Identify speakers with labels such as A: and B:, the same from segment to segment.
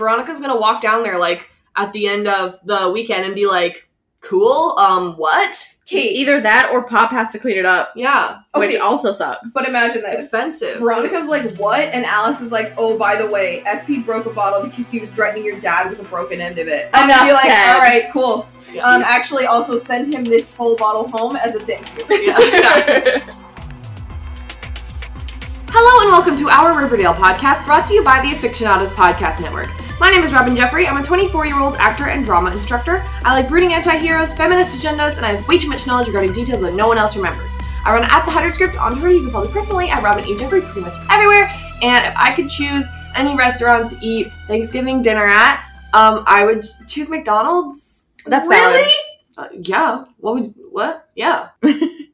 A: Veronica's gonna walk down there like at the end of the weekend and be like, "Cool, um, what?
B: Kate,
C: Either that or Pop has to clean it up,
A: Yeah,
B: Okay.
C: which also sucks.
B: but imagine this.
A: expensive."
B: Veronica's like, what? And Alex is like, oh, by the way, FP broke a bottle because he was threatening your dad with a broken end of it. And
C: Enough
B: be like,
C: said.
B: all right, cool.
A: Yeah.
B: Um, actually, also send him this full bottle home as a thank you.
A: Hello and welcome to our Riverdale podcast, brought to you by the Aficionados Podcast Network. My name is Robin Jeffrey. I'm a 24 year old actor and drama instructor. I like brooding anti heroes, feminist agendas, and I have way too much knowledge regarding details that no one else remembers. I run at the Hunter Script on Twitter. You can follow me personally at Robin E. Jeffrey pretty much everywhere. And if I could choose any restaurant to eat Thanksgiving dinner at, um, I would choose McDonald's.
C: That's
B: really?
C: valid.
A: Uh, yeah. What would what? Yeah.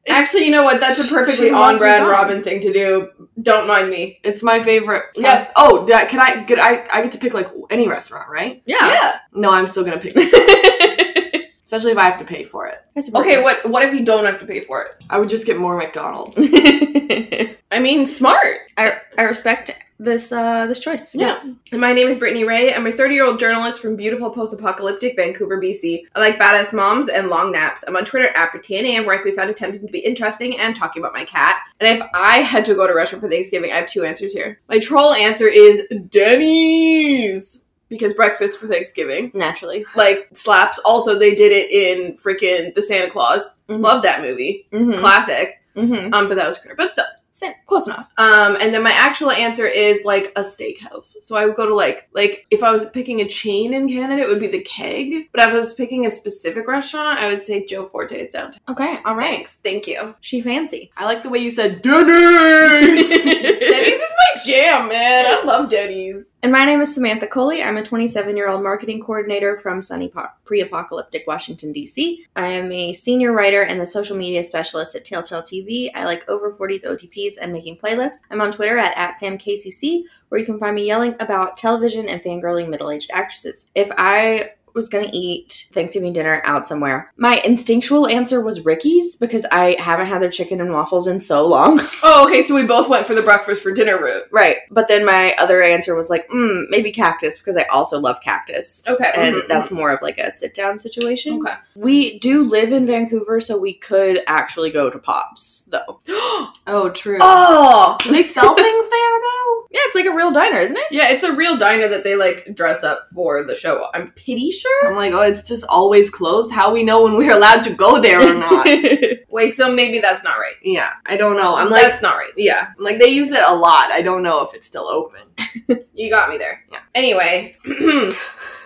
C: Actually, you know what? That's a perfectly
A: she loves
C: on brand
A: McDonald's.
C: Robin thing to do. Don't mind me.
A: It's my favorite.
C: Yes.
A: Oh, that, can I? Could I? I get to pick like any restaurant, right?
C: Yeah.
A: No, I'm still gonna pick, especially if I have to pay for it.
C: okay, what what if you don't have to pay for
A: I would just get more McDonald's.
C: it? I mean, smart. I I respect this uh this choice.
A: Yeah.
C: And My name is Brittany Ray. I'm a 30 year old journalist from beautiful post apocalyptic Vancouver, BC. I like badass moms and long naps. I'm on Twitter at BrittanyAM, where I can be found attempting to be interesting and talking about my cat. And if I had to go to a restaurant for Thanksgiving, I have two answers here. My troll answer is Denny's, because breakfast for Thanksgiving.
A: Naturally.
C: Like, slaps. Also, they did it in freaking The Santa Claus. Love that movie.
A: Mm-hmm.
C: Classic.
A: Mm-hmm.
C: Um, but that was critter. But still.
A: Close enough.
C: Um, and then my actual answer is like a steakhouse. So I would go to like like if I was picking a chain in Canada, it would be the Keg. But if I was picking a specific restaurant, I would say Joe Forte's downtown.
A: Okay. All right.
C: Thanks, thank you.
A: She fancy. I like the way you said Denny's.
C: Denny's is my jam, man. I love Denny's.
D: And my name is Samantha Coley. I'm a 27 year old marketing coordinator from sunny po- pre apocalyptic Washington, D.C. I am a senior writer and the social media specialist at Telltale TV. I like over 40s OTPs and making playlists. I'm on Twitter at, at SamKCC, where you can find me yelling about television and fangirling middle aged actresses. If I was going to eat Thanksgiving dinner out somewhere, my instinctual answer was Ricky's because I haven't had their chicken and waffles in so long.
C: Oh, okay. So we both went for the breakfast for dinner route.
D: Right. But then my other answer was like, mm, maybe cactus because I also love cactus.
C: Okay,
D: And
C: mhm,
D: that's more of like a sit down situation.
C: Okay.
D: We do live in Vancouver, so we could actually go to Pops, though.
A: oh, true.
D: Oh!
A: Do they sell things there though?
D: Yeah, it's like a real diner, isn't it?
C: yeah, it's a real diner that they like dress up for the show. I'm pretty sure.
A: I'm like, oh, it's just always closed. How we know when we're allowed to go there or not?
C: Wait, so maybe that's not right.
A: yeah, I don't know. I'm like,
C: that's not right.
A: yeah, I'm like they use it a lot. I don't know if it's still open.
C: You got me there.
A: Yeah.
C: Anyway,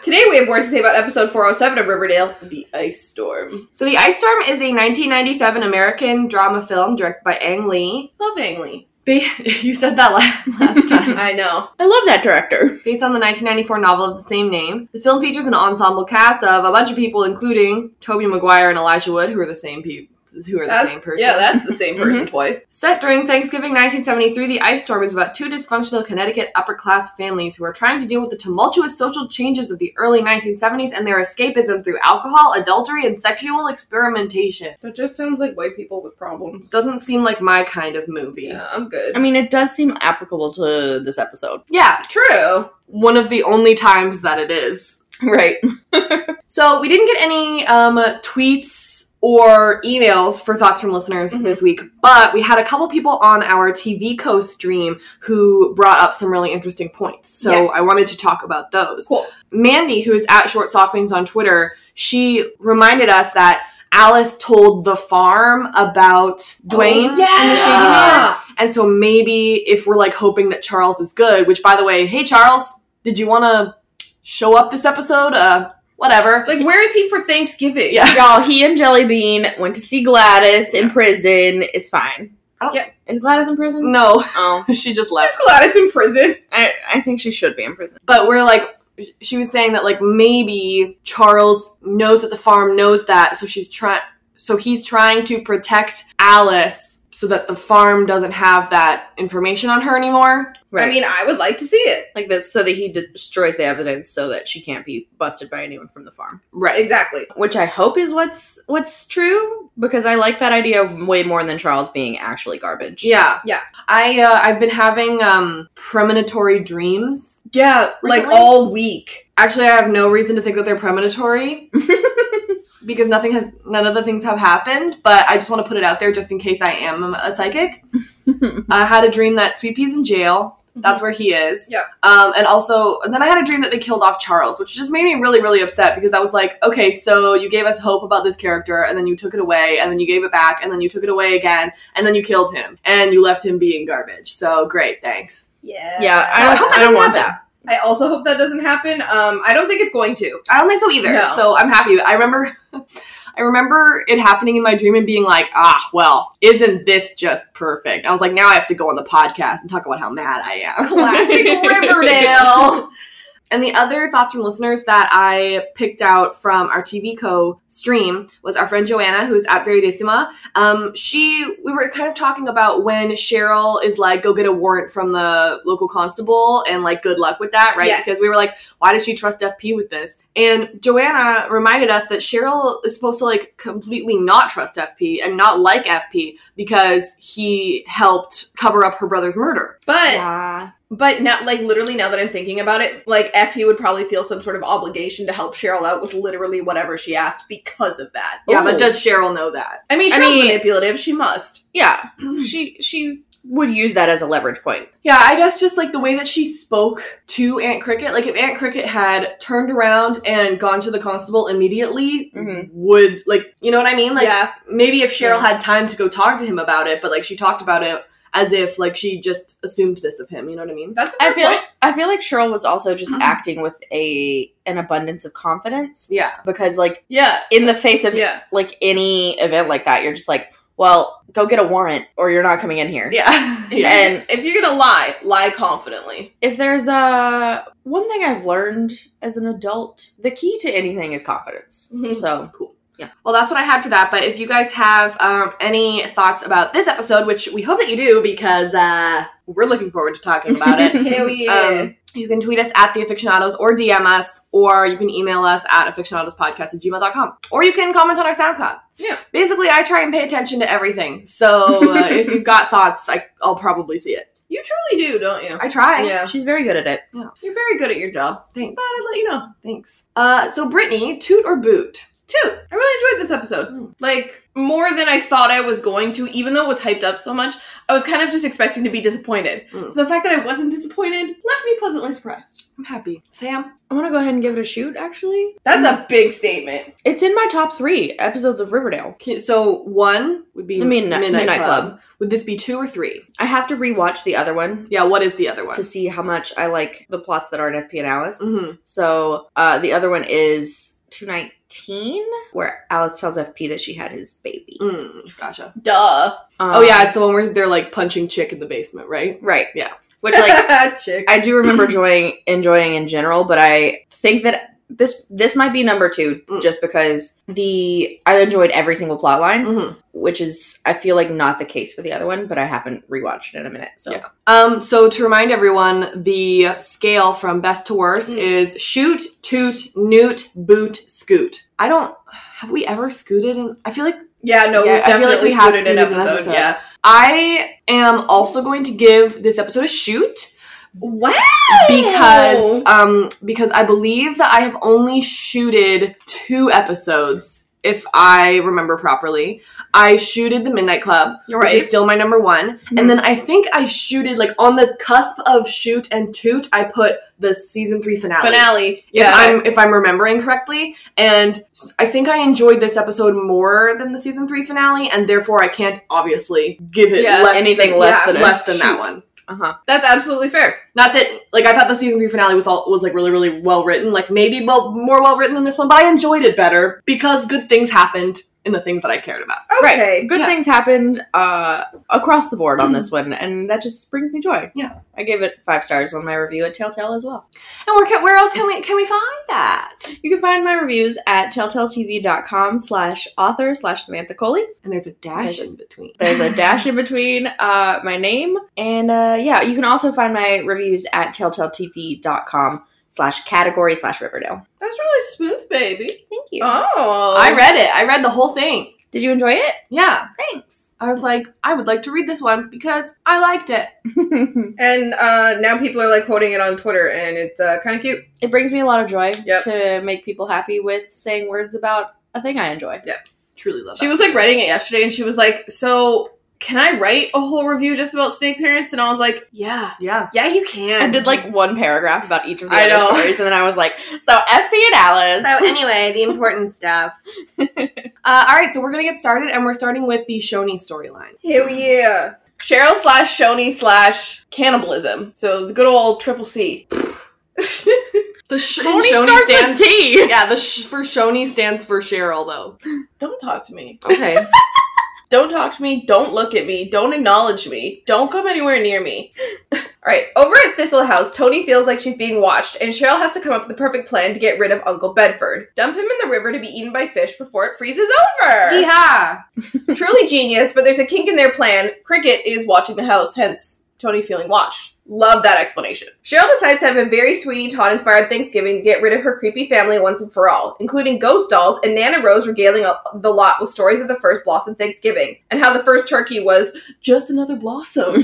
C: today we have more to say about episode 407 of Riverdale, The Ice Storm.
A: So The Ice Storm is a 1997 American drama film directed by Ang Lee.
C: Love Angley.
A: Ba- you said that la- last time.
C: I know.
D: I love that director.
A: Based on the 1994 novel of the same name, the film features an ensemble cast of a bunch of people, including Toby Maguire and Elijah Wood, who are the same people. Who are the
C: That's-
A: same person? Mm-hmm.
C: Yeah, that's the same person twice.
A: Set during Thanksgiving 1973, The Ice Storm is about two dysfunctional Connecticut upper class families who are trying to deal with the tumultuous social changes of the early 1970s and their escapism through alcohol, adultery, and sexual experimentation.
C: That just sounds like white people with problems.
A: Doesn't seem like my kind of movie.
C: Yeah, I'm good.
D: I mean, it does seem applicable to this episode.
A: Yeah,
C: True.
A: one of the only times that it is.
D: Right.
A: So we didn't get any um, tweets or emails for thoughts from listeners
C: Mhm.
A: this week, but we had a couple people on our TV Co stream who brought up some really interesting points. So
C: Yes.
A: I wanted to talk about those.
C: Cool.
A: Mandy, who is at Short Sock Things on Twitter, she reminded us that Alice told the farm about
C: Oh,
E: Oh,
A: Dwayne and the Shady Man. And so maybe if we're like hoping that Charles is good, which by the way, hey Charles, did you want to show up this episode? Uh, whatever.
C: Like, where is he for Thanksgiving?
A: Yeah.
D: Y'all, he and Jellybean went to see Gladys in prison. It's fine.
A: I don't-
C: Yeah.
D: Is Gladys in prison?
A: No,
D: Oh.
A: she just
C: Is
A: left.
C: Gladys in prison?
D: I, I think she should be in prison.
A: But we're like, she was saying that like maybe Charles knows that the farm knows that, so she's trying. So he's trying to protect Alice so that the farm doesn't have that information on her anymore.
D: Right.
E: I mean, I would like to see it.
D: like that, so that he destroys the evidence, so that she can't be busted by anyone from the farm.
A: Right.
E: Exactly.
D: Which I hope is what's what's true, because I like that idea way more than Charles being actually garbage.
A: Yeah.
E: Yeah.
A: I uh, I've been having um premonitory dreams.
E: Yeah, like
A: Recently?
E: all week.
A: Actually, I have no reason to think that they're premonitory because nothing has none of the things have happened, but I just want to put it out there just in case I am a psychic. I had a dream that Sweet Pea's in jail. That's where he is.
E: Yeah.
A: Um, and also, and then I had a dream that they killed off Charles, which just made me really, really upset because I was like, okay, so you gave us hope about this character, and then you took it away, and then you gave it back, and then you took it away again, and then you killed him, and you left him being garbage. So great, thanks.
E: Yeah.
D: yeah.
E: So
D: I,
E: hope
D: don't,
E: that
D: I don't
E: doesn't
D: want
E: happen.
D: that.
E: I also hope that doesn't happen. Um, I don't think it's going to.
A: I don't think so either.
D: No.
A: So I'm happy. I remember, I remember it happening in my dream and being like, ah, well, isn't this just perfect? I was like, now I have to go on the podcast and talk about how mad I am.
E: Classic Riverdale.
A: And the other thoughts from listeners that I picked out from our TV Co stream was our friend Joanna, who's at Veridissima. Um, she, we were kind of talking about when Cheryl is like, go get a warrant from the local constable and like, good luck with that, right?
E: Yes.
A: Because we were like, why does she trust FP with this? And Joanna reminded us that Cheryl is supposed to like completely not trust FP and not like FP because he helped cover up her brother's murder.
E: But
D: Yeah.
E: but now like literally now that I'm thinking about it, like FP would probably feel some sort of obligation to help Cheryl out with literally whatever she asked because of that.
A: Yeah,
D: Ooh.
A: but does Cheryl know that?
E: I mean
D: I
E: she's
D: mean-
E: manipulative, she must.
D: Yeah. she she would use that as a leverage point.
A: Yeah, I guess just like the way that she spoke to Aunt Cricket, like if Aunt Cricket had turned around and gone to the constable immediately,
D: Mhm.
A: would like, you know what I mean? Like
E: yeah.
A: maybe if Cheryl
D: Yeah.
A: had time to go talk to him about it, but like she talked about it as if like she just assumed this of him, you know what I mean?
E: That's a
D: I
E: good
D: feel
E: point.
D: I feel like Cheryl was also just acting with a an abundance of confidence
A: Yeah.
D: because like
E: Yeah.
D: in the face of
E: Yeah.
D: like any event like that, you're just like, well, go get a warrant or you're not coming in here.
A: Yeah.
E: If you're-
A: yeah.
D: And-
E: if you're gonna lie, lie confidently.
D: If there's a one thing I've learned as an adult, the key to anything is confidence.
E: Mhm.
D: So
A: Well, that's what I had for that. But if you guys have um, any thoughts about this episode, which we hope that you do because uh, we're looking forward to talking about it,
E: Hell yeah.
A: Um, you can tweet us at the aficionados or DM us, or you can email us at aficionadospodcast at gmail.com. Or you can comment on our SoundCloud.
E: Yeah.
A: Basically, I try and pay attention to everything. So uh, if you've got thoughts, I, I'll probably see it.
E: you truly do, don't you?
A: I try.
E: yeah.
D: she's very good at it.
E: You're very good at your job.
A: Thanks.
E: But I'd let you know.
A: Thanks. Uh, so, Brittany, toot or boot?
E: Two. I really enjoyed this episode.
A: Mm.
E: Like, more than I thought I was going to, even though it was hyped up so much, I was kind of just expecting to be disappointed.
A: Mm.
E: So the fact that I wasn't disappointed left me pleasantly surprised.
A: I'm happy. Sam?
D: I want to go ahead and give it a shoot. Actually,
E: That's a big statement.
D: it's in my top three episodes of Riverdale.
A: Can, so, one would be
D: The Midnight- Midnight Club.
A: Would this be two or three?
D: I have to rewatch the other one
A: Yeah, what is the other one?
D: to see how much I like the plots that aren't FP and Alice.
A: hmm
D: So uh, the other one is 219, where Alice tells FP that she had his baby.
A: mm,
D: Uh,
A: gotcha.
E: Duh.
D: Um,
A: oh, yeah, it's the one where they're like punching chick in the basement, right?
D: right.
A: Yeah.
D: Which like
E: Chick.
D: I do remember enjoying enjoying in general, but I think that this this might be number two
A: Mm.
D: just because the I enjoyed every single plot line,
A: Mm-hmm.
D: which is I feel like not the case for the other one, but I haven't rewatched it in a minute. So
A: Yeah. Um, so to remind everyone, the scale from best to worst
E: Mm.
A: is shoot, toot, newt, boot, scoot. I don't have we ever scooted in I feel like
E: yeah, no,
A: Yeah,
E: we definitely I feel like we
A: have
E: have an
A: scooted an
E: episode.
A: episode.
E: Yeah.
A: I am also going to give this episode a shoot
E: Wow.
A: because um because I believe that I have only shooted two episodes, if I remember properly. I shooted the Midnight Club
E: You're
A: which
E: right.
A: is still my number one.
D: Mhm.
A: And then I think I shooted like on the cusp of shoot and toot. I put the season three finale.
E: Finale.
A: If I'm if I'm remembering correctly, and I think I enjoyed this episode more than the season three finale, and therefore I can't obviously give it
E: Yeah,
A: less
D: anything
A: than,
D: less
A: yeah,
D: than a
A: less than that
D: shoot.
A: one.
D: uh-huh.
E: That's absolutely fair.
A: Not that like I thought the season three finale was all was like really really well written, like maybe well more well written than this one, but I enjoyed it better because good things happened in the things that I cared about.
F: Okay.
D: Good
A: Yeah.
D: things happened uh, across the board on this one, and that just brings me joy.
A: Yeah.
D: I gave it five stars on my review at Telltale as well.
A: And where can, where else can we can we find that?
D: You can find my reviews at telltaletv.com slash author slash Samantha Coley.
A: And there's a dash
D: There's a-
A: in between.
D: There's a dash in between uh, my name. And uh, yeah, you can also find my reviews at telltaletv.com slash category slash Riverdale.
C: That's really smooth, baby.
D: Thank you.
C: Oh.
A: I read it. I read the whole thing.
D: Did you enjoy it?
A: Yeah.
D: Thanks.
A: I was like, I would like to read this one because I liked it.
D: it
C: And uh, now people are like quoting it on Twitter, and it's uh, kind of cute.
D: brings me a lot of joy
C: Yep.
D: to make people happy with saying words about a thing I enjoy.
A: Truly love
C: She
A: it.
C: was like writing it yesterday, and she was like, "So can I write a whole review just about snake parents?" And I was like,
A: Yeah. Yeah.
C: "Yeah, you can."
D: I did like one paragraph about each of the
C: I
D: other
C: know.
D: stories, and then I was like, so FP and Alice.
A: anyway, the important stuff. uh, all right, so we're gonna get started, and we're starting with the Shoni storyline.
C: Hell yeah. Cheryl slash Shoni slash cannibalism. So the good old triple C.
A: The sh-
C: Shoni
A: Shoni
C: starts with
A: stands.
D: T.
A: Yeah, the sh- for Shoni stands for Cheryl, though.
C: Don't talk to me.
A: Okay.
C: Don't talk to me. Don't look at me. Don't acknowledge me. Don't come anywhere near me. Alright, over at Thistle House, Tony feels like she's being watched, and Cheryl has to come up with the perfect plan to get rid of Uncle Bedford. Dump him in the river to be eaten by fish before it freezes over!
A: yeah.
C: Truly genius, but there's a kink in their plan. Cricket is watching the house, hence Tony feeling watched. Love that explanation. Cheryl decides to have a very Sweeney Todd inspired Thanksgiving to get rid of her creepy family once and for all, including ghost dolls and Nana Rose regaling the lot with stories of the first Blossom Thanksgiving and how the first turkey was just another blossom.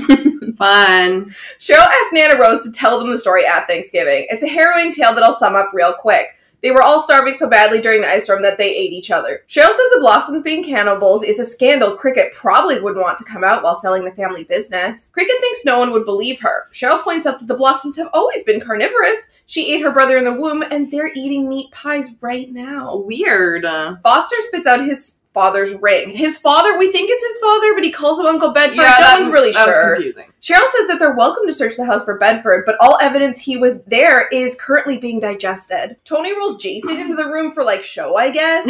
A: Fun.
C: Cheryl asked Nana Rose to tell them the story at Thanksgiving. It's a harrowing tale that I'll sum up real quick. They were all starving so badly during the ice storm that they ate each other. Cheryl says the Blossoms being cannibals is a scandal Cricket probably would want to come out while selling the family business. Cricket thinks no one would believe her. Cheryl points out that the Blossoms have always been carnivorous. She ate her brother in the womb, and they're eating meat pies right now.
A: Weird. Uh,
C: Foster spits out his father's ring. His father, we think it's his father, but he calls him Uncle Bedford.
A: that
C: no one's really
A: that was
C: sure.
A: confusing.
C: Cheryl says that they're welcome to search the house for Bedford, but all evidence he was there is currently being digested. Tony rolls Jason into the room for like show, I guess.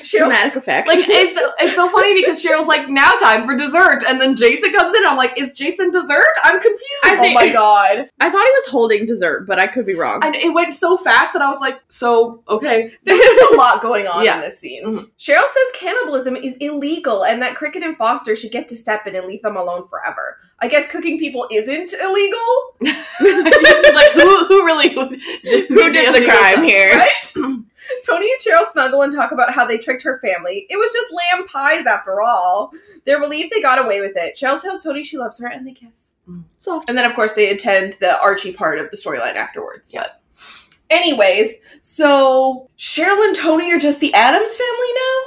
C: Cheryl,
D: Dramatic effect.
A: like it's it's so funny because Cheryl's like now time for dessert, and then Jason comes in. I'm like, is Jason dessert? I'm confused.
D: I
C: oh
D: think-
C: my god,
D: I thought he was holding dessert, but I could be wrong.
A: And it went so fast that I was like, so okay.
C: there's just a lot going on
A: Yeah.
C: in this scene.
A: Mhm.
C: Mm-hmm. Cheryl says cannibalism is illegal and that Cricket and Foster should get to step in and leave them alone forever. I guess cooking people isn't illegal,
A: She's like, who who really
D: Who did the crime here?
C: right? Tony and Cheryl snuggle and talk about how they tricked her family. It was just lamb pies after all. They're relieved they got away with it. Cheryl tells Tony she loves her and they kiss.
A: Soft.
C: And then, of course, they attend the Archie part of the storyline afterwards. But, anyways, so Cheryl and Tony are just the Adams family now.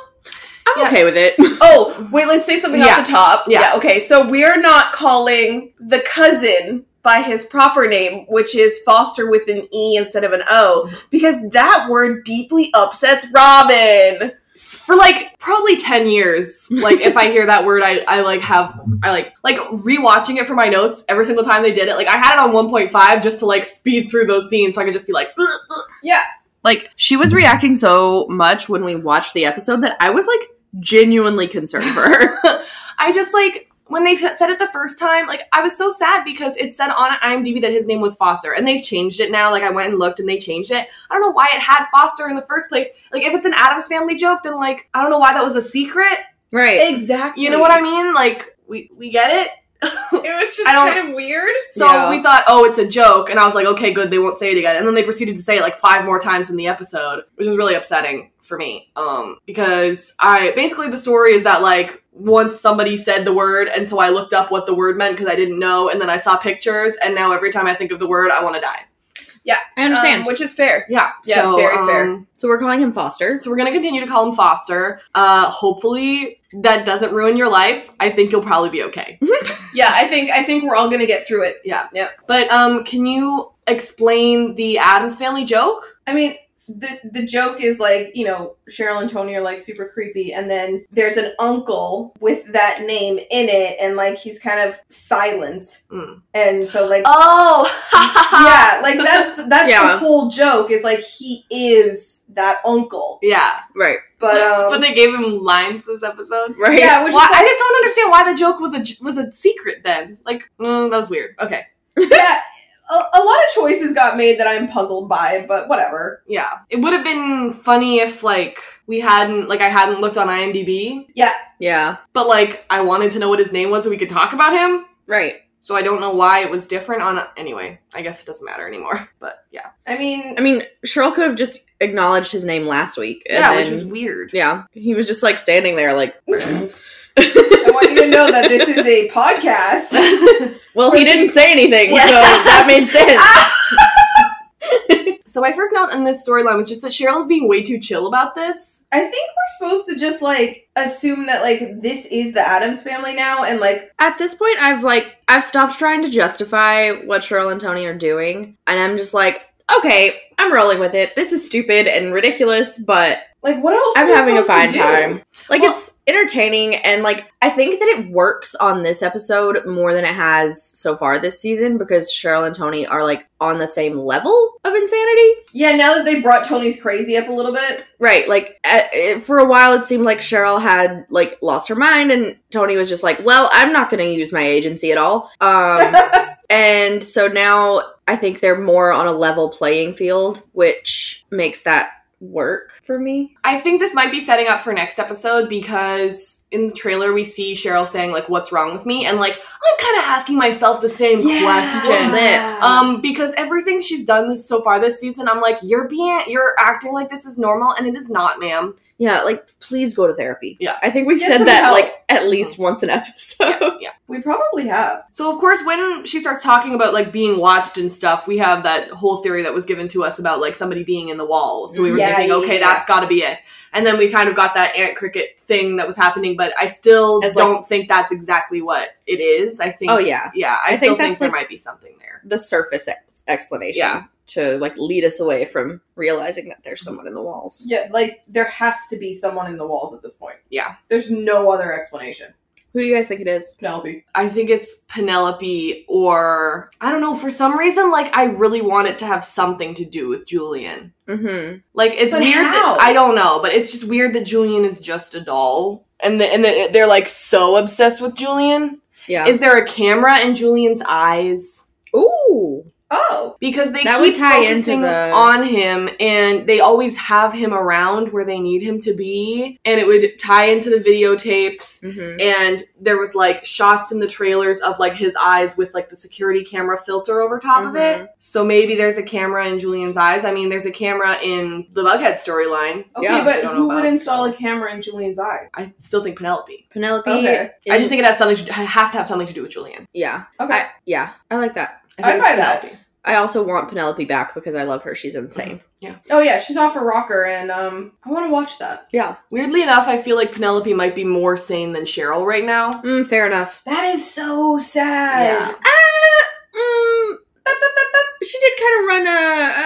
D: I'm
A: yeah.
D: okay with it.
C: Oh, wait, let's say something
D: Yeah.
C: off the top.
A: Yeah.
C: Okay. So we are not calling the cousin by his proper name, which is Foster with an E instead of an O, because that word deeply upsets Robin.
A: for like probably 10 years like if i hear that word i i like have i like like rewatching it for my notes every single time they did it like i had it on 1.5 just to like speed through those scenes so i could just be like "Ugh, ugh."
D: Like she was reacting so much when we watched the episode that I was like genuinely concerned for her.
A: i just like when they said it the first time like i was so sad because it said on imdb that his name was foster and they've changed it now like i went and looked and they changed it i don't know why it had foster in the first place like if it's an adams family joke then like i don't know why that was a secret
D: right.
C: Exactly.
A: you know what i mean like we we get it
C: It was just
A: I don't-
C: kind of weird.
A: So
D: Yeah.
A: we thought, oh, it's a joke, and I was like, okay, good, they won't say it again. And then they proceeded to say it like five more times in the episode, which was really upsetting for me. Um, because I basically the story is that like once somebody said the word, and so I looked up what the word meant because I didn't know, and then I saw pictures, and now every time I think of the word, I want to die.
D: I
C: Um, which is fair.
A: Yeah,
C: Yeah,
A: so,
C: very fair.
A: um,
D: so we're calling him Foster.
A: So we're gonna continue to call him Foster. Uh, hopefully that doesn't ruin your life. I think you'll probably be okay.
C: Yeah, I think I think we're all gonna get through it.
A: But um, can you explain the Adams family joke?
C: I mean, the the joke is like you know Cheryl and Tony are like super creepy, and then there's an uncle with that name in it, and like he's kind of silent,
A: Mm.
C: and so like
A: Oh,
C: yeah, like that's the- that's
D: Yeah.
C: the whole joke is like he is that uncle,
A: yeah.
D: Right.
C: but um,
A: but they gave him lines this episode.
D: Right.
C: yeah, which
A: Why- I just don't understand why the joke was a j- was a secret then. Like mm, that was weird. Okay,
C: is, yeah. A, a lot of choices got made that I'm puzzled by, but whatever.
A: yeah, it would have been funny if like we hadn't like I hadn't looked on IMDb,
D: Yeah.
A: but like I wanted to know what his name was so we could talk about him.
D: Right.
A: So I don't know why it was different on anyway. I guess it doesn't matter anymore. But yeah,
C: I mean,
D: I mean, Cheryl could have just acknowledged his name last week. and
A: yeah,
D: then-
A: which is weird.
D: Yeah. He was just like standing there, like.
C: I want you to know that this is a podcast.
D: well, he didn't say anything, so that made sense.
A: So my first note on this storyline was just that Cheryl is being way too chill about this.
C: I think we're supposed to just like assume that like this is the Adams family now, and like
D: At this point, I've like I've stopped trying to justify what Cheryl and Tony are doing, and I'm just like, okay, I'm rolling with it. This is stupid and ridiculous, but
C: like what else?
D: I'm
C: are we
D: having a
C: supposed to
D: fine
C: do?
D: time. Like
A: Well-
D: it's entertaining and like I think that it works on this episode more than it has so far this season because Cheryl and Tony are like on the same level of insanity.
C: Yeah, now that they brought Tony's crazy up a little bit,
D: Right, like at, it- for a while it seemed like Cheryl had like lost her mind and Tony was just like, "Well, I'm not going to use my agency at all." Um and so now I think they're more on a level playing field, which makes that work for me.
A: I think this might be setting up for next episode because in the trailer we see Cheryl saying like what's wrong with me and like I'm kind of asking myself the same question. Um because everything she's done this, so far this season I'm like you're being you're acting like this is normal and it is not, ma'am.
D: Yeah, like please go to therapy.
A: Yeah.
D: I think we've
C: Get
D: said
C: some
D: that
C: help.
D: like at least once an episode.
C: we probably have.
A: So of course when she starts talking about like being watched and stuff, we have that whole theory that was given to us about like somebody being in the walls. So we were
C: Yeah,
A: thinking,
C: yeah,
A: okay,
C: yeah.
A: that's got to be it. And then we kind of got that ant cricket thing that was happening, but I still
D: As, like-
A: don't think that's exactly what it is. I think
D: Oh yeah,
A: Yeah, I,
D: I
A: still
D: think
A: think
D: that's,
A: there
D: like-
A: might be something there.
D: the surface ex- explanation
A: Yeah.
D: to like lead us away from realizing that there's someone in the walls.
C: Yeah, like there has to be someone in the walls at this point.
A: Yeah.
C: There's no other explanation.
D: Who do you guys think it is?
C: Penelope.
A: I think it's Penelope or I don't know, for some reason like I really want it to have something to do with Julian.
D: Mm-hmm.
A: Like it's
C: But
A: weird
C: how?
A: that I don't know, but it's just weird that Julian is just a doll. And the, and the, they're like so obsessed with Julian.
D: Yeah.
A: Is there a camera in Julian's eyes?
D: Ooh.
C: Oh,
A: Because they
D: That
A: keep
D: would tie into
A: focusing
D: the-
A: on him, and they always have him around where they need him to be, and it would tie into the videotapes.
D: Mm-hmm.
A: and there was like shots in the trailers of like his eyes with like the security camera filter over top of
D: Mhm.
C: Mm-hmm.
A: it. So maybe there's a camera in Julian's eyes. I mean, there's a camera in the Bughead storyline.
C: okay,
D: Yeah,
A: I
C: but
A: don't know
C: who
A: about
C: would
A: it.
C: install a camera in Julian's eye?
A: I still think Penelope.
D: Penelope.
C: Okay.
A: I just think it has something to, has to have something to do with Julian.
D: yeah.
C: Okay.
D: I- yeah, I like that.
A: I
C: I'd
A: think it's
C: buy that.
A: Penelope.
D: I also want Penelope back because I love her. She's insane.
C: oh yeah, she's off her rocker, and um, I want to watch that.
D: Yeah.
A: Weirdly enough, I feel like Penelope might be more sane than Cheryl right now.
D: Mm, fair enough.
C: That is so sad.
D: Uh, mm, she did kind of run a,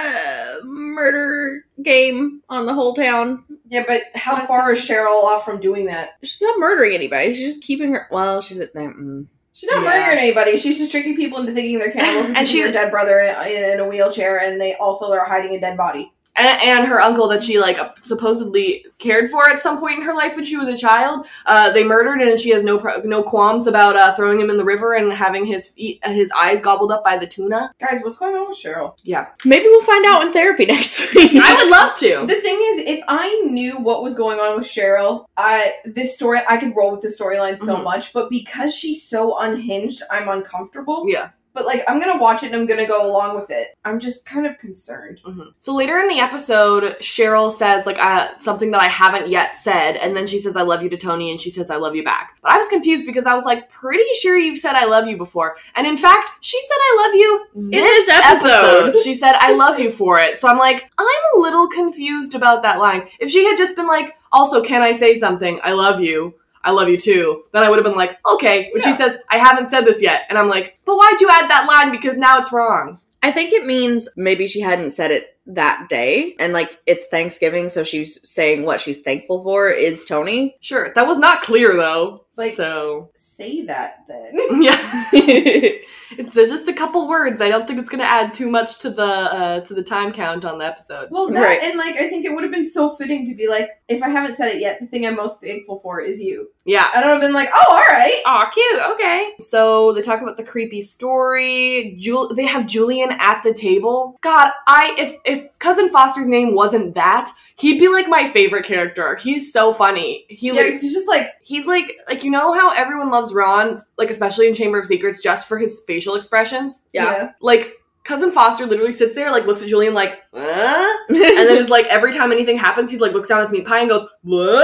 D: a murder game on the whole town.
C: Yeah, but how
D: Last
C: far is Cheryl off from doing that?
D: She's not murdering anybody. She's just keeping her. Well, she's at mm.
C: She's not
A: Yeah.
C: murdering anybody. She's just tricking people into thinking they're cannibals and,
A: And
C: she,
A: she-
C: her dead brother in, in a wheelchair, and they also are hiding a dead body.
A: and, and her uncle that she like supposedly cared for at some point in her life when she was a child. Uh, they murdered, and she has no pro- no qualms about uh, throwing him in the river and having his feet, uh, his eyes gobbled up by the tuna.
C: Guys, what's going on with Cheryl?
A: Yeah,
D: Maybe we'll find out in therapy next week.
A: I would love to.
C: The thing is, if I knew what was going on with Cheryl, I this story I could roll with the storyline so
A: Mhm.
C: much. But because she's so unhinged, I'm uncomfortable.
A: Yeah.
C: But like, I'm gonna watch it and I'm gonna go along with it. I'm just kind of concerned.
D: Mm-hmm.
A: Mhm. So later in the episode, Cheryl says like uh, something that I haven't yet said, and then she says I love you to Tony, and she says I love you back. But I was confused because I was like, pretty sure you've said I love you before, and in fact, she said I love you this
D: this episode.
A: She said, I love you for it. So I'm like, I'm a little confused about that line. If she had just been like, also, can I say something? I love you. I love you too. Then I would have been like, okay. When
C: Yeah.
A: she says, I haven't said this yet. And I'm like, but why'd you add that line? Because now it's wrong.
D: I think it means maybe she hadn't said it that day. And like it's Thanksgiving, so she's saying what she's thankful for is Tony.
A: Sure, that was not clear though.
C: Like-
A: so
C: Say that then.
A: yeah, it's uh, just a couple words. I don't think it's gonna add too much to the uh, to the time count on the episode.
C: Well, that
D: Right.
C: and like I think it would have been so fitting to be like, if I haven't said it yet, the thing I'm most thankful for is you.
A: Yeah.
C: I would have been like, oh, all right.
A: Aw, cute. Okay. So they talk about the creepy story. Jul- they have Julian at the table. God, I if if cousin Foster's name wasn't that, he'd be like my favorite character. He's so funny. He
C: Yeah,
A: like
C: 'cause it's just like
A: he's like like you know how everyone loves Ron, like especially in Chamber of Secrets, just for his facial expressions.
D: Yeah.
A: Like cousin Foster literally sits there, like looks at Julian, like, uh?
D: and
A: and then it's like every time anything happens, he's like looks down at his meat pie and goes,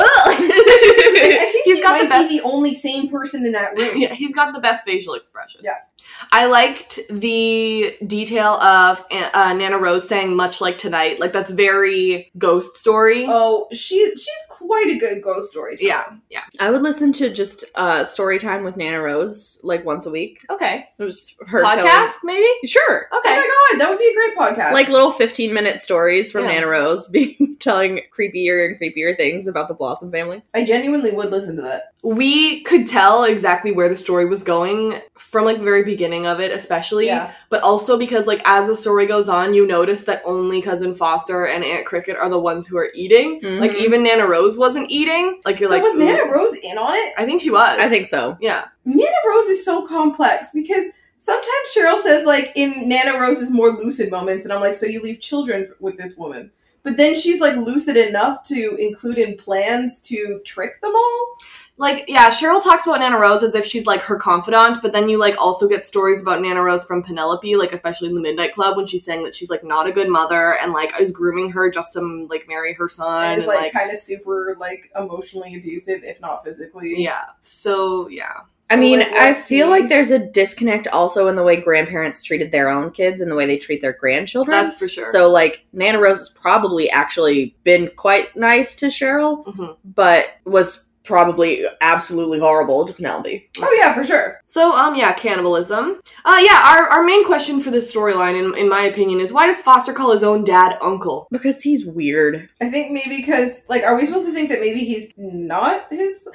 A: what?
C: I think
A: He's
C: he
A: got
C: might
A: the best-
C: be the only sane person in that room.
A: yeah, he's got the best facial expression.
C: Yes.
A: I liked the detail of uh, Nana Rose saying "much like tonight." Like that's very ghost story.
C: Oh, she she's quite a good ghost story. Oh
A: yeah, yeah.
D: I would listen to just uh story time with Nana Rose like once a week.
A: Okay.
D: It was her telling-
A: Podcast maybe.
D: Sure.
C: Oh
A: Okay.
C: my god, that would be a great podcast.
D: Like little 15 minute stories from
A: Yeah.
D: Nana Rose being telling creepier and creepier things about the Blossom family.
C: I genuinely would listen to that.
A: We could tell exactly where the story was going from like the very beginning of it, especially. But also because like as the story goes on, you notice that only cousin Foster and Aunt Cricket are the ones who are eating. Like
D: Mhm.
A: even Nana Rose wasn't eating. Like you're
C: Mm-hmm. so
A: like,
C: was
A: ooh.
C: Nana Rose in on it?
A: I think she was.
D: I think so.
A: Yeah.
C: Nana Rose is so complex because sometimes Cheryl says like in Nana Rose's more lucid moments, and I'm like, so you leave children f- with this woman. But then she's like lucid enough to include in plans to trick them all.
A: Like, yeah, Cheryl talks about Nana Rose as if she's like her confidant, but then you like also get stories about Nana Rose from Penelope, like especially in the Midnight Club when she's saying that she's like not a good mother and like is grooming her just to like marry her son.
C: And
A: And,
C: is like,
A: like,
C: kind of super like emotionally abusive, if not physically.
A: yeah. So yeah,
D: I
C: So,
D: mean,
C: like,
D: I
C: what's
D: feel
C: the-
D: like there's a disconnect also in the way grandparents treated their own kids and the way they treat their grandchildren.
A: that's for sure.
D: So, like, Nana Rose has probably actually been quite nice to Cheryl,
A: Mhm.
D: but was probably absolutely horrible to Penelope.
C: Oh yeah, for sure.
A: So um yeah, cannibalism. Uh yeah, our, our main question for this storyline in in my opinion is why does Foster call his own dad uncle?
D: Because he's weird.
C: I think maybe because, like, are we supposed to think that maybe he's not his?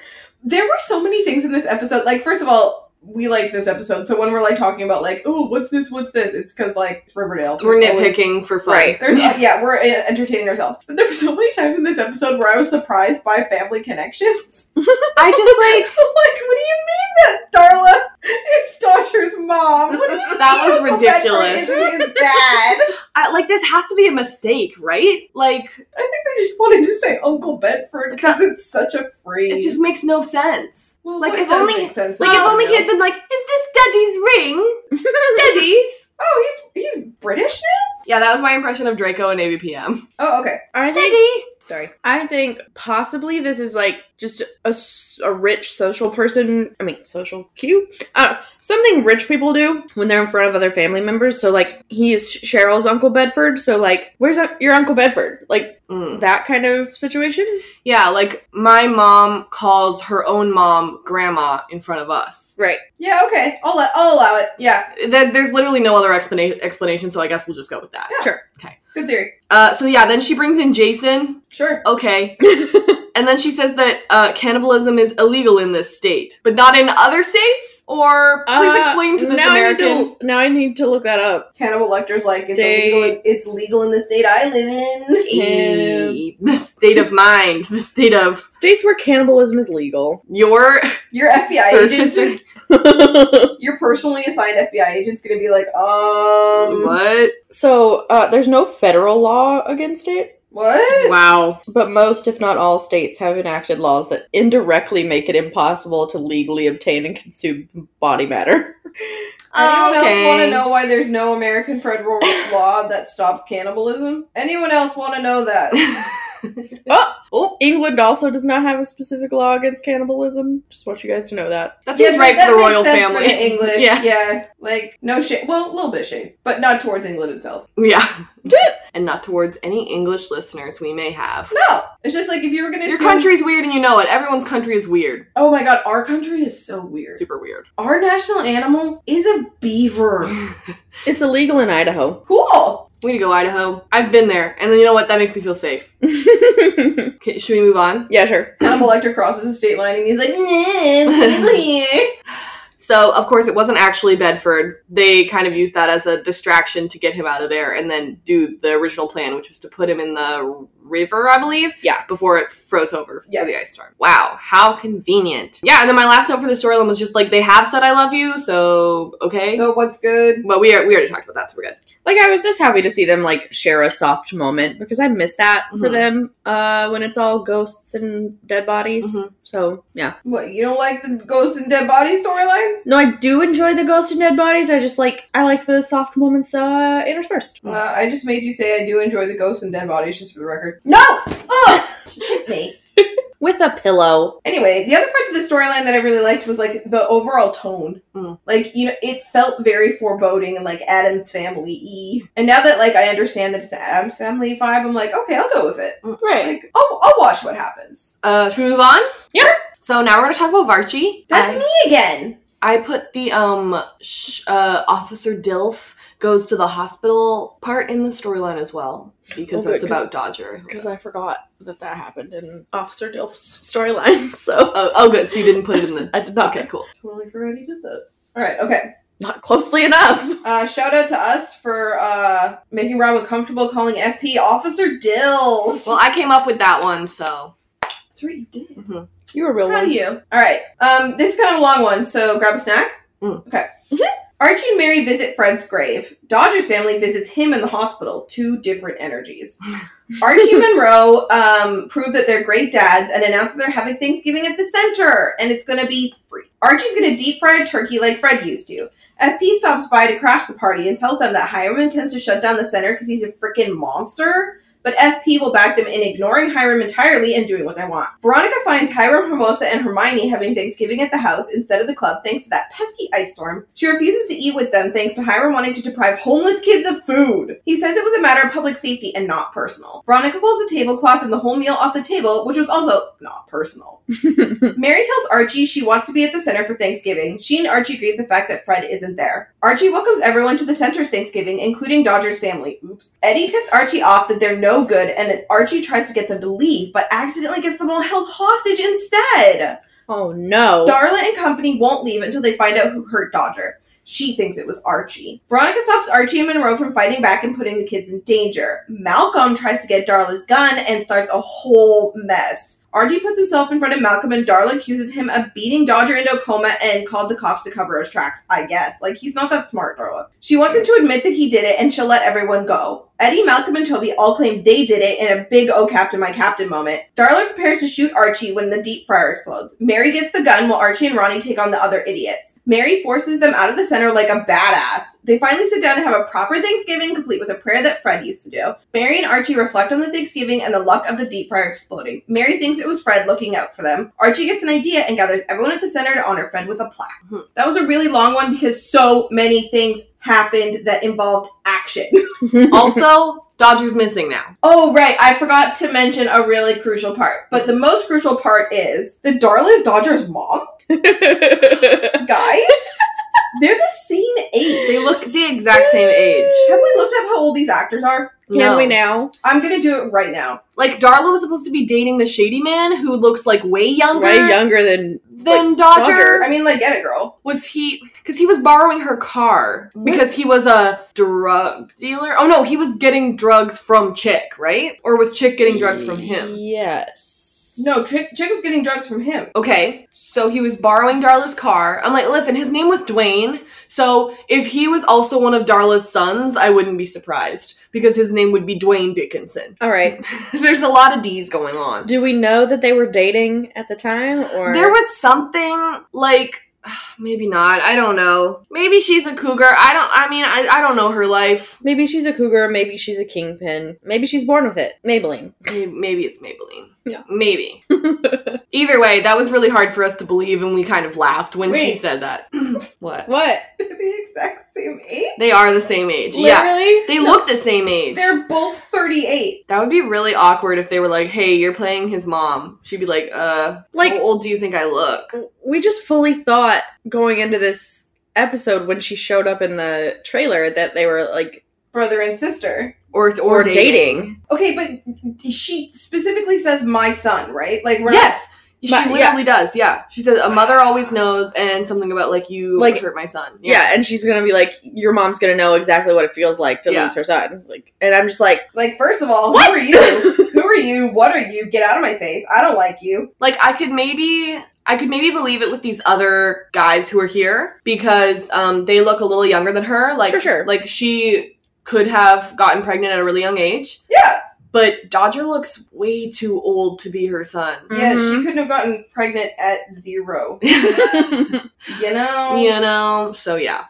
C: There were so many things in this episode. Like, first of all, we liked this episode. So when we're like talking about like, oh, what's this? What's this? It's because like it's Riverdale.
A: We're
C: There's always-
A: nitpicking for fun.
D: Right.
C: There's uh, yeah, we're uh, entertaining ourselves. But there were so many times in this episode where I was surprised by family connections.
A: I just
C: like, what do you mean that Darla is Dodger's mom? What do you
A: like that was
C: mean Rebecca
A: ridiculous.
C: Is his dad.
A: I, like this has to be a mistake, right? Like
C: I think they just wanted to say Uncle Bedford because it's such a phrase.
A: it just makes no sense.
C: Well,
A: Like,
C: it
A: if
C: does
A: only-
C: make sense
A: Like if
C: now,
A: only he
C: yeah.
A: had been like, is this Daddy's ring? Daddy's.
C: Oh, he's he's British now.
A: Yeah, that was my impression of Draco and ABPM.
C: Oh, okay.
D: I think,
A: Daddy.
D: sorry. I think possibly this is like just a, s- a rich social person. I mean, social cue? Uh, something rich people do when they're in front of other family members. So, like, he is Cheryl's Uncle Bedford. So, like, where's un- your Uncle Bedford? Like,
A: Mm.
D: that kind of situation?
A: Yeah, like my mom calls her own mom grandma in front of us.
D: Right.
C: Yeah, okay. I'll let, I'll allow it. Yeah,
A: That there's literally no other explana- explanation, so I guess we'll just go with that.
C: good theory.
A: Uh, so yeah, then she brings in Jason.
C: Sure.
A: Okay, and then she says that uh, cannibalism is illegal in this state, but not in other states. Or please
D: Uh,
A: explain to this
D: now
A: American.
D: I need to, now I need to look that up.
C: Cannibal Lecter's like it's illegal. In, it's legal in the state I live in.
A: Eh, the state of mind, the state of
D: States where cannibalism is legal.
A: your
C: Your FBI
A: search
C: agents,
A: history.
C: your personally assigned FBI agent's gonna be like, um, what?
A: What?
D: so uh, there's no federal law against it,
A: Wow.
D: but most, if not all, states have enacted laws that indirectly make it impossible to legally obtain and consume body matter.
C: Anyone else want to know why there's no American federal law that stops cannibalism? Anyone else want to know that?
A: Oh,
D: England also does not have a specific law against cannibalism. Just want you guys to know that.
A: that
C: Yeah,
A: seems right
C: that-
A: for the
C: that makes
A: royal
C: sense
A: family.
C: For the English,
A: yeah.
C: yeah. Like, no shade. Well, a little bit shade, but not towards England itself.
A: Yeah. and not towards any English listeners we may have.
C: No. It's just like if you were going to
A: Your
C: assume.
A: country's weird and you know it. Everyone's country is weird.
C: Oh my god, our country is so weird.
A: Super weird.
C: Our national animal is a beaver.
D: It's illegal in Idaho.
C: cool.
A: Way to go, Idaho. I've been there. And then you know what? That makes me feel safe. Okay, should we move on?
D: yeah, sure.
C: Hannibal Lecter crosses the state line and he's like, "Nah, I'm still here."
A: So, of course, it wasn't actually Bedford. They kind of used that as a distraction to get him out of there and then do the original plan, which was to put him in the river, I believe.
D: Yeah.
A: Before it froze over for
C: Yes.
A: the ice storm. Wow, how convenient. Yeah, and then my last note for the storyline was just like, they have said I love you, so okay.
C: So what's good?
A: but we, are, we already talked about that, so we're good.
D: Like I was just happy to see them like share a soft moment because I miss that for
A: Mhm.
D: them uh when it's all ghosts and dead bodies.
A: Mhm.
D: So, yeah.
C: What you don't like the ghost and dead body storylines?
D: No, I do enjoy the ghosts and dead bodies. I just like I like the soft moments uh interspersed.
C: Uh, I just made you say I do enjoy the ghosts and dead bodies, just for the record. No, Ugh! she hit me.
D: With a pillow.
C: Anyway, the other parts of the storyline that I really liked was like the overall tone.
A: Mm.
C: Like, you know, it felt very foreboding and like Adam's family y. And now that like I understand that it's the Adam's family vibe, I'm like, okay, I'll go with it.
D: Right.
C: Like, I'll, I'll watch what happens.
A: Uh, should we move on?
D: Yeah.
A: So now we're going to talk about Varchi.
C: That's
A: I-
C: me again.
A: I put the um sh- uh, Officer Dilf goes to the hospital part in the storyline as well because
D: Oh, good,
A: it's about Dodger.
D: Because I forgot that that happened in Officer Dilf's storyline, so
A: Oh, oh, good. So you didn't put it in the.
D: I did not
A: Okay, cool.
C: Totally forgot he did that. All right, okay.
D: not closely enough.
C: Uh, shout out to us for uh, making Robin comfortable calling FP Officer Dill.
A: Well, I came up with that one, so
C: That's what you did.
A: mhm.
D: You were a real
C: Proud of
D: one.
C: you. All right. Um, this is kind of a long one, so grab a snack.
A: Mm.
C: Okay.
D: Mm-hmm.
C: Archie and Mary visit Fred's grave. Dodger's family visits him in the hospital. Two different energies. Archie and Monroe um, prove that they're great dads and announce that they're having Thanksgiving at the center, and it's going to be free. Archie's going to deep fry a turkey like Fred used to. FP stops by to crash the party and tells them that Hiram intends to shut down the center because he's a freaking monster but FP will back them in ignoring Hiram entirely and doing what they want. Veronica finds Hiram, Hermosa, and Hermione having Thanksgiving at the house instead of the club thanks to that pesky ice storm. She refuses to eat with them thanks to Hiram wanting to deprive homeless kids of food. He says it was a matter of public safety and not personal. Veronica pulls the tablecloth and the whole meal off the table, which was also not personal. Mary tells Archie she wants to be at the center for Thanksgiving. She and Archie grieve the fact that Fred isn't there. Archie welcomes everyone to the center's Thanksgiving, including Dodger's family. Oops. Eddie tips Archie off that they're no good, and then Archie tries to get them to leave, but accidentally gets them all held hostage instead.
D: Oh no.
C: Darla and company won't leave until they find out who hurt Dodger. She thinks it was Archie. Veronica stops Archie and Monroe from fighting back and putting the kids in danger. Malcolm tries to get Darla's gun and starts a whole mess. Archie puts himself in front of Malcolm and Darla accuses him of beating Dodger into a coma and called the cops to cover his tracks, I guess. Like, he's not that smart, Darla. She wants him to admit that he did it and she'll let everyone go. Eddie, Malcolm, and Toby all claim they did it in a big oh captain my captain moment. Darla prepares to shoot Archie when the deep fryer explodes. Mary gets the gun while Archie and Ronnie take on the other idiots. Mary forces them out of the center like a badass. They finally sit down to have a proper Thanksgiving complete with a prayer that Fred used to do. Mary and Archie reflect on the Thanksgiving and the luck of the deep fryer exploding. Mary thinks it was Fred looking out for them. Archie gets an idea and gathers everyone at the center to honor Fred with a plaque. Hmm.
A: Mhm.
C: That was a really long one because so many things happened that involved action.
A: also, Dodger's missing now.
C: Oh, right. I forgot to mention a really crucial part. But the most crucial part is the Darla's Dodger's mom, guys. they're the same age.
A: They look the exact same age.
C: Have we looked up how old these actors are?
D: Can
A: No.
D: we now?
C: I'm gonna do it right now.
A: Like Darla was supposed to be dating the shady man who looks like way younger
D: Way younger than
A: than Dodger.
D: Dodger.
C: I mean, like, get it, girl.
A: Was he? Because he was borrowing her car because he was a drug dealer. Oh no, he was getting drugs from Chick, right? Or was Chick getting drugs from him?
D: Yes.
C: No, Chick, Chick was getting drugs from him.
A: Okay, so he was borrowing Darla's car. I'm like, listen, his name was Dwayne. So if he was also one of Darla's sons, I wouldn't be surprised because his name would be Dwayne Dickinson.
D: All right.
A: There's a lot of D's going on.
D: Do we know that they were dating at the time, or
A: There was something like maybe not. I don't know. Maybe she's a cougar. I don't. I mean, I, I don't know her life.
D: maybe she's a cougar, maybe she's a kingpin, maybe she's born with it, Maybelline.
A: May- Maybe it's Maybelline.
D: Yeah.
A: Maybe. Either way, that was really hard for us to believe, and we kind of laughed when she
C: Wait.
A: said that. what?
D: What?
C: They're the exact same age.
A: They are the same age. Yeah.
D: Literally.
A: They look the same age.
C: They're both 38.
A: that would be really awkward if they were like, "Hey, you're playing his mom." She'd be like, "Uh,
D: Like-
A: like, how old do you think I look?"
D: We just fully thought going into this episode when she showed up in the trailer that they were like
C: brother and sister.
A: or
D: or, dating.
C: Okay, but she specifically says my son, right? Like we're
A: Yes, she
D: But-
A: literally does. Yeah, she says a mother always knows, and something about like you
D: Like-
A: hurt my son.
D: Yeah. and she's gonna be like, your mom's gonna know exactly what it feels like to
A: Yeah.
D: lose her son. Like, and I'm just like,
C: not- like first of all, who are you?
D: you?
C: who are you? What are you? Get out of my face. I don't like you.
A: like I could maybe. I could maybe believe it with these other guys who are here because um, they look a little younger than her. Like,
D: Sure, sure.
A: like she could have gotten pregnant at a really young age,
C: Yeah.
A: but Dodger looks way too old to be her son.
C: Yeah,
D: Mhm.
C: she couldn't have gotten pregnant at zero. You know?
D: Mm.
A: You know, so yeah.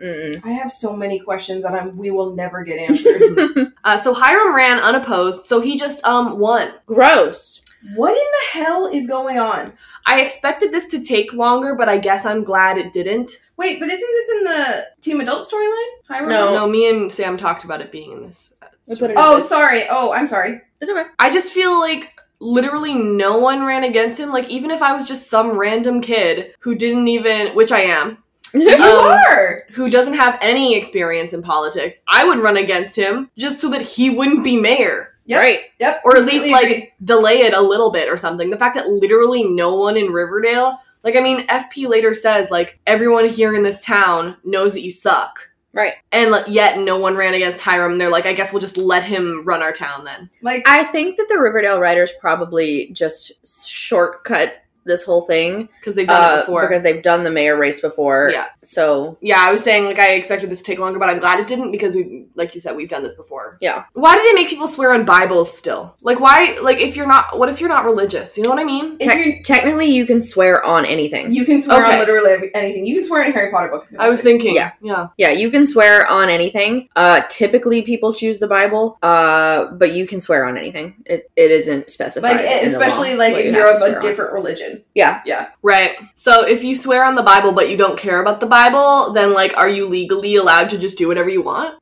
D: Mm-mm.
C: I have so many questions that I'm we will never get answers.
A: Uh, so Hiram ran unopposed, so he just um won.
D: Gross.
C: what in the hell is going on?
A: I expected this to take longer, but I guess I'm glad it didn't.
C: Wait, but isn't this in the Team Adult storyline? Hiram?
D: No.
A: No, me and Sam talked about it being in this. uh,
D: That's what it
C: Oh,
D: is.
C: sorry. Oh, I'm sorry.
D: It's okay.
A: I just feel like literally no one ran against him. Like even if I was just some random kid who didn't even, which I am,
C: You
A: um,
C: are.
A: who doesn't have any experience in politics, I would run against him just so that he wouldn't be mayor.
C: Yep.
D: Right.
C: Yep.
A: Or at least
C: completely
A: like
C: agree.
A: delay it a little bit or something. The fact that literally no one in Riverdale, like I mean, FP later says like everyone here in this town knows that you suck.
D: Right.
A: And like, yet no one ran against Hiram. They're like, I guess we'll just let him run our town then.
C: like
D: I think that the Riverdale writers probably just shortcut this whole thing
A: Because they've done
D: uh,
A: it before.
D: because they've done the mayor race before.
A: Yeah.
D: So
A: Yeah, I was saying like I expected this to take longer, but I'm glad it didn't because we, like you said, we've done this before.
D: Yeah.
A: Why do they make people swear on Bibles still? Like, why? Like, if you're not, what if you're not religious? You know what I mean?
C: If
D: tec-
C: you're-
D: technically, you can swear on anything.
C: you can swear
A: Okay.
C: on literally every- anything. You can swear in a Harry Potter book.
A: I was thinking.
D: Yeah.
A: Yeah.
D: yeah, you can swear on anything. Uh, typically, people choose the Bible, uh, but you can swear on anything. It, it isn't specified.
C: like
D: in the law
C: especially like
D: what
C: if
D: you
C: you're
D: have
C: of
D: to swear
C: a
D: on.
C: different religion.
D: Yeah.
C: Yeah.
A: Right. So if you swear on the Bible but you don't care about the Bible, then like, are you legally allowed to just do whatever you want?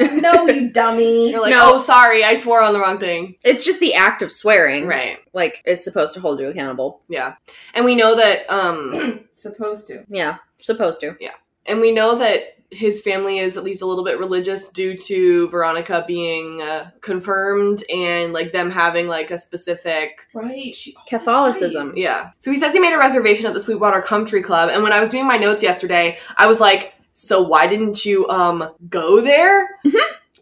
C: no, you dummy.
A: You're like,
D: No.
A: oh, sorry, I swore on the wrong thing.
D: It's just the act of swearing,
A: Right.
D: Like is supposed to hold you accountable.
A: Yeah. And we know that. um
C: Supposed to.
D: Yeah, supposed to.
A: And we know that his family is at least a little bit religious due to Veronica being uh, confirmed and like them having like a specific
C: Right. She, oh, that's
D: Catholicism.
A: yeah. So he says he made a reservation at the Sweetwater Country Club and when I was doing my notes yesterday, I was like, "So why didn't you um go there?"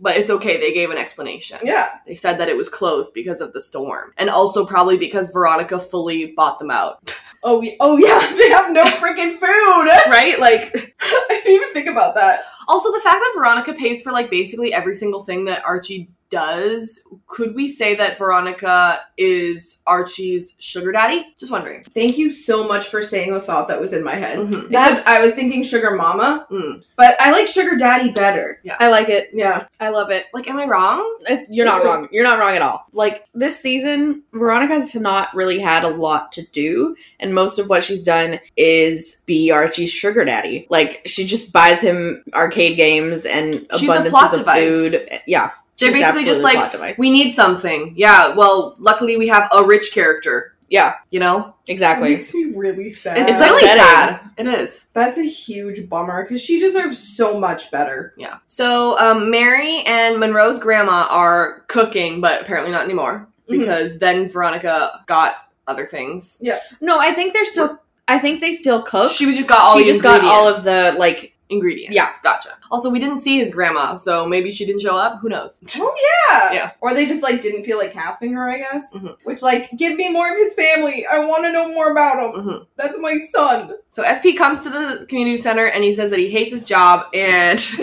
A: But it's okay. They gave an explanation.
C: right. Yeah.
A: They said that it was closed because of the storm, and also probably because Veronica fully bought them out,
C: Oh. Yeah. Oh yeah. They have no freaking food.
A: right? Like
C: I didn't even think about that.
A: Also, the fact that Veronica pays for like basically every single thing that Archie does, could we say that Veronica is Archie's sugar daddy? Just wondering.
C: Thank you so much for saying the thought that was in my head.
A: Mhm.
C: Except
D: That's-
C: I was thinking sugar mama,
A: Mm.
C: but I like sugar daddy better.
D: I like it.
C: Yeah.
D: I love it.
A: Like, am I wrong?
D: Uh, You're not wrong. You're not wrong at all. Like this season, Veronica's not really had a lot to do, and most of what she's done is be Archie's sugar daddy. Like she just buys him arcade games and
A: She's a
D: abundances
A: plot
D: of
A: device.
D: food. Yeah,
A: They're
D: she's
A: basically just
D: absolutely a
A: like,
D: plot device.
A: We need something. Yeah, well, luckily we have a rich character,
D: yeah,
A: you know?
C: That
D: exactly.
C: makes me really sad.
A: It's
D: That's
A: really
D: upsetting.
A: sad. It is.
C: That's a huge bummer because she deserves so much better.
A: Yeah. So, um, Mary and Monroe's grandma are cooking, but apparently not anymore
C: Mhm.
D: Mm-hmm.
A: because then Veronica got other things.
D: No, I think they're still. I think they still cook.
A: She just got all
D: she
A: the
D: just got all of
A: ingredients.
D: the like.
A: ingredients.
D: Yeah.
A: gotcha. Also, we didn't see his grandma, so maybe she didn't show up. Who knows?
C: Oh yeah.
A: Yeah.
C: Or they just like didn't feel like casting her, I guess.
A: Mhm.
C: Which like, give me more of his family. I want to know more about him.
A: Mhm.
C: That's my son.
A: So FP comes to the community center and he says that he hates his job and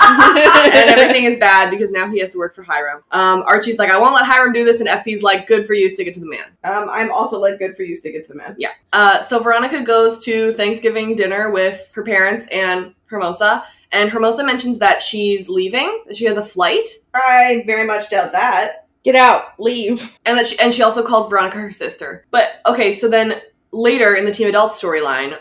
A: and everything is bad because now he has to work for Hiram. Um, Archie's like, I won't let Hiram do this, and FP's like, good for you, stick it to the man.
C: Um, I'm also like good for you. Stick it to the man.
A: Uh, so Veronica goes to Thanksgiving dinner with her parents and Hermosa, and Hermosa mentions that she's leaving, that she has a flight,
C: I very much doubt that.
D: Get out. Leave.
A: and that she, and she also calls Veronica her sister. But okay, so then later in the Team Adult storyline,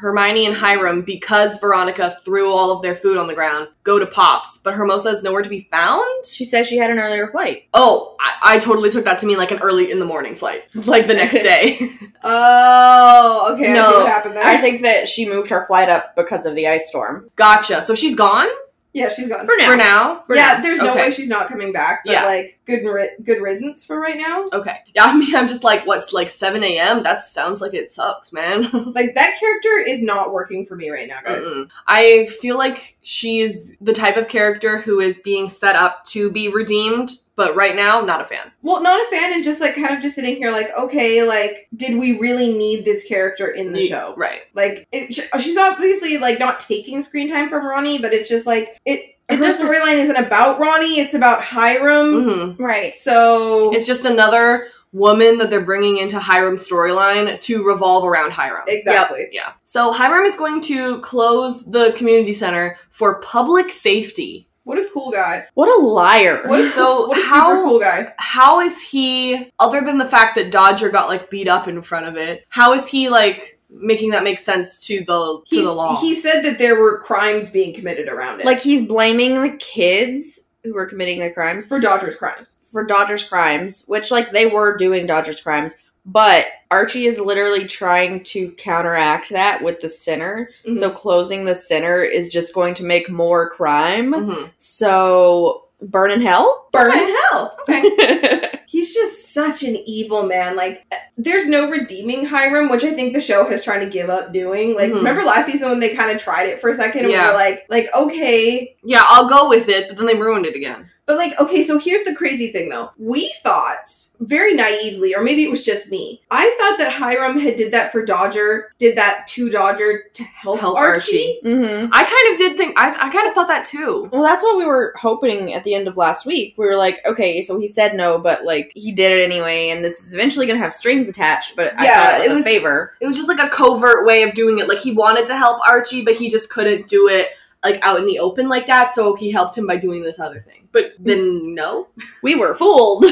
A: Hermione and Hiram, because Veronica threw all of their food on the ground, go to Pops, but Hermosa is nowhere to be found.
D: She says she had an earlier flight.
A: Oh, I, I totally took that to mean like an early in the morning flight, like the next day.
C: Oh, okay. I see
D: No,
C: what happened there.
D: I think that she moved her flight up because of the ice storm.
A: gotcha. So she's gone.
C: Yeah, she's gone.
D: For now.
A: For now? For
C: yeah,
A: now.
C: there's no
A: Okay.
C: way she's not coming back. But
A: Yeah.
C: like, good ri- good riddance for right now.
A: Okay. Yeah, I mean, I'm just like, what's like 7 a.m.? That sounds like it sucks, man.
C: Like that character is not working for me right now, guys.
A: Mm-mm. I feel like she is the type of character who is being set up to be redeemed, but right now, not a fan.
C: Well, not a fan, and just like kind of just sitting here, like, okay, like, did we really need this character in the
A: You-
C: show?
A: Right.
C: Like, it, sh- she's obviously like not taking screen time from Ronnie, but it's just like it.
D: It
C: her
D: doesn't-
C: storyline isn't about Ronnie; it's about Hiram.
A: hmm
D: Right.
C: So
A: It's just another woman that they're bringing into Hiram's storyline to revolve around Hiram.
C: exactly.
A: Yeah. So Hiram is going to close the community center for public safety.
C: What a cool guy!
D: What a liar.
C: What a,
A: So
C: what a super
A: how-
C: cool guy!
A: How is he, other than the fact that Dodger got like beat up in front of it, how is he like making that make sense to the to
C: He,
A: the law?
C: he said that there were crimes being committed around it,
D: Like he's blaming the kids who were committing the crimes
C: for Dodger's crimes.
D: for Dodger's crimes, which like they were doing Dodger's crimes, but Archie is literally trying to counteract that with the center.
C: Mhm.
D: So closing the center is just going to make more crime.
C: Mm-hmm.
A: Mhm.
D: So burn in hell? Mm-hmm.
C: Burn in hell. Okay.
D: yeah.
C: He's just such an evil man. Like, there's no redeeming Hiram, which I think the show has tried to give up doing. Like,
A: Mhm.
C: remember last season when they kind of tried it for a second, and
A: Yeah.
C: we were like, like okay,
A: Yeah, I'll go with it, but then they ruined it again.
C: but like, okay. So here's the crazy thing, though. We thought very naively, or maybe it was just me. I thought that Hiram had did that for Dodger, did that to Dodger to help,
A: Help
C: Archie.
D: Mm-hmm.
A: I kind of did think I I kind of thought that too.
D: Well, that's what we were hoping at the end of last week. We were like, okay, so he said no, but like he did it anyway, and this is eventually going to have strings attached. But I
C: Yeah,
D: thought it was,
C: it was-
D: a favor.
A: It was just like a covert way of doing it. Like he wanted to help Archie, but he just couldn't do it like out in the open like that, so he helped him by doing this other thing. But then no.
D: We were fooled.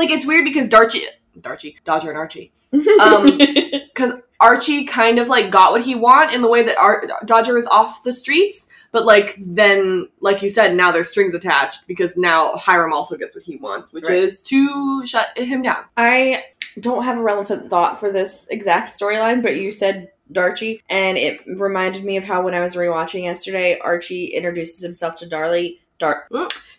A: Like it's weird because Darchie Darchie, Dodger and Archie. Um, Archie kind of like got what he want in the way that Ar- Dodger is off the streets, but like then, like you said, now there's strings attached because now Hiram also gets what he wants, which
C: Right.
A: is to shut him down.
D: I don't have a relevant thought for this exact storyline, but you said Darchie, and it reminded me of how when I was rewatching yesterday, Archie introduces himself to Darley, Dar-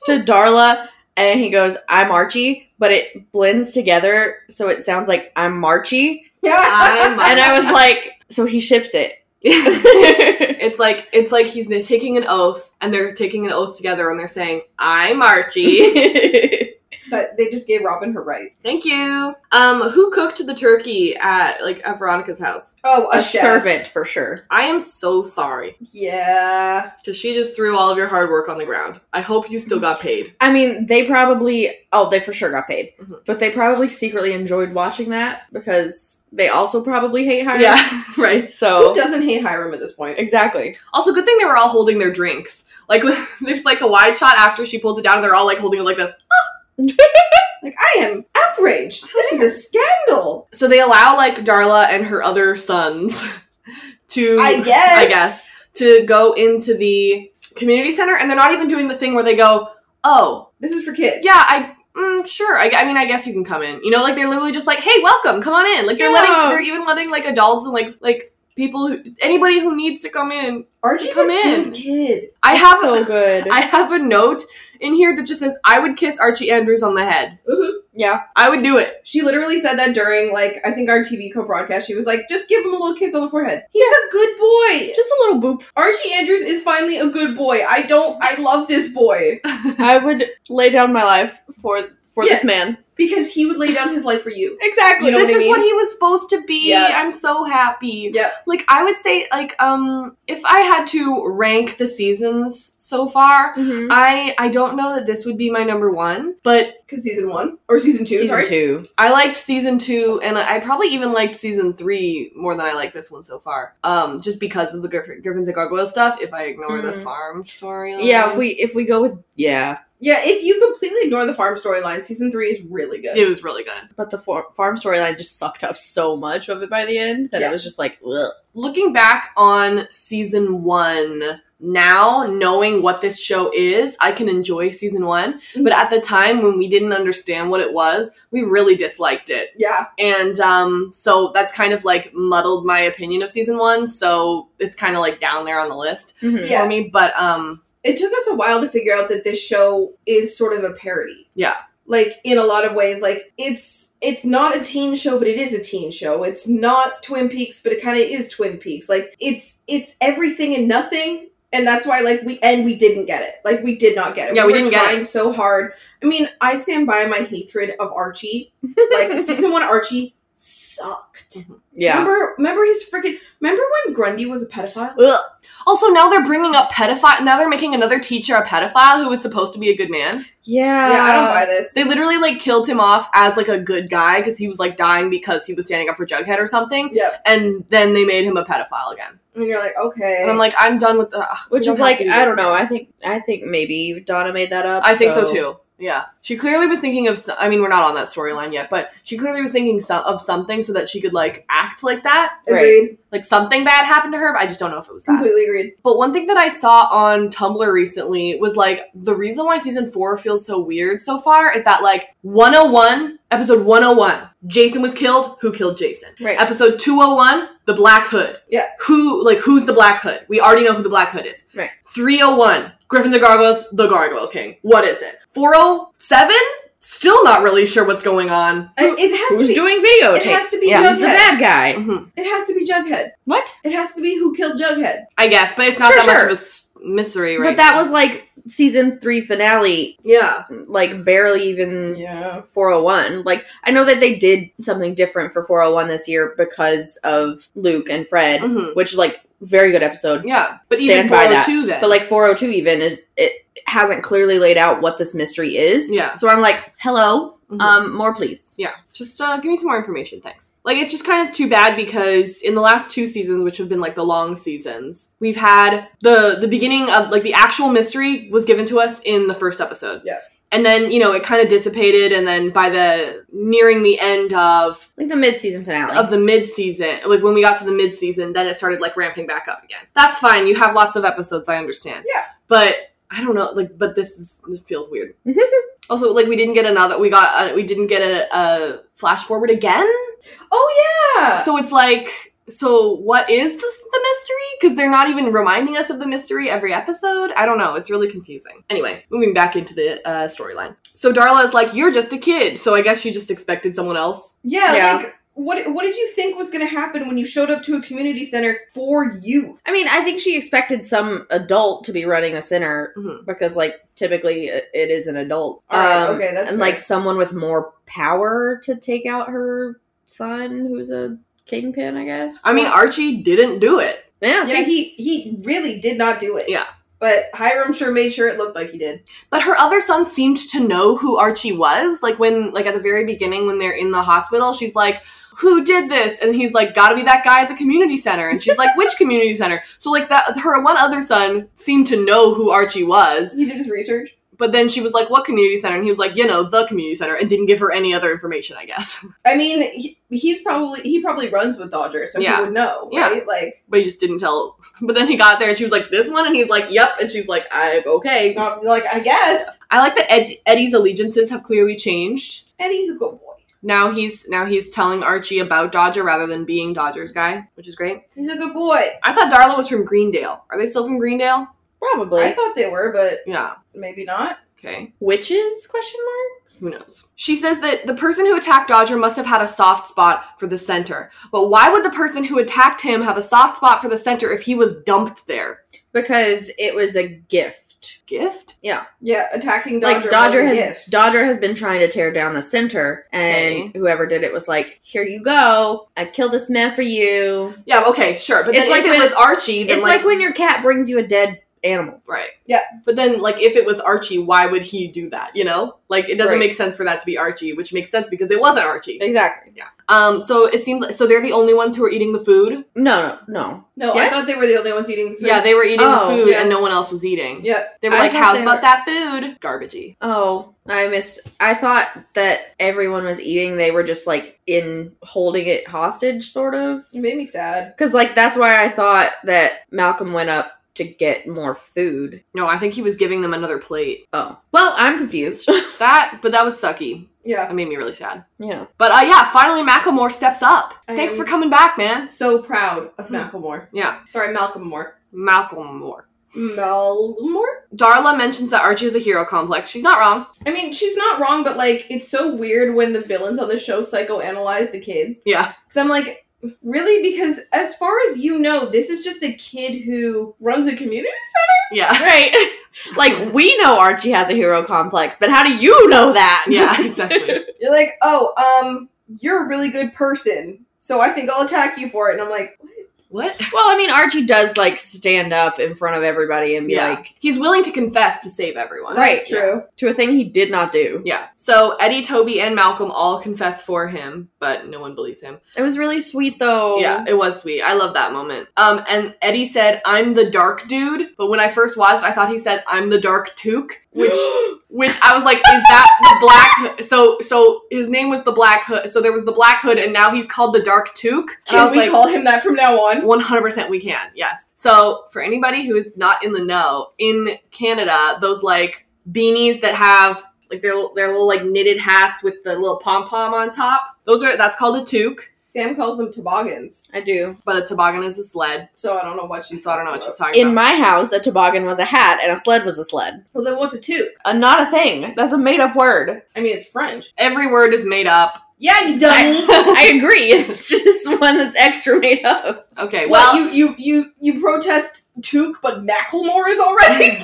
D: to Darla, and he goes, "I'm Archie," but it blends together, so it sounds like "I'm Marchie,"
A: I'm-
D: and I was like, "So he ships it."
A: It's like it's like he's taking an oath, and they're taking an oath together, and they're saying, "I'm Archie."
C: but they just gave Robin her rights.
A: Thank you. Um, who cooked the turkey at like at Veronica's house?
C: Oh, a,
D: a
C: chef.
D: servant for sure.
A: I am so sorry,
C: Yeah.
A: because she just threw all of your hard work on the ground. I hope you still got paid.
D: I mean, they probably oh, they for sure got paid,
A: Mhm.
D: but they probably secretly enjoyed watching that because they also probably hate Hiram.
A: Yeah, right.
D: So
C: Who doesn't hate Hiram at this point?
D: exactly.
A: Also, good thing they were all holding their drinks. Like, there's like a wide shot after she pulls it down, and they're all like holding it like this.
C: Like, I am outraged. This is a scandal.
A: So they allow like Darla and her other sons to
C: I guess.
A: Mm, I guess. to go into the community center, and they're not even doing the thing where they go, "Oh,
C: This is for kids.
A: yeah, I." Mm, sure. I, I mean, I guess you can come in. You know, like they're literally just like, "Hey, welcome, come on in." Like they're
D: Yeah.
A: letting, they're even letting like adults and like like people, who, anybody who needs to come in.
C: Archie's
A: Come
C: a
A: in.
C: good kid.
A: I have
D: so good.
A: I have a note in here that just says, "I would kiss Archie Andrews on the head."
D: yeah,
A: I would do it.
C: She literally said that during, like, I think our TV co broadcast. She was like, just give him a little kiss on the forehead. He's a good boy.
D: just a little boop.
C: Archie Andrews is finally a good boy. I don't, I love this boy
D: I would lay down my life for for
C: Yeah.
D: this man.
C: because he would lay down his life for you.
D: Exactly.
C: You know
A: this
C: what I
A: is
C: mean?
A: what he was supposed to be.
C: Yeah.
A: I'm so happy.
C: Yeah.
A: Like I would say, like um, if I had to rank the seasons so far,
D: Mm-hmm.
A: I I don't know that this would be my number one, but
C: Because season one, or season two,
D: Season
C: sorry.
D: two.
A: I liked season two, and I I probably even liked season three more than I like this one so far. Um, just because of the Griff- Griffins and Gargoyle stuff. If I ignore the
D: Mhm.
A: farm story,
D: Yeah, if we if we go with Mm-hmm. yeah,
C: Yeah, if you completely ignore the farm storyline, season three is really good.
A: it was really good.
D: but the for- farm storyline just sucked up so much of it by the end that
C: Yeah.
D: it was just like ugh.
A: looking back on season one now, knowing what this show is, I can enjoy season one. But at the time when we didn't understand what it was, we really disliked it.
C: Yeah.
A: And um, so that's kind of like muddled
D: Mm-hmm.
A: my opinion of season one. So it's kind of like down there on the list
C: Yeah.
A: for me. But um,
C: It took us a while to figure out that this show is sort of a parody.
A: Yeah.
C: Like in a lot of ways, like it's it's not a teen show, but it is a teen show. It's not Twin Peaks, but it kind of is Twin Peaks. Like it's it's everything and nothing, and that's why like we and we didn't get it. Like we did not get it.
A: Yeah, we
C: were
A: didn't get it.
C: trying so hard. I mean, I stand by my hatred of Archie. Like season one, Archie sucked.
A: Yeah.
C: Remember, remember his freaking. Remember when Grundy was a pedophile?
A: Ugh. Also, now they're bringing up pedophile. Now they're making another teacher a pedophile who was supposed to be a good man.
D: Yeah.
C: yeah, I don't buy this.
A: They literally like killed him off as like a good guy because he was like dying because he was standing up for Jughead or something,
C: Yeah,
A: and then they made him a pedophile again.
C: and you're like, okay.
A: And I'm like, I'm done with the. ugh, we
D: Which
A: don't
D: is
A: have
D: like
A: to do
D: I
A: this
D: don't
A: now.
D: know. I think I think maybe Donna made that up.
A: I think so. too. Yeah, she clearly was thinking of. s- I mean, we're not on that storyline yet, but she clearly was thinking so- of something so that she could like act like that.
C: agreed,
A: Like something bad happened to her, but I just don't know if it was
D: Mhm.
A: that.
C: completely agreed.
A: But one thing that I saw on Tumblr recently was like the reason why season four feels so weird so far is that like 101, episode 101, Jason was killed. Who killed Jason?
D: Right.
A: Episode 201, the Black Hood.
C: Yeah.
A: Who, like, who's the Black Hood? We already know who the Black Hood is.
D: Right.
A: 301, Griffins and Gargoyles, the Gargoyle King. What is it? 407? Still not really sure what's going on.
C: I- It has to
D: Who's
C: be.
D: doing videotape?
C: it has to be
A: Yeah.
D: Who's the
C: Jughead.
D: bad guy?
A: Mhm.
C: It has to be Jughead.
D: What?
C: It has to be who killed Jughead.
A: I guess, but it's not
D: For
A: that much
D: sure.
A: of a s- mystery right
D: But that
A: now.
D: was like season three finale,
A: Yeah.
D: like barely even
C: Yeah.
D: 401. Like I know that they did something different for 401 this year because of Luke and Fred,
C: Mm-hmm.
A: Mhm.
D: which is like very good episode.
A: Yeah. But even
D: Stand by that.
A: 402 then.
D: But like 402 even is it hasn't clearly laid out what this mystery is.
A: Yeah.
D: So I'm like, hello,
A: Mhm.
C: Mm-hmm.
D: um, more please.
A: Yeah, just uh, give me some more information, thanks. Like, it's just kind of too bad because in the last two seasons, which have been like the long seasons, we've had the the beginning of like the actual mystery was given to us in the first episode.
C: Yeah.
A: And then you know it kind of dissipated, and then by the nearing the end of
D: Like the mid season finale.
A: of the mid season, like when we got to the mid season, then it started like ramping back up again. That's fine. You have lots of episodes, I understand.
C: Yeah.
A: But I don't know, like, but this is this feels weird. also, like, we didn't get another. We got uh, we didn't get a, a flash forward again.
C: Oh yeah.
A: So it's like, so what is this, the mystery? Because they're not even reminding us of the mystery every episode. I don't know. It's really confusing. Anyway, moving back into the uh, storyline. So Darla is like, "You're just a kid," so I guess she just expected someone else.
C: yeah,
D: Yeah.
C: Like, what what did you think was going to happen when you showed up to a community center for youth?
D: I mean, I think she expected some adult to be running the center
A: Mhm.
D: because, like, typically it it is an adult.
C: Mm-hmm.
D: Um,
C: All right, okay, that's
D: and
C: fair.
D: like someone with more power to take out her son, who's a kingpin, I guess.
A: I mean, Archie didn't do it.
D: yeah,
C: Yeah, he he really did not do it.
A: Yeah.
C: But Hiram sure made sure it looked like he did.
A: But her other son seemed to know who Archie was. Like when, like at the very beginning, when they're in the hospital, she's like, "Who did this?" And he's like, "Gotta be that guy at the community center." And she's like, "Which community center?" So like that, her one other son seemed to know who Archie was.
C: He did his research.
A: But then she was like, "What community center?" And he was like, "You know, the community center," and didn't give her any other information. I guess,
C: I mean, he, he's probably he probably runs with Dodger, so
A: Yeah.
C: he would know,
A: Yeah.
C: right? Like
A: but he just didn't tell. But then he got there, and she was like, "This one," and he's like, "Yep," and she's like, "I'm okay."
C: not- like I guess.
A: I like that Ed- Eddie's allegiances have clearly changed.
C: And he's a good boy.
A: now he's now he's telling Archie about Dodger rather than being Dodger's guy, which is great.
C: He's a good boy.
A: I thought Darla was from Greendale. Are they still from Greendale?
D: probably
C: I thought they were, but
A: Yeah.
C: maybe not.
A: Okay.
D: witches? Question mark.
A: Who knows? She says that the person who attacked Dodger must have had a soft spot for the center. But why would the person who attacked him have a soft spot for the center if he was dumped there?
D: Because it was a gift.
A: Gift?
C: Yeah, attacking Dodger.
D: like Dodger
C: was
D: has
C: a gift.
D: Dodger has been trying to tear down the center, and
A: Okay.
D: whoever did it was like, "Here you go. I killed this man for you."
A: Yeah, okay, sure. But
D: It's
A: then
D: like
A: if it
D: when-
A: was Archie, then
D: It's like, when your cat brings you a dead animal.
A: Right.
C: Yeah.
A: But then, like, if it was Archie, why would he do that? You know? Like, it doesn't
D: Right.
A: make sense for that to be Archie, which makes sense because it wasn't Archie.
D: Exactly.
A: Um, so it seems like so they're the only ones who are eating the food.
D: No, no, no.
C: no,
D: Yes?
C: I thought they were the only ones eating the food.
A: Yeah, they were eating
D: Oh,
A: the food
C: yeah.
A: and no one else was eating.
C: yeah.
A: They were
D: I
A: like,
D: thought
A: "How's
D: they
A: about
D: were-
A: that food?" Garbagey.
D: Oh, I missed. I thought that everyone was eating. They were just like in holding it hostage, sort of.
C: It made me sad.
D: Because, like, that's why I thought that Malcolm went up to get more food.
A: No, I think he was giving them another plate.
D: Oh, well, I'm confused.
A: That, but that was sucky.
C: Yeah.
A: That made me really sad.
D: yeah.
A: But uh, yeah, finally Macklemore steps up.
C: I
A: Thanks
C: am-
A: for coming back, man.
C: So proud of
A: Hmm.
C: Malcolm Moore.
A: Yeah,
C: Sorry, Malcolm Moore.
A: Macklemore.
C: Malmore?
A: Darla mentions that Archie has a hero complex. She's not wrong.
C: I mean, she's not wrong, but like, it's so weird when the villains on the show psychoanalyze the kids.
A: Yeah.
C: Because I'm like, really? Because as far as you know, this is just a kid who runs a community
A: Yeah.
D: Right. like, we know Archie has a hero complex, but how do you know that?
A: Yeah, exactly.
C: center. You're like, oh, um, you're a really good person, so I think I'll attack you for it. And I'm like,
A: what?
D: Well, I mean, Archie does, like, stand up in front of everybody and be
A: Yeah.
D: like,
A: He's willing to confess to save everyone.
C: that's
D: Right,
C: true.
D: to a thing he did not do.
A: Yeah. So Eddie, Toby, and Malcolm all confess for him, but no one believes him.
D: It was really sweet, though.
C: Oh.
A: Yeah, it was sweet. I love that moment. Um, and Eddie said, "I'm the dark dude," but when I first watched, I thought he said, "I'm the dark toque," which which I was like, "Is that the black?" Hood? So so his name was the Black Hood. So there was the Black Hood, and now he's called the Dark Toque. And I
C: Can
A: was
C: we
A: like,
C: call him that from now on?
A: 100% we can, yes. So, for anybody who is not in the know, in Canada, those like beanies that have like their, their little like knitted hats with the little pom pom on top, those are that's called a toque,
C: Sam calls them toboggans,
D: I do.
A: but a toboggan is a sled.
C: so I don't know what you.
A: So, I don't know what she's talking
D: In
A: about.
D: my house, a toboggan was a hat and a sled was a sled.
C: Well, then what's a toque?
D: Uh, not a thing. That's a made up word.
C: I mean, it's French.
A: Every word is made up.
C: Yeah, you dummy.
D: I agree. It's just one that's extra made up.
A: Okay,
C: well,
A: well,
C: you you you you protest toque, but Macklemore is all right.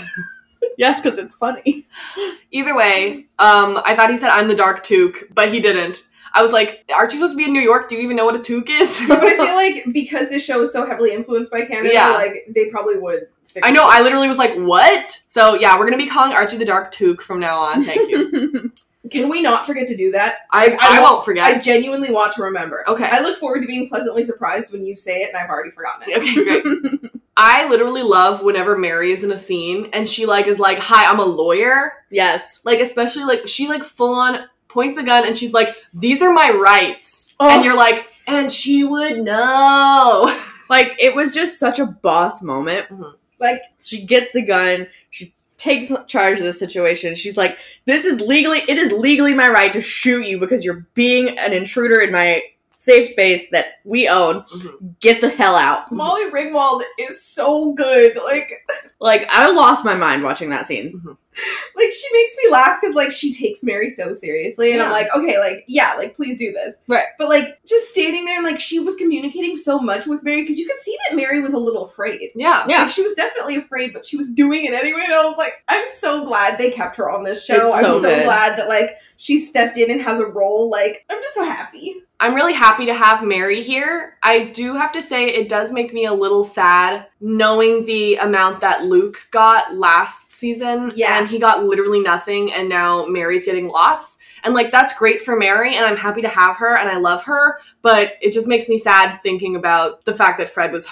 D: Yes, because it's funny.
A: either way, um, I thought he said, I'm the dark toque, but he didn't. I was like, aren't you supposed to be in New York? Do you even know what a toque is?
C: but I feel like because this show is so heavily influenced by Canada,
A: Yeah.
C: like they probably would stick.
A: I
C: with
A: know,
C: it.
A: I literally was like, what? So, yeah, we're gonna be calling Archie the Dark Toque from now on. Thank you.
C: Can we not forget to do that?
A: I,
C: I
A: I,
C: won't-
A: won't forget.
C: I genuinely want to remember.
A: Okay.
C: I look forward to being pleasantly surprised when you say it, and I've already forgotten it.
A: Okay, great. I literally love whenever Mary is in a scene and she like is like, "Hi, I'm a lawyer."
D: yes.
A: Like especially like she like full on points the gun and she's like, "These are my rights,"
D: Oh.
A: and you're like, "And she would know."
D: Like, it was just such a boss moment.
A: Mhm.
D: Like, she gets the gun, she takes charge of the situation. She's like, this is legally, it is legally my right to shoot you because you're being an intruder in my safe space that we own. Get the hell out.
C: Molly Ringwald is so good. Like,
D: Like, I lost my mind watching that scene.
C: like she makes me laugh because like she takes Mary so seriously, and I'm
A: Yeah.
C: like, okay, like yeah, like please do this.
A: Right.
C: But like just standing there and like she was communicating so much with Mary because you could see that Mary was a little afraid.
A: Yeah.
D: Yeah.
C: Like she was definitely afraid, but she was doing it anyway. And I was like, I'm so glad they kept her on this show.
D: It's
C: I'm
D: so
C: so
D: good.
C: glad that like she stepped in and has a role. Like I'm just so happy.
A: I'm really happy to have Mary here. I do have to say it does make me a little sad knowing the amount that Luke got last season.
C: Yeah.
A: And he got literally nothing and now Mary's getting lots. And like that's great for Mary and I'm happy to have her and I love her, but it just makes me sad thinking about the fact that Fred was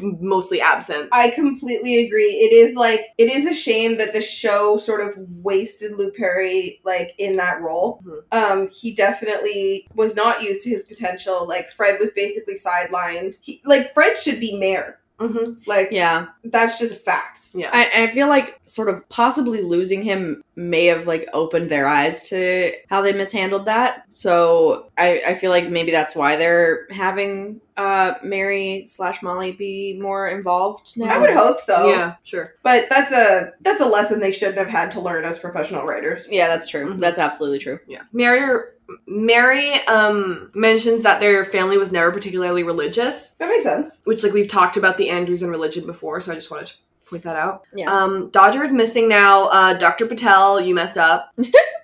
A: mostly absent.
C: I completely agree. It is like it is a shame that the show sort of wasted Lou Perry like in that role.
D: Mm-hmm.
A: Mhm.
C: Um, he definitely was not used to his potential. Like Fred was basically sidelined. He, like Fred should be mayor.
A: Mhm.
C: Like
D: Yeah.
C: that's just a fact.
A: Yeah.
D: I, I feel like sort of possibly losing him may have like opened their eyes to how they mishandled that. So I, I feel like maybe that's why they're having uh Mary slash Molly be more involved now.
C: I would hope so.
A: yeah, sure.
C: But that's a that's a lesson they shouldn't have had to learn as professional writers.
D: Yeah, that's true.
A: Mhm.
D: That's absolutely true.
A: Yeah. Mary Mary um mentions that their family was never particularly religious.
C: That makes sense.
A: which like we've talked about the Andrews and religion before, so I just wanted to point that out.
D: Yeah.
A: Um, Dodger is missing now. Uh, Dr. Patel, you messed up.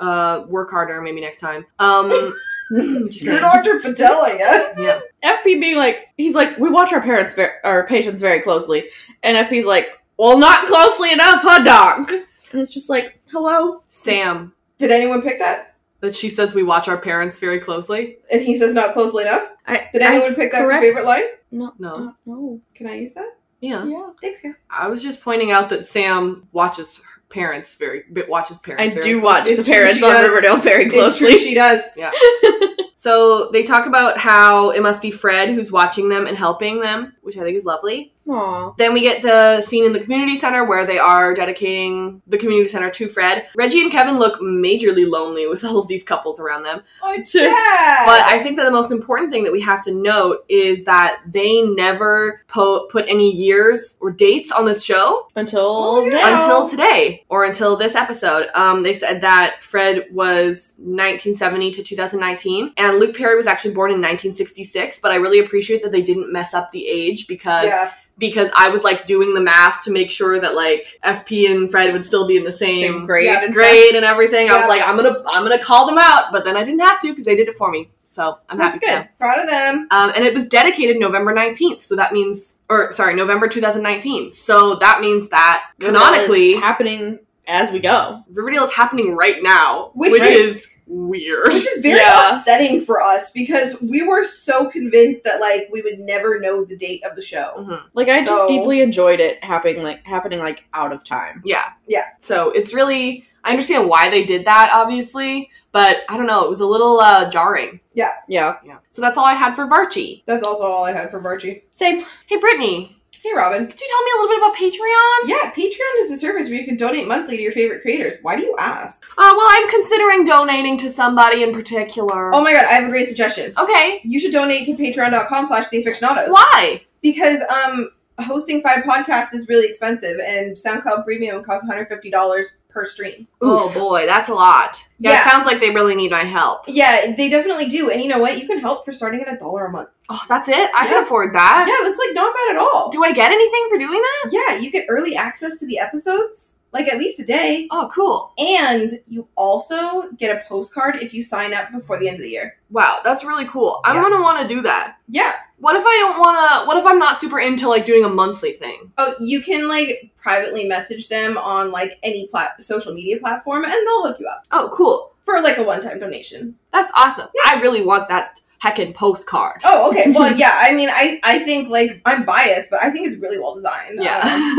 A: uh, work harder, maybe next time. Um,
D: Just
C: You're
D: kidding.
C: Dr. Patel, I guess.
A: yeah.
D: FP being like, he's like, we watch our parents, ver- our patients very closely, and FP's like, well, not closely enough, huh, doc? And it's just like, hello.
A: Sam,
C: Did anyone pick that?
A: that she says we watch our parents very closely.
C: And he says not closely enough.
D: I,
C: Did anyone pick that for
D: correct-
C: favorite line?
D: No,
A: No.
D: no.
C: Can I use that?
A: Yeah.
D: Yeah.
C: Thanks, guys.
A: I was just pointing out that Sam watches her parents very, bit watches parents.
D: I
A: very
D: do watch
C: It's
D: the
C: true,
D: parents
C: she
D: on
C: does.
D: Riverdale very
C: It's true,
D: closely.
C: she does.
A: So they talk about how it must be Fred who's watching them and helping them, which I think is lovely.
E: Aw.
A: Then we get the scene in the community center where they are dedicating the community center to Fred. Reggie and Kevin look majorly lonely with all of these couples around them.
C: Oh, yeah.
A: But I think that the most important thing that we have to note is that they never po- put any years or dates on this show
E: Until
C: Oh, yeah.
E: now.
A: until today or until this episode. Um, they said that Fred was 1970 to 2019, and Luke Perry was actually born in 1966. But I really appreciate that they didn't mess up the age because
C: yeah.
A: because I was like doing the math to make sure that like FP and Fred would still be in the same,
D: Same grade.
C: Yeah.
D: and stuff.
A: grade and everything. I
C: Yeah.
A: was like, I'm gonna I'm gonna call them out, but then I didn't have to because they did it for me. So I'm
D: That's
A: happy. for
D: good.
A: them.
C: Proud of them.
A: Um, and it was dedicated November 19th, so that means, or sorry, November 2019. So that means that
D: Well,
A: canonically,
D: it's happening.
E: As we go.
A: Riverdale is happening right now,
C: Which
A: which,
C: is-
A: is weird.
C: Which is very
E: Yeah.
C: upsetting for us because we were so convinced that like we would never know the date of the show.
A: Mhm.
E: Like I
C: So-
E: just deeply enjoyed it happening like happening like out of time.
A: Yeah.
C: Yeah.
A: So it's really, I understand why they did that, obviously, but I don't know, it was a little uh, jarring.
E: Yeah.
A: Yeah. So that's all I had for Varchi.
C: That's also all I had for Virtue.
D: Same.
A: Hey, Brittany,
C: Hey, Robin.
A: Could you tell me a little bit about Patreon?
C: Yeah, Patreon is a service where you can donate monthly to your favorite creators. Why do you ask?
A: Uh, well, I'm considering donating to somebody in particular.
C: Oh my god, I have a great suggestion.
A: okay.
C: You should donate to patreon.com slash the aficionados.
A: Why?
C: Because um hosting five podcasts is really expensive and SoundCloud premium costs $150 per stream.
A: Oh boy, that's a lot. Yeah,
C: Yeah.
A: it sounds like they really need my help.
C: Yeah, they definitely do. And you know what? You can help for starting at a dollar a month.
A: Oh, that's it? I
C: Yeah.
A: can afford that.
C: Yeah, that's like not bad at all.
A: Do I get anything for doing that?
C: Yeah, you get early access to the episodes, like at least a day,
A: Oh, cool.
C: and you also get a postcard if you sign up before the end of the year.
A: Wow, that's really cool. I'm
C: Yeah.
A: gonna wanna do that.
C: Yeah.
A: What if I don't wanna what if I'm not super into like doing a monthly thing?
C: Oh, you can like privately message them on like any plat- social media platform and they'll hook you up
A: Oh, cool.
C: for like a one-time donation.
A: That's awesome. I really want that heckin' postcard.
C: Oh, okay. Well, yeah. I mean, I I think like I'm biased, but I think it's really well designed. Um,
A: Yeah.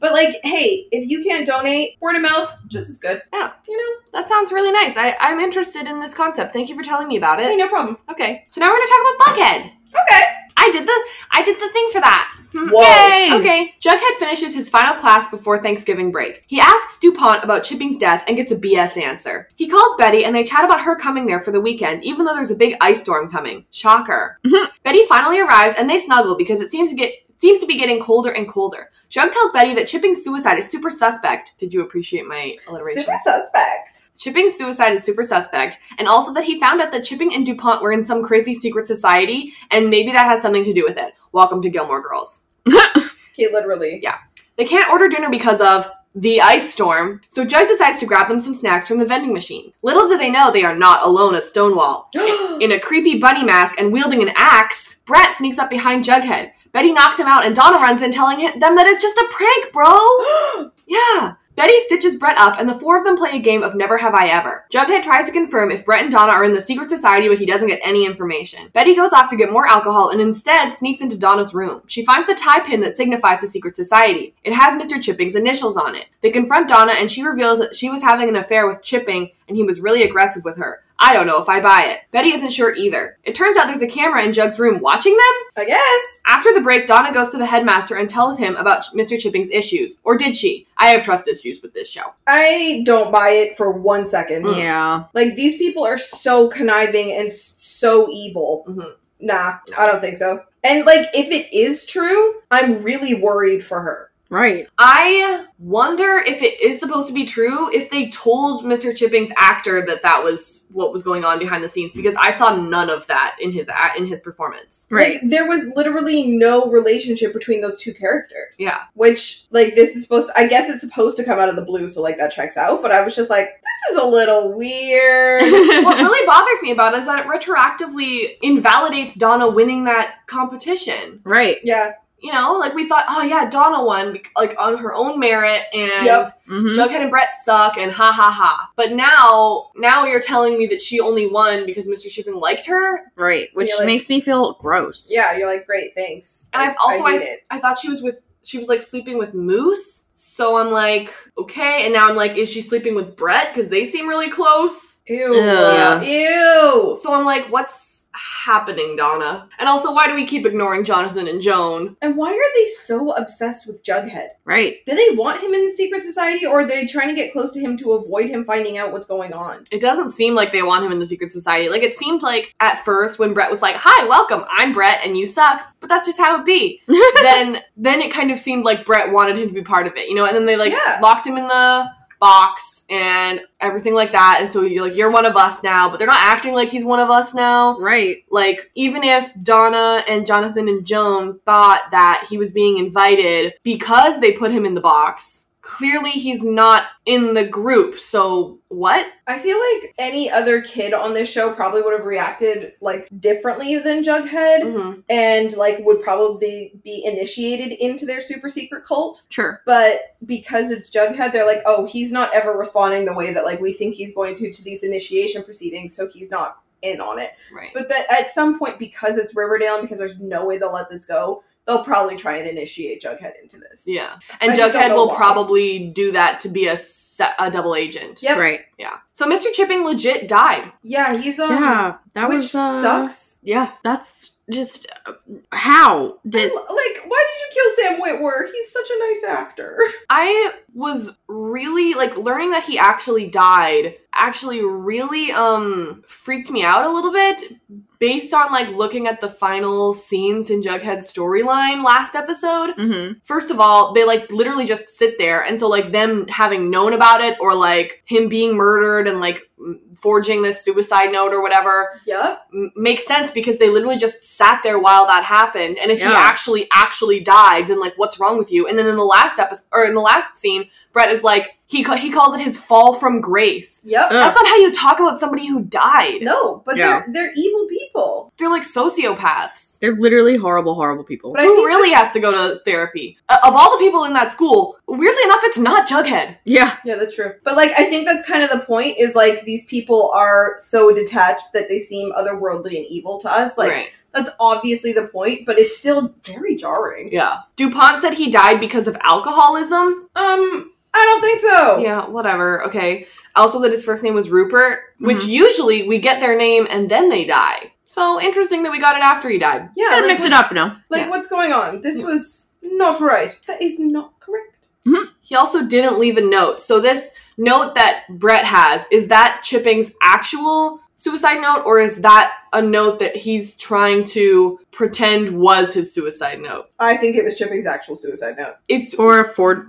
C: but like, hey, if you can't donate, word of mouth just as good.
A: Yeah.
C: You know.
A: that sounds really nice. I, I'm interested in this concept. Thank you for telling me about it.
C: Hey, no problem.
A: Okay, so now we're gonna talk about Buckhead.
C: Okay.
A: I did the I did the thing for that.
D: Whoa.
A: Yay! Okay, Jughead finishes his final class before Thanksgiving break. He asks DuPont about Chipping's death and gets a BS answer. He calls Betty and they chat about her coming there for the weekend, even though there's a big ice storm coming. Shocker.
D: Mhm.
A: Betty finally arrives and they snuggle because it seems to get seems to be getting colder and colder. Jug tells Betty that Chipping's suicide is super suspect. Did you appreciate my alliteration?
C: Super suspect.
A: Chipping's suicide is super suspect, and also that he found out that Chipping and DuPont were in some crazy secret society, and maybe that has something to do with it. Welcome to Gilmore Girls.
C: Okay, literally.
A: They can't order dinner because of the ice storm, so Jug decides to grab them some snacks from the vending machine. Little do they know they are not alone at Stonewall. In a creepy bunny mask and wielding an axe, Brett sneaks up behind Jughead. Betty knocks him out, and Donna runs in telling him- them that it's just a prank, bro! Yeah. Betty stitches Brett up, and the four of them play a game of Never Have I Ever. Jughead tries to confirm if Brett and Donna are in the secret society, but he doesn't get any information. Betty goes off to get more alcohol and instead sneaks into Donna's room. She finds the tie pin that signifies the secret society. It has Mr. Chipping's initials on it. They confront Donna, and she reveals that she was having an affair with Chipping, and he was really aggressive with her. I don't know if I buy it. Betty isn't sure either. It turns out there's a camera in Jug's room watching them?
C: I guess.
A: After the break, Donna goes to the headmaster and tells him about Mr. Chipping's issues. Or did she? I have trust issues with this show.
C: I don't buy it for one second.
A: Mm.
D: Yeah.
C: Like these people are so conniving and s- so evil.
A: Mhm.
C: Nah, I don't think so. And like, if it is true, I'm really worried for her.
D: Right.
A: I wonder if it is supposed to be true if they told Mr. Chipping's actor that that was what was going on behind the scenes because I saw none of that in his a- in his performance.
D: Right.
C: Like, there was literally no relationship between those two characters.
A: Yeah.
C: Which, like, this is supposed. I guess it's supposed to come out of the blue, so like that checks out. But I was just like, this is a little weird.
A: what really bothers me about it is that it retroactively invalidates Donna winning that competition.
D: right.
C: yeah.
A: You know, like we thought, oh yeah, Donna won bec- like on her own merit and
C: Yep.
D: Mhm.
A: Jughead and Brett suck and ha ha ha. But now, now you're telling me that she only won because Mr. Shippen liked her.
D: Right. Which
C: You're like-
D: makes me feel gross.
C: Yeah. You're like, great, thanks.
A: And
C: Like,
A: I've also-
C: I hate it.
A: I thought she was with she was like sleeping with Moose. So I'm like, okay. And now I'm like, is she sleeping with Brett? Because they seem really close.
C: Ew.
D: Ugh.
C: Ew.
A: So I'm like, what's happening, Donna? And also, why do we keep ignoring Jonathan and Joan?
C: And why are they so obsessed with Jughead?
D: Right.
C: Do they want him in the secret society or are they trying to get close to him to avoid him finding out what's going on?
A: It doesn't seem like they want him in the secret society. Like it seemed like at first when Brett was like, "Hi, welcome. I'm Brett and you suck." But that's just how it be. then then it kind of seemed like Brett wanted him to be part of it, you know? And then they like
C: Yeah.
A: locked him in the box and everything like that. And so you're like, "You're one of us now," but they're not acting like he's one of us now.
D: Right.
A: Like, even if Donna and Jonathan and Joan thought that he was being invited because they put him in the box, clearly he's not in the group. So, what?
C: I feel like any other kid on this show probably would have reacted like differently than Jughead
A: Mm-hmm.
C: and like would probably be initiated into their super secret cult.
D: Sure.
C: But because it's Jughead, they're like, oh, he's not ever responding the way that like we think he's going to to these initiation proceedings, so he's not in on it.
A: Right.
C: But that at some point, because it's Riverdale and because there's no way they'll let this go, they'll probably try and initiate Jughead into this.
A: Yeah. And
C: I just don't
A: Jughead
C: know
A: will
C: why.
A: probably do that to be a, se- a double agent.
C: Yep.
D: Right.
A: Yeah. So, Mr. Chipping legit died.
C: Yeah, he's um,
D: yeah. That
C: which
D: was uh,
C: sucks.
A: Yeah.
D: That's just uh, how
C: And,
D: did
C: like, why did you kill Sam Whitwer? He's such a nice actor.
A: I was really like learning that he actually died actually really um freaked me out a little bit based on like looking at the final scenes in Jughead's storyline last episode.
D: hmm
A: First of all, they like literally just sit there and so like them having known about it or like him being murdered and like m- forging this suicide note or whatever
C: yep.
A: m- makes sense because they literally just sat there while that happened. And if
D: Yeah.
A: he actually actually died, then like what's wrong with you? And then in the last episode or in the last scene, Brett is like he ca- he calls it his fall from grace.
C: Yep.
D: Ugh.
A: That's not how you talk about somebody who died.
C: No, but
D: Yeah.
C: they're they're evil people.
A: They're like sociopaths.
D: they're literally horrible, horrible people.
C: But I
A: who
C: think
A: really has to go to therapy? Uh, of all the people in that school, weirdly enough, it's not Jughead.
D: yeah.
C: Yeah, that's true. But like I think that's kind of the point is like these people are so detached that they seem otherworldly and evil to us. Like
A: right.
C: that's obviously the point, but it's still very jarring.
A: Yeah. DuPont said he died because of alcoholism.
C: Um, I don't think so.
A: Yeah, whatever. Okay. Also, that his first name was Rupert, which usually we get their name and then they die. So interesting that we got it after he died.
C: Yeah,
D: Gotta
C: like,
D: mix
C: what-
D: it up now.
C: Like
A: Yeah.
C: what's going on? This was not right. That is not correct.
A: He also didn't leave a note. So this note that Brett has is that Chipping's actual suicide note, or is that a note that he's trying to pretend was his suicide note?
C: I think it was Chipping's actual suicide note.
A: It's
D: Or a Ford.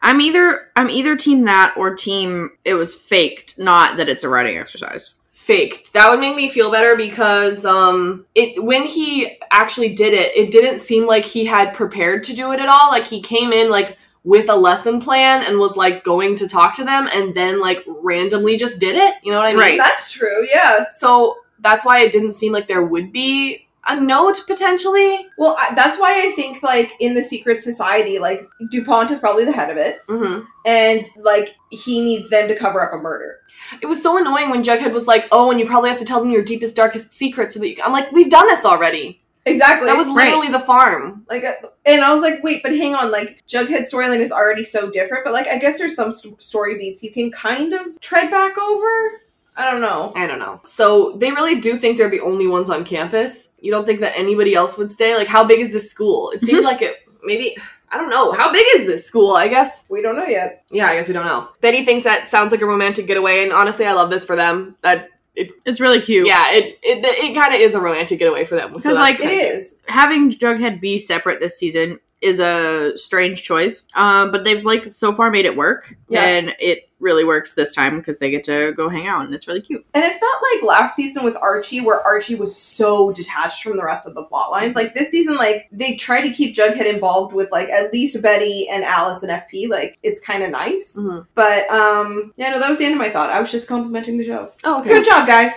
D: I'm either I'm either team that or team it was faked, not that it's a writing exercise.
A: faked. That would make me feel better because um it when he actually did it, it didn't seem like he had prepared to do it at all. Like he came in like with a lesson plan and was like going to talk to them and then like randomly just did it. You know what I mean?
D: Right.
C: That's true. Yeah.
A: So that's why it didn't seem like there would be a note potentially.
C: Well, I, that's why I think like in the secret society, like Dupont is probably the head of it,
A: Mm-hmm.
C: and like he needs them to cover up a murder.
A: It was so annoying when Jughead was like, "Oh, and you probably have to tell them your deepest, darkest secret." So that you... I'm like, "We've done this already.
C: Exactly.
A: That was
D: Right.
A: literally the farm."
C: Like, uh, and I was like, wait, but hang on, like, Jughead's storyline is already so different, but like, I guess there's some st- story beats you can kind of tread back over. I don't know.
A: I don't know. So they really do think they're the only ones on campus. You don't think that anybody else would stay? Like, how big is this school? It seemed like it. Maybe I don't know. How big is this school? I guess.
C: We don't know yet.
A: Yeah, I guess we don't know. Betty thinks that sounds like a romantic getaway, and honestly, I love this for them. That
D: It's really cute.
A: yeah, it it, it kind of is a romantic getaway for them. So
D: Because, like,
A: that's
C: It
A: kinda cute.
C: is.
D: having Jughead be separate this season is a strange choice. Um, but they've like so far made it work,
C: Yeah.
D: and it really works this time because they get to go hang out, and it's really cute.
C: And it's not like last season with Archie, where Archie was so detached from the rest of the plot lines. Like, this season, like, they try to keep Jughead involved with, like, at least Betty and Alice and FP. Like, it's kind of nice.
A: Mhm.
C: But, um, yeah, no, that was the end of my thought. I was just complimenting the show.
A: Oh, okay.
C: Good job, guys.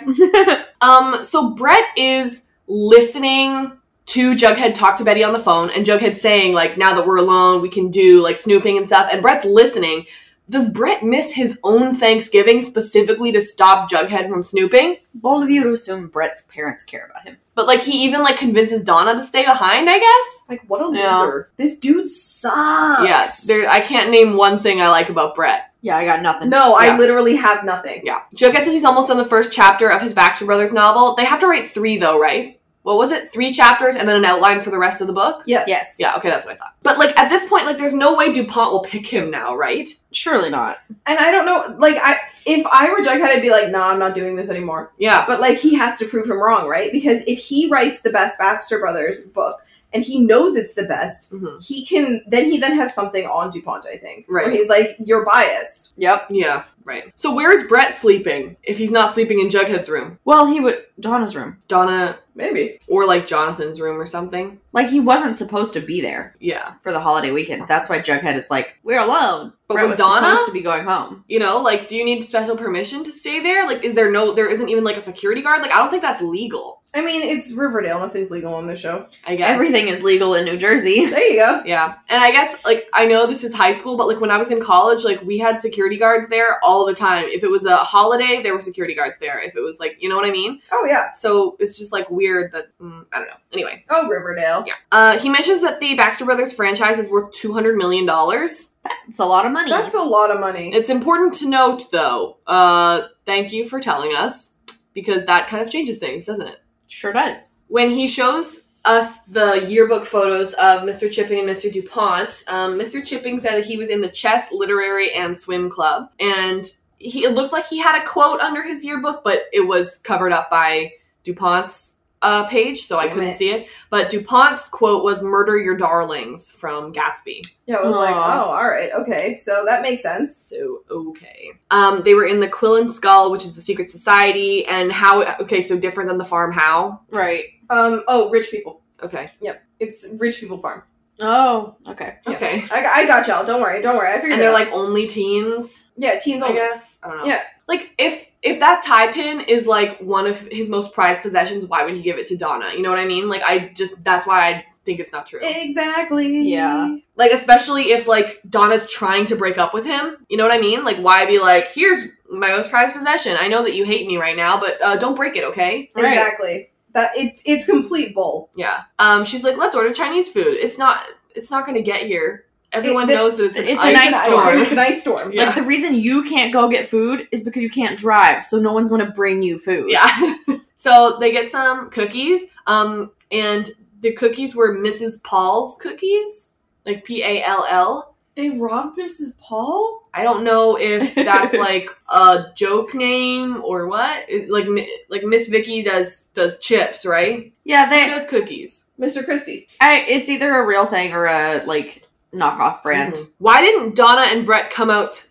A: Um, so Brett is listening to Jughead talk to Betty on the phone, and Jughead saying, like, now that we're alone, we can do like snooping and stuff, and Brett's listening. Does Brett miss his own Thanksgiving specifically to stop Jughead from snooping?
D: Bold of you to assume Brett's parents care about him.
A: But like he even like convinces Donna to stay behind, I guess.
C: Like, what a
D: Yeah.
C: loser. This dude sucks.
A: Yes, there. I can't name one thing I like about Brett.
D: Yeah, I got nothing.
C: No,
A: Yeah.
C: I literally have nothing.
A: Yeah, Joe gets he's almost done the first chapter of his Baxter Brothers novel. They have to write three though, right? What was it? Three chapters and then an outline for the rest of the book.
C: Yes.
D: Yes.
A: Yeah, okay, that's what I thought. But like at this point, like there's no way Dupont will pick him now, right?
D: Surely not.
C: And I don't know, like, I if I were Jughead, I'd be like, nah, I'm not doing this anymore.
A: Yeah,
C: But like he has to prove him wrong, right? Because if he writes the best Baxter Brothers book and he knows it's the best,
A: Mhm.
C: he can then he then has something on DuPont, I think. Where
A: Right.
C: he's like, You're biased.
D: Yep.
A: yeah, right. So where's Brett sleeping if he's not sleeping in Jughead's room?
D: Well, he would Donna's room.
A: Donna
C: Maybe.
A: or like Jonathan's room or something?
D: Like he wasn't supposed to be there
A: Yeah,
D: for the holiday weekend. That's why Jughead is like, we're alone.
A: But
D: Brett
A: with Donna?
D: supposed to be going home.
A: you know, like do you need special permission to stay there? Like, is there no? There isn't even like a security guard. Like, I don't think that's legal.
C: I mean, it's Riverdale, nothing's legal on this show.
A: I guess
D: Everything is legal in New Jersey.
C: There you go.
A: Yeah. And I guess like I know this is high school, but like when I was in college, like we had security guards there all the time. If it was a holiday, there were security guards there. If it was like, you know what I mean?
C: Oh yeah.
A: So it's just like weird that mm, I don't know. Anyway,
C: Oh Riverdale.
A: yeah. Uh, he mentions that the Baxter Brothers franchise is worth two hundred million dollars.
D: It's a lot of money.
C: That's a lot of money.
A: It's important to note, though. Uh, thank you for telling us because that kind of changes things, doesn't it?
D: sure does.
A: when he shows us the yearbook photos of Mr. Chipping and Mr. DuPont, um, Mr. Chipping said that he was in the chess, literary, and swim club. And he, it looked like he had a quote under his yearbook, but it was covered up by DuPont's uh, page, so I
C: Damn
A: couldn't
C: it.
A: see it. But DuPont's quote was Murder Your Darlings from Gatsby.
C: yeah, I was like,
D: Aw.
C: Oh, alright, okay. So that makes sense.
A: So okay. Um, they were in the Quill and Skull, which is the secret society, and how okay, so different than the farm how.
D: Right.
C: Um, oh, rich people.
A: Okay.
C: It's rich people farm.
D: Oh, okay.
C: Yeah.
A: Okay.
C: I, I got y'all. Don't worry. Don't worry. I figured.
A: And they're
C: it out.
A: like only teens.
C: yeah, teens
A: I
C: only.
A: guess. I don't know.
C: Yeah.
A: Like if if that tie pin is like one of his most prized possessions, why would he give it to Donna? You know what I mean? Like I just that's why I think it's not true.
C: Exactly.
D: Yeah.
A: Like especially if like Donna's trying to break up with him. You know what I mean? Like why be like, here's my most prized possession. I know that you hate me right now, but uh, don't break it, okay?
D: Right.
C: Exactly. That it's it's complete bull.
A: Yeah. Um. She's like, let's order Chinese food. It's not. It's not gonna get here. Everyone
C: the-
A: knows that it's an
D: it's
A: ice
D: an ice
A: storm.
D: storm.
C: It's an ice storm.
A: Yeah.
D: Like the reason you can't go get food is because you can't drive, so no one's going to bring you food.
A: Yeah. so they get some cookies, um, and the cookies were Mrs. Paul's cookies, like P A L L.
C: They robbed Mrs. Paul.
A: I don't know if that's like a joke name or what. It- Like, Mi- like Miss Vicky does does chips, right?
D: Yeah,
A: She
D: they.
A: does cookies.
C: Mr. Christie.
D: I, it's either a real thing or a like knockoff brand.
A: Mhm. Why didn't Donna and Brett come out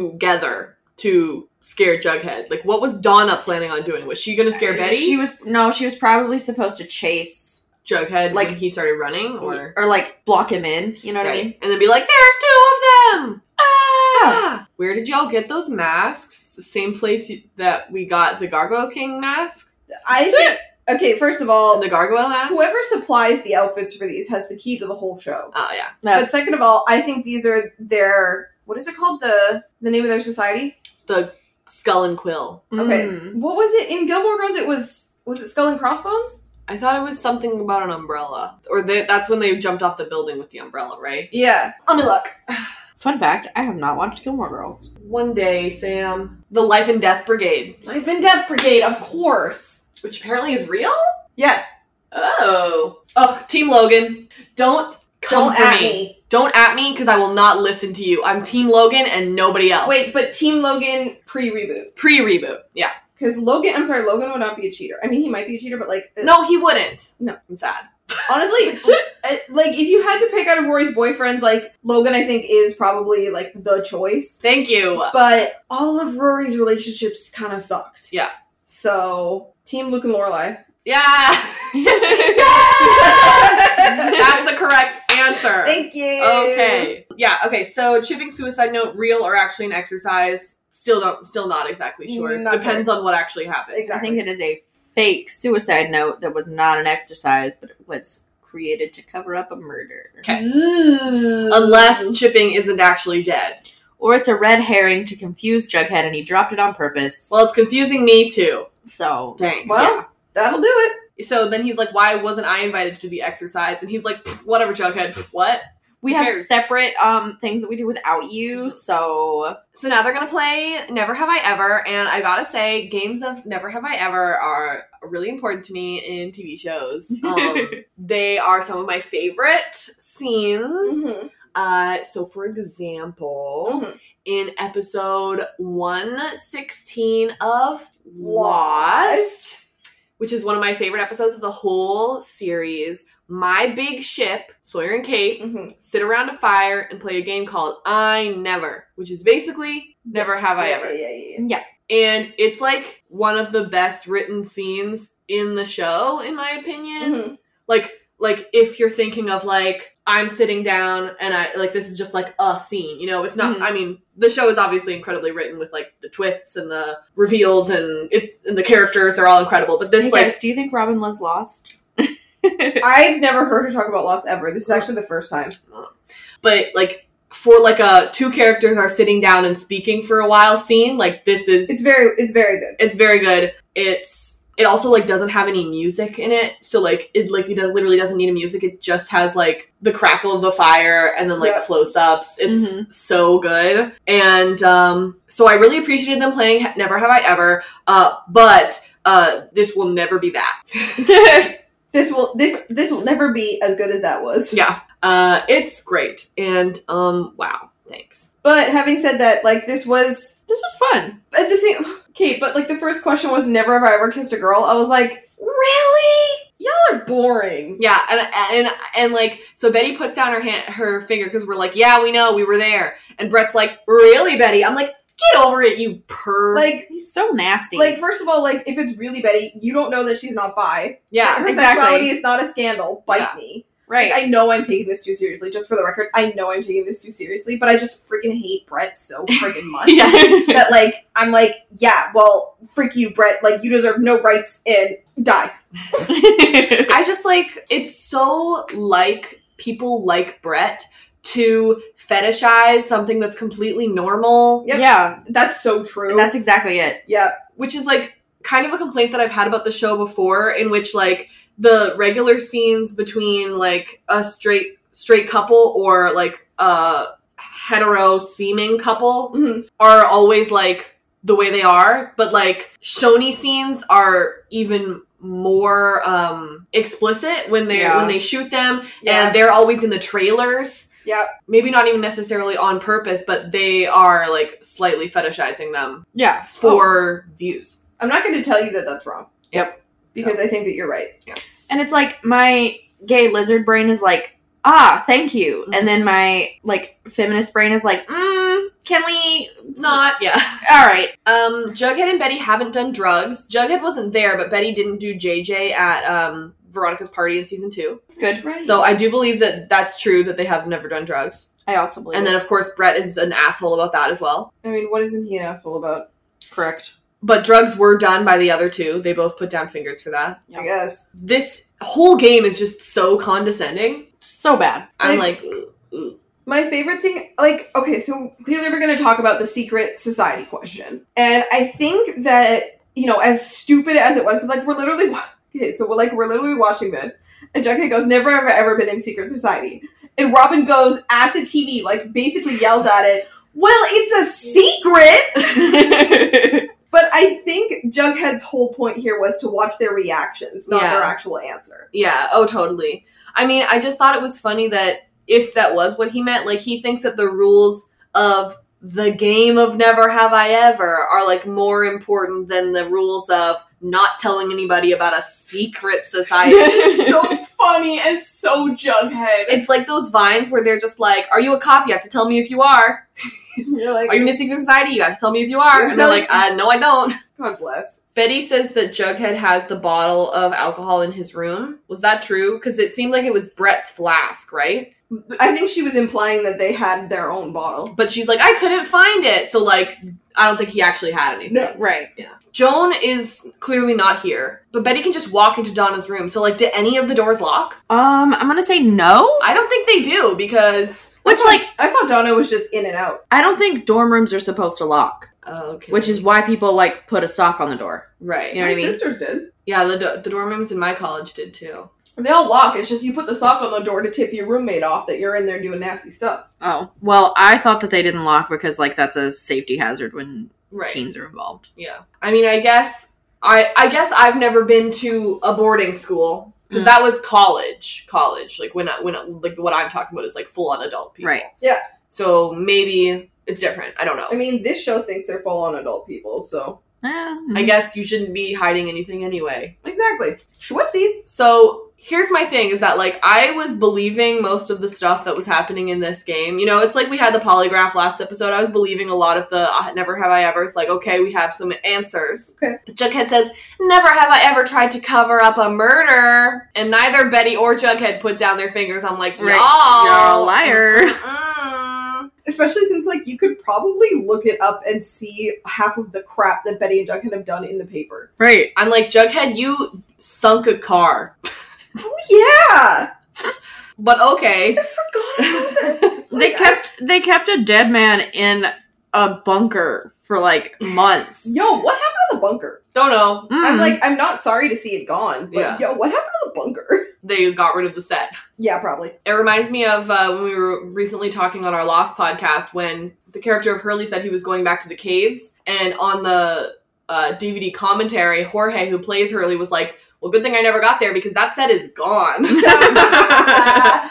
A: together to scare Jughead? Like, what was Donna planning on doing? Was she gonna scare Betty?
D: Uh, She was no, she was probably supposed to chase
A: Jughead, like
D: like-
A: he started running, or
D: or, like block him in. You know what I
A: Right.
D: mean?
A: And then be like, there's two of them! Ah! Where did y'all get those masks? The same place y- that we got the Gargoyle King mask? Oh,
C: I think. Okay, first of all,
A: The Gargoyle mask?
C: whoever supplies the outfits for these has the key to the whole show.
A: Oh, yeah.
C: But second of all, I think these are their what is it called the the name of their society?
A: The Skull and Quill.
C: okay.
D: Mm.
C: What was it in Gilmore Girls? It was was it Skull and Crossbones?
A: I thought it was something about an umbrella. Or they, that's when they jumped off the building with the umbrella, right?
C: Yeah.
A: Let me look.
D: Fun fact: I have not watched Gilmore Girls.
A: One day, Sam. The Life and Death Brigade,
C: Life and Death Brigade, of course.
A: which apparently is real?
C: Yes.
A: Oh. Ugh, Team Logan. Don't come
C: Don't
A: for
C: at
A: me.
C: me.
A: Don't at me because I will not listen to you. I'm Team Logan and nobody else.
C: Wait, but Team Logan pre reboot.
A: pre reboot. Yeah.
C: Because Logan, I'm sorry, Logan would not be a cheater. I mean, he might be a cheater, but like, uh,
A: No, he wouldn't.
C: No.
A: I'm sad.
C: honestly, uh, like if you had to pick out of Rory's boyfriends, like Logan, I think is probably like the choice.
A: Thank you.
C: But all of Rory's relationships kind of sucked.
A: Yeah.
C: So Team Luke and Lorelai.
A: Yeah. That's the correct answer.
C: Thank you.
A: Okay. Yeah, okay. So chipping suicide note real or actually an exercise? Still don't still not exactly sure.
C: Not
A: Depends on what actually happened.
D: I
C: Exactly.
D: think it is a fake suicide note that was not an exercise, but it was created to cover up a murder.
A: Okay. Unless chipping isn't actually dead.
D: or it's a red herring to confuse Jughead and he dropped it on purpose.
A: Well, it's confusing me too.
D: so
A: Thanks.
C: Well, that'll do it.
A: So then he's like, "Why wasn't I invited to do the exercise?" And he's like, "Pfft, "Whatever, Jughead. pfft, What?"
D: we have
A: Fair.
D: separate um things that we do without you. So
A: So now they're gonna play Never Have I Ever, and I gotta say, games of Never Have I Ever are really important to me in TV shows. Um, they are some of my favorite scenes.
C: Mm-hmm.
A: Uh, so, for example,
C: Mhm.
A: in episode 116 of Lost,
C: Lost.
A: which is one of my favorite episodes of the whole series, my big ship, Sawyer and Kate,
C: Mhm.
A: sit around a fire and play a game called I Never, which is basically Never
C: Yes.
A: Have I
C: Yeah,
A: Ever.
C: Yeah, yeah, yeah.
D: yeah,
A: And it's like one of the best written scenes in the show, in my opinion.
C: Mhm.
A: Like, like if you're thinking of like I'm sitting down and I like this is just like a scene, you know, it's not
C: Mm-hmm.
D: Mhm.
A: I mean, the show is obviously incredibly written with like the twists and the reveals and it and the characters are all incredible. But this
D: Hey,
A: like
D: guys, do you think Robin loves Lost?
C: I've never heard her talk about Lost ever. This is actually the first time.
A: but like for like a two characters are sitting down and speaking for a while scene, like this is
C: It's very, it's very good.
A: It's very good. It's it also like doesn't have any music in it, so like it like it does, literally doesn't need a music. It just has like the crackle of the fire and then like
C: Yeah.
A: close ups. It's so good, and um, so I really appreciated them playing Ha- "Never Have I Ever," uh, but uh, this will never be that.
C: This will, this, this will never be as good as that was.
A: Yeah, uh, it's great, and um, wow, thanks.
C: But having said that, like this was
D: This was fun.
C: at the same. Kate, but like the first question was, "Never have I ever kissed a girl." I was like, "Really? Y'all are boring."
A: Yeah, and and and like so Betty puts down her hand, her finger because we're like, yeah, we know, we were there. And Brett's like, really, Betty? I'm like, get over it, you perv.
C: Like,
D: He's so nasty.
C: like first of all, like if it's really Betty, you don't know that she's not bi.
A: yeah,
C: her
D: exactly.
C: sexuality is not a scandal. Bite
A: Yeah.
C: me.
D: right?
C: Like, I know I'm taking this too seriously. Just for the record, I know I'm taking this too seriously, but I just freaking hate Brett so freaking much.
D: yeah.
C: That like I'm like, yeah, well, freak you, Brett. Like you deserve no rights and die.
A: I just like it's so like people like Brett to fetishize something that's completely normal,
C: Yep.
D: Yeah,
C: That's so true.
D: that's exactly it.
C: yeah.
A: which is like kind of a complaint that I've had about the show before, in which like the regular scenes between like a straight straight couple or like a hetero seeming couple
C: Mhm.
A: are always like the way they are, but like Shoni scenes are even more um explicit when they
D: Yeah.
A: when they shoot them
C: Yeah.
A: and they're always in the trailers.
C: Yep.
A: Maybe not even necessarily on purpose, but they are like slightly fetishizing them
D: Yeah.
A: for views.
C: I'm not going to tell you that that's wrong.
A: Yep.
C: Because I think that you're right.
D: And it's like my gay lizard brain is like, ah, thank you.
A: Mm-hmm.
D: And then my like feminist brain is like, mm, can we
A: Not yeah.
D: All right.
A: Um, Jughead and Betty haven't done drugs. Jughead wasn't there, but Betty didn't do JJ at um, Veronica's party in season two.
C: Good. Right.
A: So I do believe that that's true that they have never done drugs.
D: I also believe.
A: And then of course Brett is an asshole about that as well.
C: I mean, what isn't he an asshole about?
D: correct.
A: But drugs were done by the other two. They both put down fingers for that.
C: I guess.
A: This whole game is just so condescending.
D: So bad.
A: I'm
C: Like-
A: like, "Ooh, ooh."
C: My favorite thing, like, okay, so clearly we're going to talk about the secret society question. And I think that, you know, as stupid as it was, because, like, we're literally, wa- okay, so we're like, we're literally watching this. And Jughead goes, never have I ever been in secret society. And Robin goes at the TV, like, basically yells at it, well, it's a secret! But I think Jughead's whole point here was to watch their reactions, not
A: Yeah.
C: their actual answer.
A: yeah, oh totally. I mean, I just thought it was funny that if that was what he meant, like he thinks that the rules of the game of never have I ever are like more important than the rules of not telling anybody about a secret society.
C: so funny and so Jughead.
A: It's like those vines where they're just like, "Are you a cop? You have to tell me if you are.
C: You're like,
A: Are you in a secret society? You have to tell me if you are."
C: You're
A: And they're
C: so-
A: like, uh, "No, I don't."
C: God bless.
A: Betty says that Jughead has the bottle of alcohol in his room. Was that true? Because it seemed like it was Brett's flask, right?
C: I think she was implying that they had their own bottle.
A: But she's like, I couldn't find it. So, like, I don't think he actually had anything.
D: Right.
A: Joan is clearly not here, but Betty can just walk into Donna's room. So, like, do any of the doors lock?
D: Um, I'm gonna say no.
A: I don't think they do because.
D: Which
C: I thought-
D: like
C: I thought Donna was just in and out.
D: I don't think dorm rooms are supposed to lock,
A: oh, Okay.
D: which is why people like put a sock on the door.
A: Right.
D: You know
C: My
D: what I mean?
C: sisters did.
A: Yeah, the, do- the dorm rooms in my college did too.
C: They all lock. It's just you put the sock on the door to tip your roommate off that you're in there doing nasty stuff.
D: Oh well, I thought that they didn't lock because like that's a safety hazard when
A: Right.
D: teens are involved.
A: Yeah. I mean, I guess I I guess I've never been to a boarding school because
D: Mm.
A: that was college, college. Like when I, when I, like what I'm talking about is like full on adult people.
D: Right.
C: Yeah.
A: So maybe it's different. I don't know.
C: I mean, this show thinks they're full on adult people, so
D: Eh, mm.
A: I guess you shouldn't be hiding anything anyway.
C: exactly. Schwipsies.
A: So here's my thing is that like I was believing most of the stuff that was happening in this game. You know, it's like we had the polygraph last episode. I was believing a lot of the uh, never have I ever. It's like, okay, we have some answers.
C: Okay.
A: But Jughead says, never have I ever tried to cover up a murder. And neither Betty or Jughead put down their fingers. I'm like,
D: Right.
A: y'all.
D: You're a liar.
A: Mm.
C: Especially since, like, you could probably look it up and see half of the crap that Betty and Jughead have done in the paper.
D: Right.
A: I'm like, Jughead, you sunk a car.
C: Yeah!
A: But okay.
C: I forgot about that.
D: They
C: Like,
D: kept they kept a dead man in a bunker for like months.
C: Yo, what happened to the bunker?
A: Don't know.
C: I'm
D: Mm.
C: like, I'm not sorry to see it gone, but
A: Yeah.
C: yo, what happened to the bunker?
A: They got rid of the set.
C: Yeah, probably.
A: It reminds me of uh, when we were recently talking on our Lost podcast when the character of Hurley said he was going back to the caves, and on the uh, DVD commentary, Jorge, who plays Hurley, was like, "Well, good thing I never got there because that set is gone."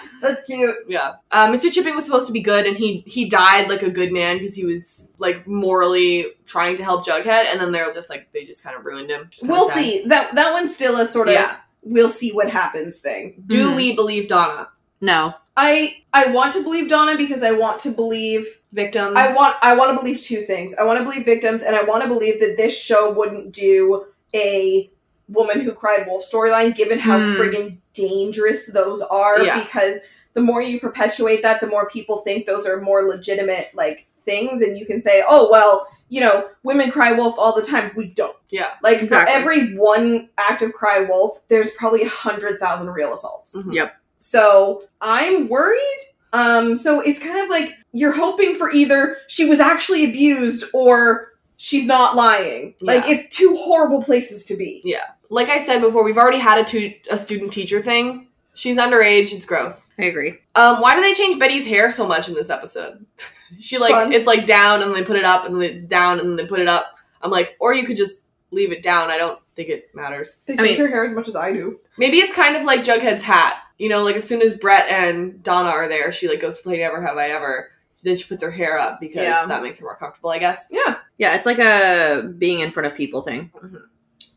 C: That's cute.
A: yeah, uh, Mr. Chipping was supposed to be good, and he he died like a good man because he was like morally trying to help Jughead, and then they're just like they just kind of ruined him. Which is kinda
C: We'll
A: sad.
C: see. That that one's still a sort of
A: Yeah.
C: we'll see what happens thing.
A: Do
D: Mhm.
A: we believe Donna?
D: no.
C: I I want to believe Donna because I want to believe
A: Victims.
C: I want I want to believe two things. I want to believe victims and I want to believe that this show wouldn't do a woman who cried wolf storyline given how
D: Hmm.
C: friggin' dangerous those are
A: Yeah.
C: because the more you perpetuate that the more people think those are more legitimate like things and you can say, "Oh, well, you know, women cry wolf all the time. We don't.
A: Yeah.
C: Like
D: Exactly.
C: for every one act of cry wolf, there's probably a hundred thousand real assaults.
A: Mhm.
D: Yep.
C: So I'm worried. Um, so it's kind of like you're hoping for either she was actually abused or she's not lying. Like
A: Yeah.
C: it's two horrible places to be.
A: Like I said before, we've already had a tu- a student teacher thing. She's underage. It's gross.
D: I agree.
A: Um, why do they change Betty's hair so much in this episode? she like
C: Fun.
A: it's like down and then they put it up and then it's down and then they put it up. I'm like, or you could just leave it down. I don't think it matters.
C: They
D: I mean-
C: change her hair as much as I do.
A: Maybe it's kind of like Jughead's hat. You know, like as soon as Brett and Donna are there, she like goes to play Never Have I Ever. Then she puts her hair up because
C: Yeah.
A: that makes her more comfortable, I guess.
C: Yeah.
D: Yeah, it's like a being in front of people thing.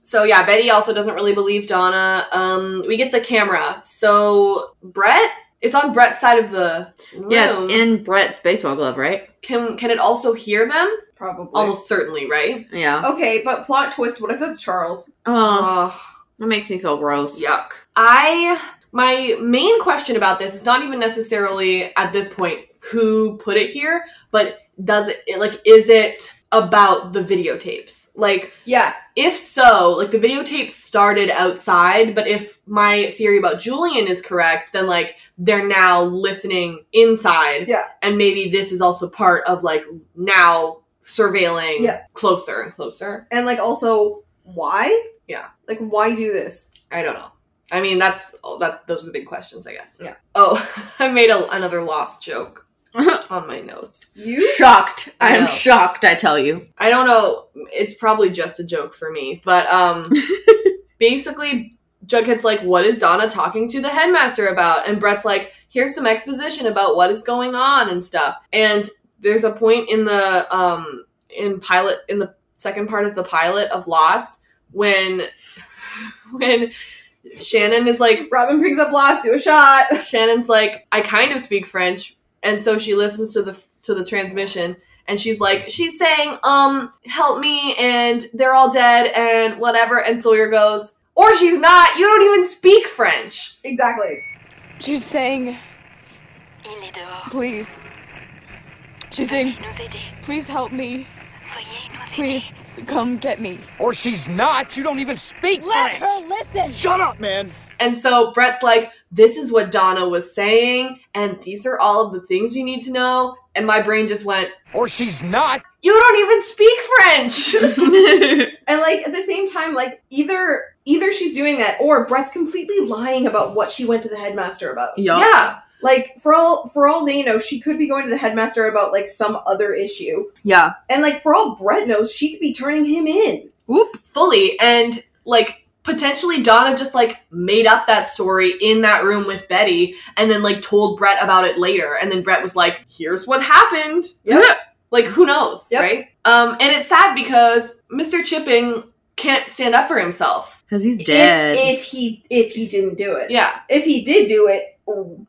A: So yeah, Betty also doesn't really believe Donna. Um, we get the camera. So Brett, it's on Brett's side of the room.
D: Yeah, it's in Brett's baseball glove, right?
A: Can can it also hear them?
C: Probably.
A: Almost certainly, right?
D: Yeah.
C: Okay, but plot twist, what if that's Charles?
D: Oh,
A: Ugh,
D: that makes me feel gross.
A: yuck. I my main question about this is not even necessarily at this point who put it here, but does it like is it about the videotapes? Like
C: Yeah.
A: If so, like the videotape started outside, but if my theory about Julian is correct, then like they're now listening inside.
C: Yeah.
A: And maybe this is also part of like now surveilling
C: Yeah.
A: closer and closer.
C: And like also why?
A: Yeah.
C: Like why do this?
A: I don't know. I mean, that's oh, that. Those are the big questions, I guess.
C: Yeah.
A: Oh, I made a, another lost joke on my notes.
C: You
D: Shocked.
A: I
D: I am
A: know.
D: shocked, I tell you.
A: I don't know. It's probably just a joke for me, but um, basically, Jughead's like, "What is Donna talking to the headmaster about?" And Brett's like, "Here's some exposition about what is going on and stuff." And there's a point in the um in pilot in the second part of the pilot of Lost when when Shannon is like
C: Robin brings up Lost, do a shot.
A: Shannon's like, I kind of speak French, and so she listens to the to the transmission, and she's like, she's saying, um, help me, and they're all dead, and whatever. And Sawyer goes, or she's not. You don't even speak French.
C: Exactly.
G: She's saying, Il est dehors.
H: Please. She's saying,
G: Veuillez nous aider.
H: please help me.
G: Veuillez nous aider.
H: Please come get me.
I: Or she's not. You don't even speak
H: Let
I: French.
H: her listen!
I: Shut up, man.
A: And so Brett's like, this is what Donna was saying, and these are all of the things you need to know. And my brain just went,
I: Or she's not.
A: You don't even speak French!
C: And like at the same time, like either either she's doing that or Brett's completely lying about what she went to the headmaster about.
E: Yup.
A: yeah.
C: Like for all for all they know, she could be going to the headmaster about like some other issue.
E: Yeah.
C: And like for all Brett knows, she could be turning him in.
A: Whoop. Fully. And like potentially Donna just like made up that story in that room with Betty and then like told Brett about it later. And then Brett was like, here's what happened.
C: Yep.
A: Like who knows,
C: Yep.
A: right? Um, and it's sad because Mr. Chipping can't stand up for himself.
E: Because he's
C: If-
E: dead.
C: If, he if he didn't do it.
A: Yeah.
C: If he did do it,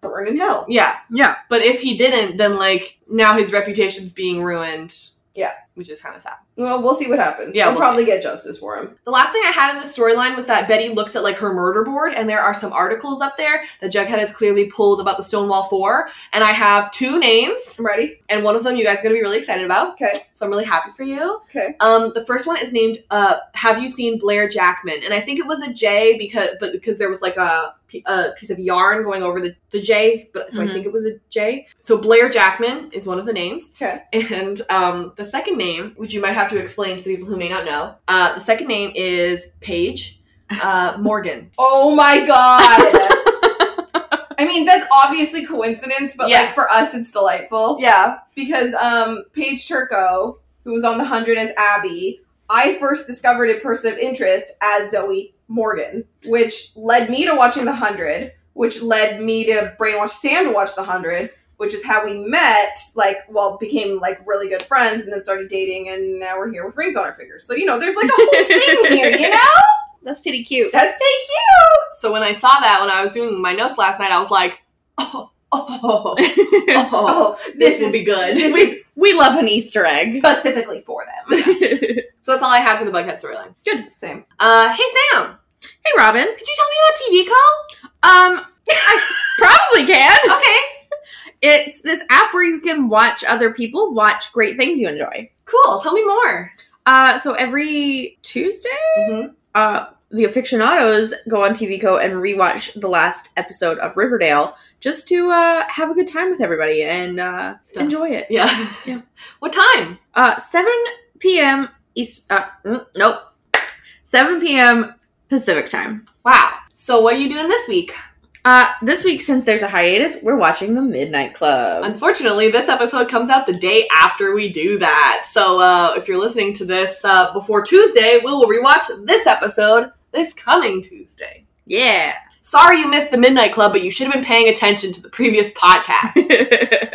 C: burn in hell.
A: Yeah.
E: Yeah.
A: But if he didn't, then like now his reputation's being ruined.
C: Yeah.
A: Which is kind of sad.
C: Well, we'll see what happens.
A: Yeah,
C: we'll,
A: we'll
C: probably get justice for him.
A: The last thing I had in the storyline was that Betty looks at like her murder board, and there are some articles up there that Jughead has clearly pulled about the Stonewall Four. And I have two names,
C: I'm ready.
A: and one of them you guys are gonna be really excited about.
C: Okay.
A: So I'm really happy for you.
C: Okay.
A: Um, the first one is named uh, "Have you seen Blair Jackman?" And I think it was a J because, but because there was like a, p- a piece of yarn going over the the J, but so I
D: Mhm.
A: think it was a J. So Blair Jackman is one of the names.
C: Okay.
A: And um, the second name, which you might have to explain to the people who may not know, uh, the second name is Paige uh, Morgan.
C: Oh my god. I mean, that's obviously coincidence, but
A: Yes.
C: like for us it's delightful.
A: Yeah.
C: Because um Paige Turco, who was on the hundred as Abby, I first discovered a person of interest as Zoe Morgan, which led me to watching the hundred, which led me to brainwash Sam to watch the hundred, which is how we met, like well, became like really good friends and then started dating and now we're here with rings on our fingers. So you know, there's like a whole thing here, you know?
D: That's pretty cute.
C: That's pretty cute.
A: So when I saw that, when I was doing my notes last night, I was like, oh, oh, oh,
C: Oh,
A: this, will be good.
C: this
D: We, we love an Easter egg.
C: specifically for them.
A: so that's all I have for the Bughead storyline.
C: Good. Same.
A: Uh, hey Sam,
D: Hey, Robin.
A: could you tell me about TV Call?
D: Um, I probably can.
A: Okay,
D: It's this app where you can watch other people watch great things you enjoy.
A: cool. Tell me more.
D: Uh, so every Tuesday, uh, the aficionados go on TV Co and rewatch the last episode of Riverdale just to uh, have a good time with everybody and uh,
A: Stuff.
D: enjoy it.
A: Yeah.
D: Yeah.
A: What time?
D: Uh, 7 p.m. East. Uh, mm, nope. 7 p.m. Pacific time.
A: Wow. So what are you doing this week?
D: Uh, this week, since there's a hiatus, we're watching The Midnight Club.
A: Unfortunately, this episode comes out the day after we do that. So uh, if you're listening to this uh, before Tuesday, we will rewatch this episode this coming Tuesday.
D: yeah.
A: Sorry you missed the Midnight Club, but you should have been paying attention to the previous podcast.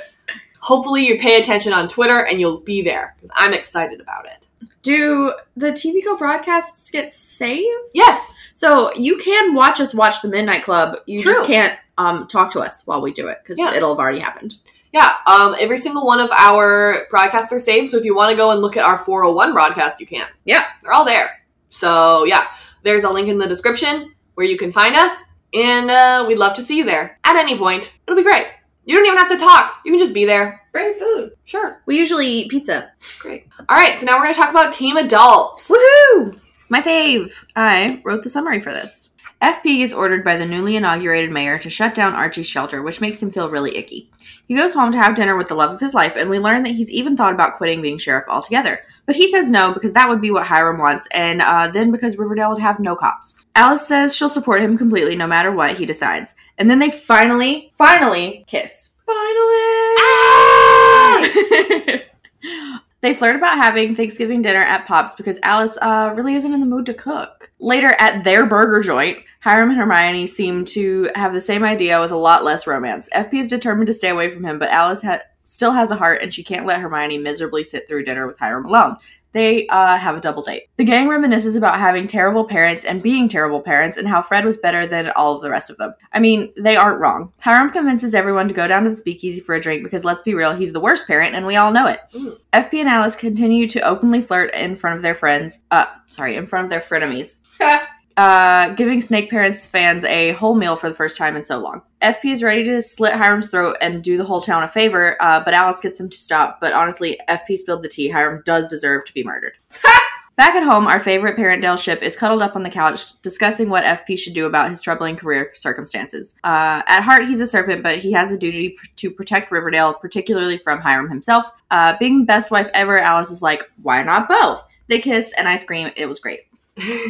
A: Hopefully, you pay attention on Twitter and you'll be there because I'm excited about it.
D: Do the TV Co broadcasts get saved?
A: Yes,
D: So you can watch us watch the Midnight Club. You
A: True.
D: just can't um, talk to us while we do it because
A: Yeah.
D: it'll have already happened.
A: Yeah, um, every single one of our broadcasts are saved. So if you want to go and look at our 401 broadcast, you can.
D: Yeah.
A: They're all there. So yeah, there's a link in the description where you can find us. And uh, we'd love to see you there at any point. It'll be great. You don't even have to talk, you can just be there.
C: Bring food.
A: Sure.
D: We usually eat pizza.
A: All right, so now we're going to talk about Team Adults.
D: Woohoo! My fave. I wrote the summary for this. FP is ordered by the newly inaugurated mayor to shut down Archie's shelter, which makes him feel really icky. He goes home to have dinner with the love of his life, and we learn that he's even thought about quitting being sheriff altogether. But he says no because that would be what Hiram wants, and uh, then because Riverdale would have no cops. Alice says she'll support him completely no matter what he decides. And then they finally, finally kiss. Ah!
C: Finally.
D: They flirt about having Thanksgiving dinner at Pop's because Alice uh, really isn't in the mood to cook. Later, at their burger joint, Hiram and Hermione seem to have the same idea with a lot less romance. FP is determined to stay away from him, but Alice ha- still has a heart and she can't let Hermione miserably sit through dinner with Hiram alone. They uh, have a double date. The gang reminisces about having terrible parents and being terrible parents and how Fred was better than all of the rest of them. I mean, they aren't wrong. Hiram convinces everyone to go down to the speakeasy for a drink because let's be real, he's the worst parent and we all know it.
A: Mm.
D: FP and Alice continue to openly flirt in front of their friends, uh, sorry, in front of their frenemies. uh, giving Snake Parents fans a whole meal for the first time in so long. FP is ready to slit Hiram's throat and do the whole town a favor, uh, but Alice gets him to stop. But honestly, FP spilled the tea. Hiram does deserve to be murdered. Back at home, our favorite Parentdale ship is cuddled up on the couch discussing what FP should do about his troubling career circumstances. Uh, at heart, he's a serpent, but he has a duty pr- to protect Riverdale, particularly from Hiram himself. Uh, being best wife ever, Alice is like, why not both? They kiss, and I scream, it was great.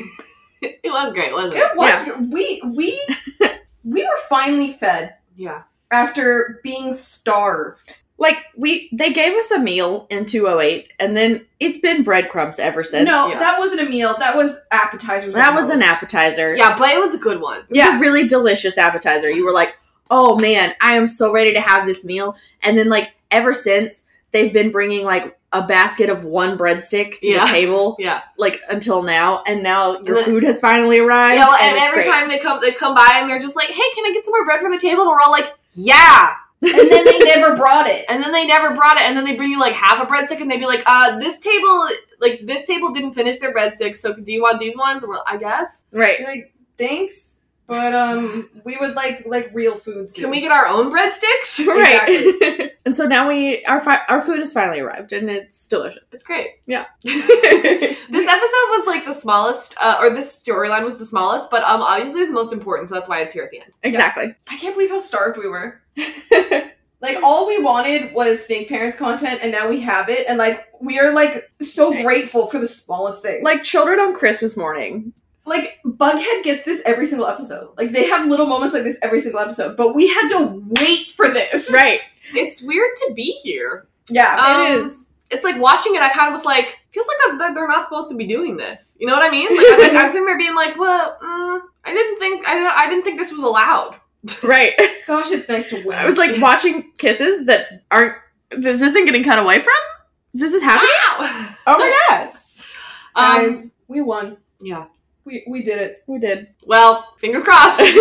A: it was great, wasn't it?
C: It was we we we were finally fed
A: Yeah.
C: after being starved.
D: Like, we they gave us a meal in 208, and then it's been breadcrumbs ever since.
C: no,
A: yeah.
C: that wasn't a meal. That was appetizers.
D: that
C: at
D: was an
C: most.
D: appetizer.
A: Yeah, but it was a good one.
D: yeah. a really delicious appetizer. You were like, oh man, I am so ready to have this meal. And then, like, ever since, they've been bringing like a basket of one breadstick to
A: Yeah.
D: the table,
A: Yeah.
D: like until now. And now
A: And
D: your
A: then-
D: food has finally arrived.
A: Yeah, well, and,
D: it's
A: every
D: great.
A: time they come they come by and they're just like, Hey, can I get some more bread for the table? And we're all like, Yeah.
C: and then they never brought it.
A: And then they never brought it, and then they bring you like half a breadstick and they'd be like, uh, this table like this table didn't finish their breadsticks, so do you want these ones? And we're like, I guess.
D: right?
C: You're like, thanks, but um, we would like like real food. Soon.
A: Can we get our own breadsticks?
D: Right,
C: Exactly.
D: and so now we our fi- our food has finally arrived and it's delicious.
A: It's great.
D: Yeah.
A: this episode was like the smallest, uh, or this storyline was the smallest, but um, obviously it's the most important, so that's why it's here at the end.
D: Exactly.
C: I can't believe how starved we were. like all we wanted was snake parents content, and now we have it. And like we are like so grateful for the smallest thing. Like
D: Like children on Christmas morning.
C: like Bughead gets this every single episode. Like they have little moments like this every single episode. But we had to wait for this.
D: Right.
A: It's weird to be here.
C: Yeah.
A: Um,
C: it is.
A: It's like watching it. I kind of was like, feels like that, that they're not supposed to be doing this. You know what I mean? Like, I'm, like, I'm sitting there being like, well, uh, I didn't think I, I didn't think this was allowed.
D: Right.
C: Gosh, it's nice to wait.
D: I was like watching kisses that aren't. This isn't getting cut away from. This is happening.
A: Ow!
D: Oh my god!
A: Um,
C: guys, we won.
A: yeah.
C: We we did it.
D: We did.
A: Well, fingers crossed.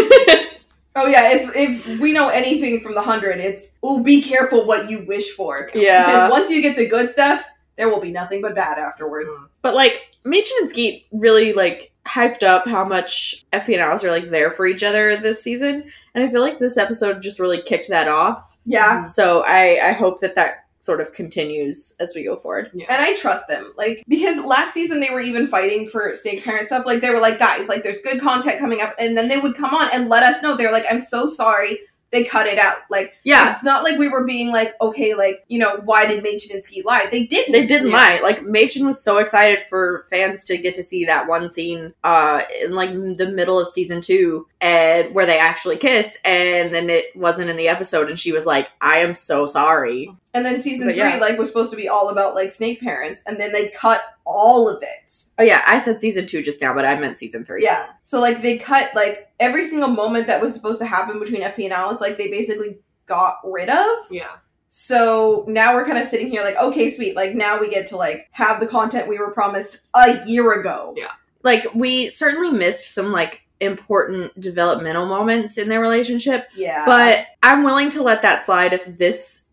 C: Oh yeah, if if we know anything from the hundred, it's oh be careful what you wish for. Because
D: yeah.
C: once you get the good stuff, there will be nothing but bad afterwards.
D: But like Machen and Skeet really like hyped up how much FP and Alice are like there for each other this season, and I feel like this episode just really kicked that off.
C: Yeah.
D: So I I hope that that sort of continues as we go forward.
C: And I trust them. Like, because last season they were even fighting for snake parent stuff. Like, they were like, guys, like, there's good content coming up. And then they would come on and let us know. They were like, I'm so sorry they cut it out. Like,
D: Yeah.
C: it's not like we were being like, okay, like, you know, why did Machen and Ski lie? They didn't.
D: They didn't lie. Like Machen was so excited for fans to get to see that one scene uh in like the middle of season 2 and where they actually kiss and then it wasn't in the episode and she was like I am so sorry.
C: and then season
D: But
C: three,
D: yeah.
C: like, was supposed to be all about, like, snake parents. And then they cut all of it.
D: Oh yeah, I said season 2 just now but I meant season 3.
C: Yeah. So, like, they cut, like, every single moment that was supposed to happen between Epi and Alice, like, they basically got rid of.
A: yeah.
C: So now we're kind of sitting here like, okay, sweet. Like now we get to like have the content we were promised a year ago.
A: Yeah.
D: like we certainly missed some like important developmental moments in their relationship
C: Yeah.
D: but i'm willing to let that slide if this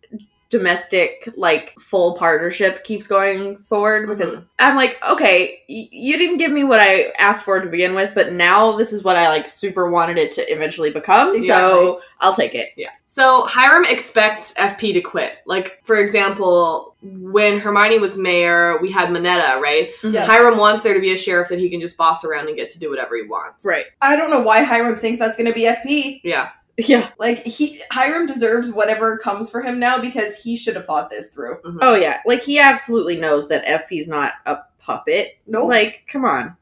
D: domestic like full partnership keeps going forward
C: Mm-hmm.
D: because i'm like okay y- you didn't give me what i asked for to begin with but now this is what i like super wanted it to eventually become so
A: Exactly.
D: i'll take it
A: So Hiram expects FP to quit. Like, for example, when Hermione was mayor, we had Minetta, right?
C: Yeah.
A: Hiram wants there to be a sheriff that he can just boss around and get to do whatever he wants.
D: right
C: I don't know why Hiram thinks that's going to be FP.
A: Yeah.
D: yeah
C: Like he Hiram deserves whatever comes for him now because he should have thought this through.
D: oh yeah like he absolutely knows that fp's not a puppet
C: Nope.
D: like come on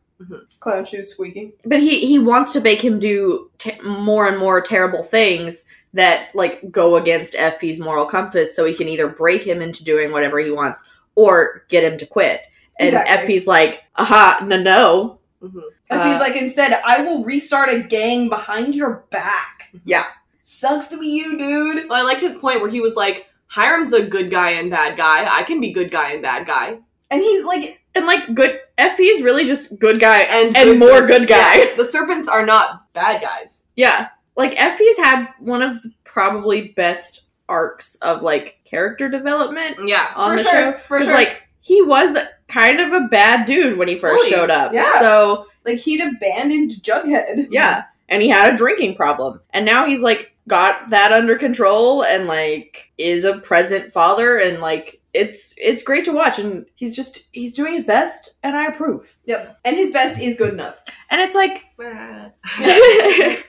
C: Clown shoes squeaking.
D: but he he wants to make him do t- more and more terrible things that like go against FP's moral compass so he can either break him into doing whatever he wants or get him to quit. And
C: Exactly.
D: FP's like, "Aha, no no."
A: hmm
C: FP's
D: Uh,
C: like instead, I will restart a gang behind your back.
D: Yeah.
C: Sucks to be you, dude.
A: Well, I liked his point where he was like, Hiram's a good guy and bad guy. I can be good guy and bad guy.
C: And he's like,
D: And like good FP is really just good guy
A: And
D: and,
A: good-
D: more good guy. Yeah.
A: Yeah, the serpents are not bad guys.
D: Like FP's had one of probably best arcs of like character development
A: Yeah.
D: on
C: for
D: the
C: sure,
D: show.
C: for
D: Because
C: sure.
D: like he was kind of a bad dude when he first
A: Fully,
D: showed up.
C: yeah.
D: So
C: Like he'd abandoned Jughead.
D: Yeah. And he had a drinking problem. And now he's like got that under control and like is a present father and like it's it's great to watch and he's just he's doing his best and I approve.
C: Yep. And his best is good enough.
D: And it's like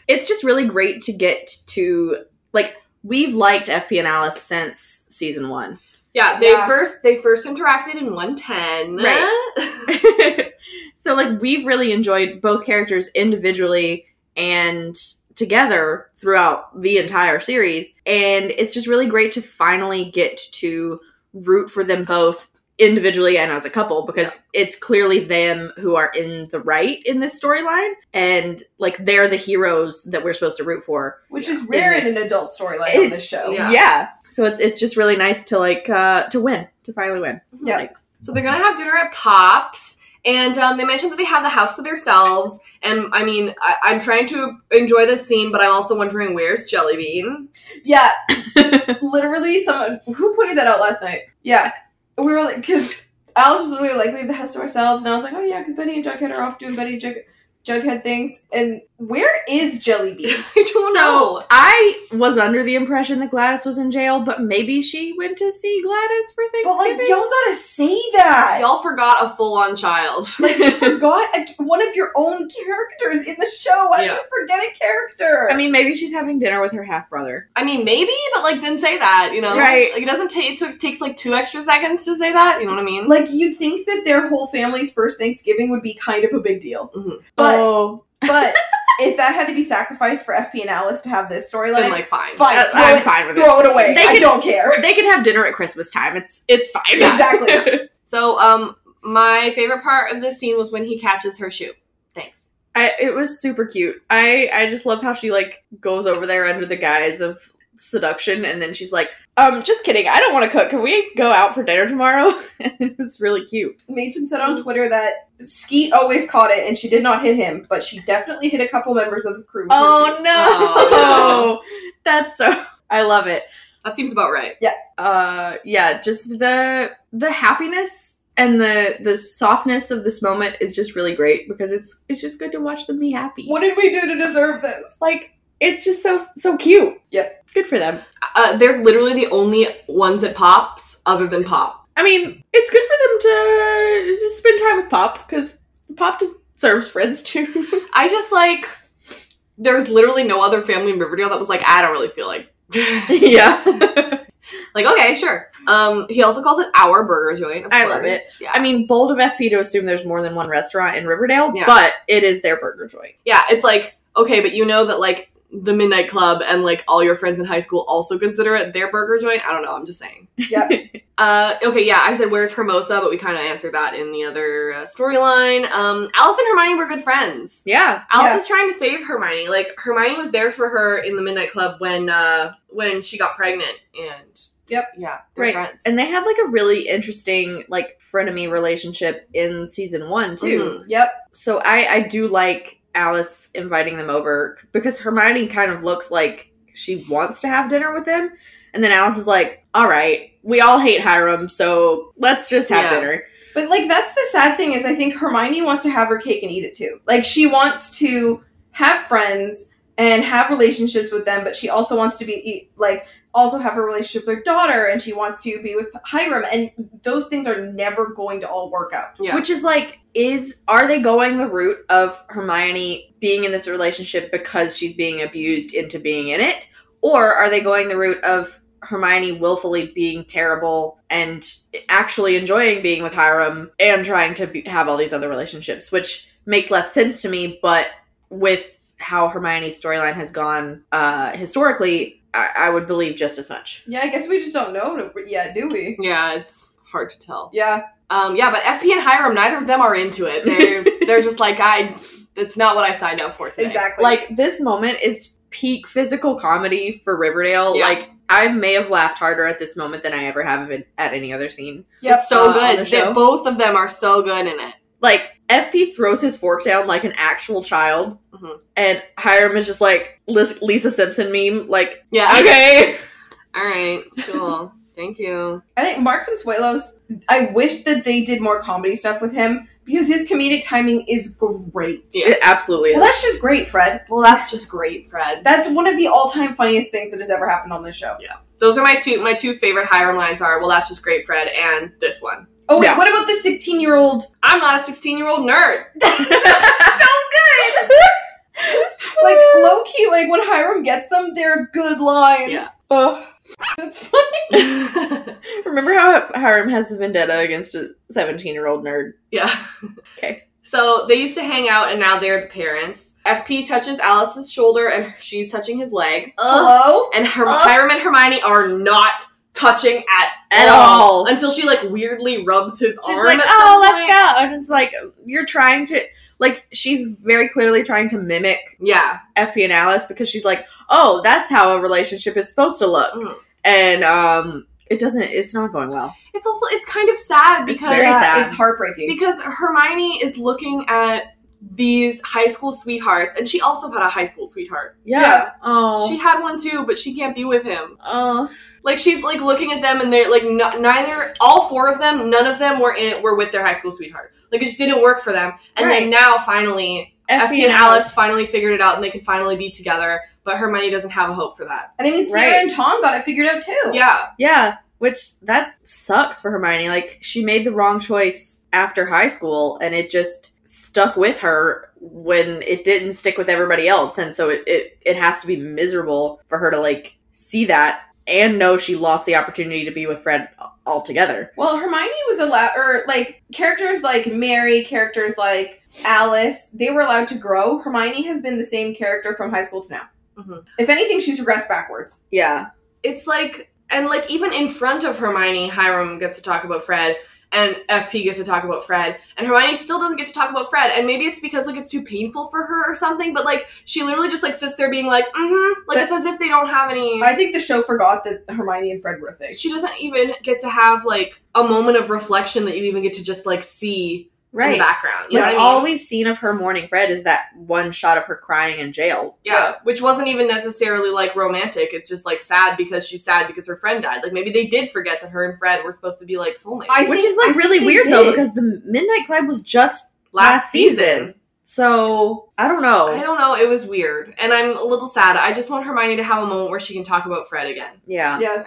D: it's just really great to get to like we've liked FP and Alice since season 1.
A: Yeah, they
C: Yeah.
A: first they first interacted in 110. Right.
D: so like we've really enjoyed both characters individually and together throughout the entire series and it's just really great to finally get to root for them both individually and as a couple because it's clearly them who are in the right in this storyline and like they're the heroes that we're supposed to root for
C: Which is rare in,
D: this-
C: an adult storyline on this
D: It's-
C: show.
A: yeah.
D: yeah. so it's it's just really nice to like uh to win to finally win
C: Yeah.
D: Like,
A: So they're gonna have dinner at Pops, and um, they mentioned that they have the house to themselves. And I mean, I- I'm trying to enjoy this scene, but I'm also wondering where's Jellybean.
C: Yeah, literally, someone who pointed that out last night. Yeah, we were like, because Alice was literally like, we have the house to ourselves, and I was like, oh yeah, because Betty and Jughead are off doing Betty and Jug- Jughead things, and where is Jellybean?
A: I don't
D: so
A: know.
D: I was under the impression that Gladys was in jail, but maybe she went to see Gladys for
C: But like,
D: Thanksgiving.
C: y'all gotta say that.
A: Y'all forgot a full-on child.
C: Like, you forgot a, one of your own characters in the show. Why
A: Yeah.
C: did you forget a character?
D: I mean, maybe she's having dinner with her half brother.
A: I mean, maybe, but like, then say that. You know,
D: Right.
A: Like, it doesn't take it took, takes like two extra seconds to say that. You know what I mean?
C: like, you'd think that their whole family's first Thanksgiving would be kind of a big deal,
A: Mhm.
C: but
D: oh,
C: but if that had to be sacrificed for FP and Alice to have this
A: then
C: storyline,
A: like, fine.
C: fine,
D: I-
C: throw
D: uh, I'm
C: it-
D: fine with
C: throw it away.
D: They
C: I
D: could-
C: don't care.
D: it. They can have dinner at Christmas time. It's it's fine.
C: Exactly.
A: So, um, my favorite part of this scene was when he catches her shoe. Thanks.
D: I, it was super cute. I I just love how she like goes over there under the guise of seduction, and then she's like, "Um, just kidding. I don't want to cook. Can we go out for dinner tomorrow?" and it was really cute.
C: Machen said on Twitter that Skeet always caught it and she did not hit him, but she definitely hit a couple members of the crew. with her
D: Oh,
C: shoe.
A: Oh,
D: that's so. I love it.
A: That seems about right.
D: uh yeah just the the happiness and the the softness of this moment is just really great because it's it's just good to watch them be happy
C: What did we do to deserve this?
D: like it's just so so cute
C: Yep.
D: good for them
A: Uh, they're literally the only ones at Pops other than Pop.
D: i mean it's good for them to just spend time with pop because pop deserves friends too
A: I just like there's literally no other family in Riverdale that was like, I don't really feel like
D: yeah
A: like okay, sure. Um, he also calls it our burger joint. Of
D: I
A: course.
D: love it.
A: Yeah,
D: i mean bold of fp to assume there's more than one restaurant in riverdale
A: Yeah.
D: but it is their burger joint
A: yeah, it's like okay, but you know that like the Midnight Club and like all your friends in high school also consider it their burger joint. I don't know. I'm just saying.
C: Yep.
A: Uh, okay, yeah, I said where's Hermosa, but we kind of answered that in the other uh, storyline. Um, Alice and Hermione were good friends.
D: yeah
A: Alice
C: Yeah.
A: is trying to save Hermione. Like Hermione was there for her in the Midnight Club when uh when she got pregnant and
C: Yep.
A: yeah, they're
D: Right.
A: friends.
D: And they had like a really interesting like frenemy relationship in season one too.
A: Mhm.
C: Yep.
D: So I I do like Alice inviting them over because Hermione kind of looks like she wants to have dinner with them, and then Alice is like, "All right, we all hate Hiram, so let's just have
A: Yeah.
D: dinner."
C: But like that's the sad thing is I think Hermione wants to have her cake and eat it too. Like she wants to have friends and have relationships with them, but she also wants to be e, like also have a relationship with her daughter and she wants to be with Hiram and those things are never going to all work out.
A: Yeah.
D: Which is like, is are they going the route of Hermione being in this relationship because she's being abused into being in it, or are they going the route of Hermione willfully being terrible and actually enjoying being with Hiram and trying to be, have all these other relationships, which makes less sense to me. But with how Hermione's storyline has gone uh, historically, I, I would believe just as much.
C: Yeah, I guess we just don't know yet, do we?
A: Yeah, it's hard to tell.
C: Yeah.
A: Um yeah, but FP and Hiram, neither of them are into it. They're they're just like I that's not what I signed up for today.
C: Exactly.
D: like this moment is peak physical comedy for Riverdale.
A: Yeah.
D: Like I may have laughed harder at this moment than I ever have in, at any other scene.
C: Yep.
A: It's so
D: Uh, on the
A: good.
D: show.
A: They, both of them are so good in it.
D: Like FP throws his fork down like an actual child,
A: Mhm.
D: and Hiram is just like "Lis- Lisa Simpson meme. Like
A: Yeah.
D: okay,
A: All right. Cool. Thank you.
C: I think Mark Consuelos. I wish that they did more comedy stuff with him because his comedic timing is great.
E: Yeah. It absolutely
C: Well,
E: is.
C: that's just great, Fred.
A: Well, that's just great, Fred.
C: That's one of the all-time funniest things that has ever happened on this show.
A: Those are my two my two favorite Hiram lines are, well, that's just great, Fred, and this one.
C: Oh wait,
E: Yeah.
C: what about the sixteen-year-old?
A: I'm not a 16 year old nerd.
C: so good. like low key, like when Hiram gets them, they're good lines.
A: Yeah.
E: Oh.
C: It's funny.
D: Remember how Hiram has a vendetta against a 17 year old nerd?
A: Yeah.
D: Okay.
A: So they used to hang out, and now they're the parents. FP touches Alice's shoulder, and she's touching his leg.
C: Hello.
A: And Her-
D: Ugh.
A: Hiram and Hermione are not touching at
D: At all.
A: until she like weirdly rubs his
D: She's
A: arm.
D: like,
A: at some
D: oh, let's
A: point."
D: go. And it's like, you're trying to, like, she's very clearly trying to mimic
A: Yeah.
D: FP and Alice because she's like, oh, that's how a relationship is supposed to look.
A: Mm.
D: And, um, it doesn't, it's not going well.
A: It's also it's kind of sad
D: It's
A: because
D: very
C: Yeah,
D: sad.
C: It's heartbreaking.
A: because Hermione is looking at these high school sweethearts, and she also had a high school sweetheart.
D: Yeah.
C: Yeah.
D: Oh.
A: She had one too, but she can't be with him.
D: oh.
A: Like she's like looking at them, and they're like n- neither all four of them, none of them were in were with their high school sweetheart. Like it just didn't work for them. And
D: Right.
A: then now finally, Effie and Alice finally figured it out, and they can finally be together. But Hermione doesn't have a hope for that.
C: and I mean, Sarah
D: Right.
C: and Tom got it figured out
D: Oh.
C: too.
A: Yeah,
D: Yeah, which that sucks for Hermione. Like she made the wrong choice after high school and it just stuck with her when it didn't stick with everybody else and so it it, it has to be miserable for her to like see that and know she lost the opportunity to be with Fred altogether.
C: Well, Hermione was allowed, or like characters like Mary, characters like Alice, they were allowed to grow. Hermione has been the same character from high school to now.
A: Mhm.
C: If anything, she's regressed backwards.
D: Yeah.
A: it's like and like even in front of Hermione, Hiram gets to talk about Fred. And FP gets to talk about Fred, and Hermione still doesn't get to talk about Fred. And maybe it's because like it's too painful for her or something. But like she literally just like sits there being like, mm-hmm, like
D: But-
A: it's as if they don't have any.
C: I think the show forgot that Hermione and Fred were a thing.
A: she doesn't even get to have like a moment of reflection that you even get to just like see in the
D: Right.
A: background. You
D: Like
A: know what I
D: all
A: mean?
D: we've seen of her mourning Fred is that one shot of her crying in jail.
A: yeah, which wasn't even necessarily like romantic. It's just like sad because she's sad because her friend died. Like maybe they did forget that her and Fred were supposed to be like soulmates
C: I
D: Which
C: think-
D: is like
C: I think
D: really
C: they
D: weird though
C: did.
D: because the Midnight Club was just last season. So I don't know.
A: I don't know. It was weird, and I'm a little sad. I just want Hermione to have a moment where she can talk about Fred again.
D: yeah.
C: Yeah.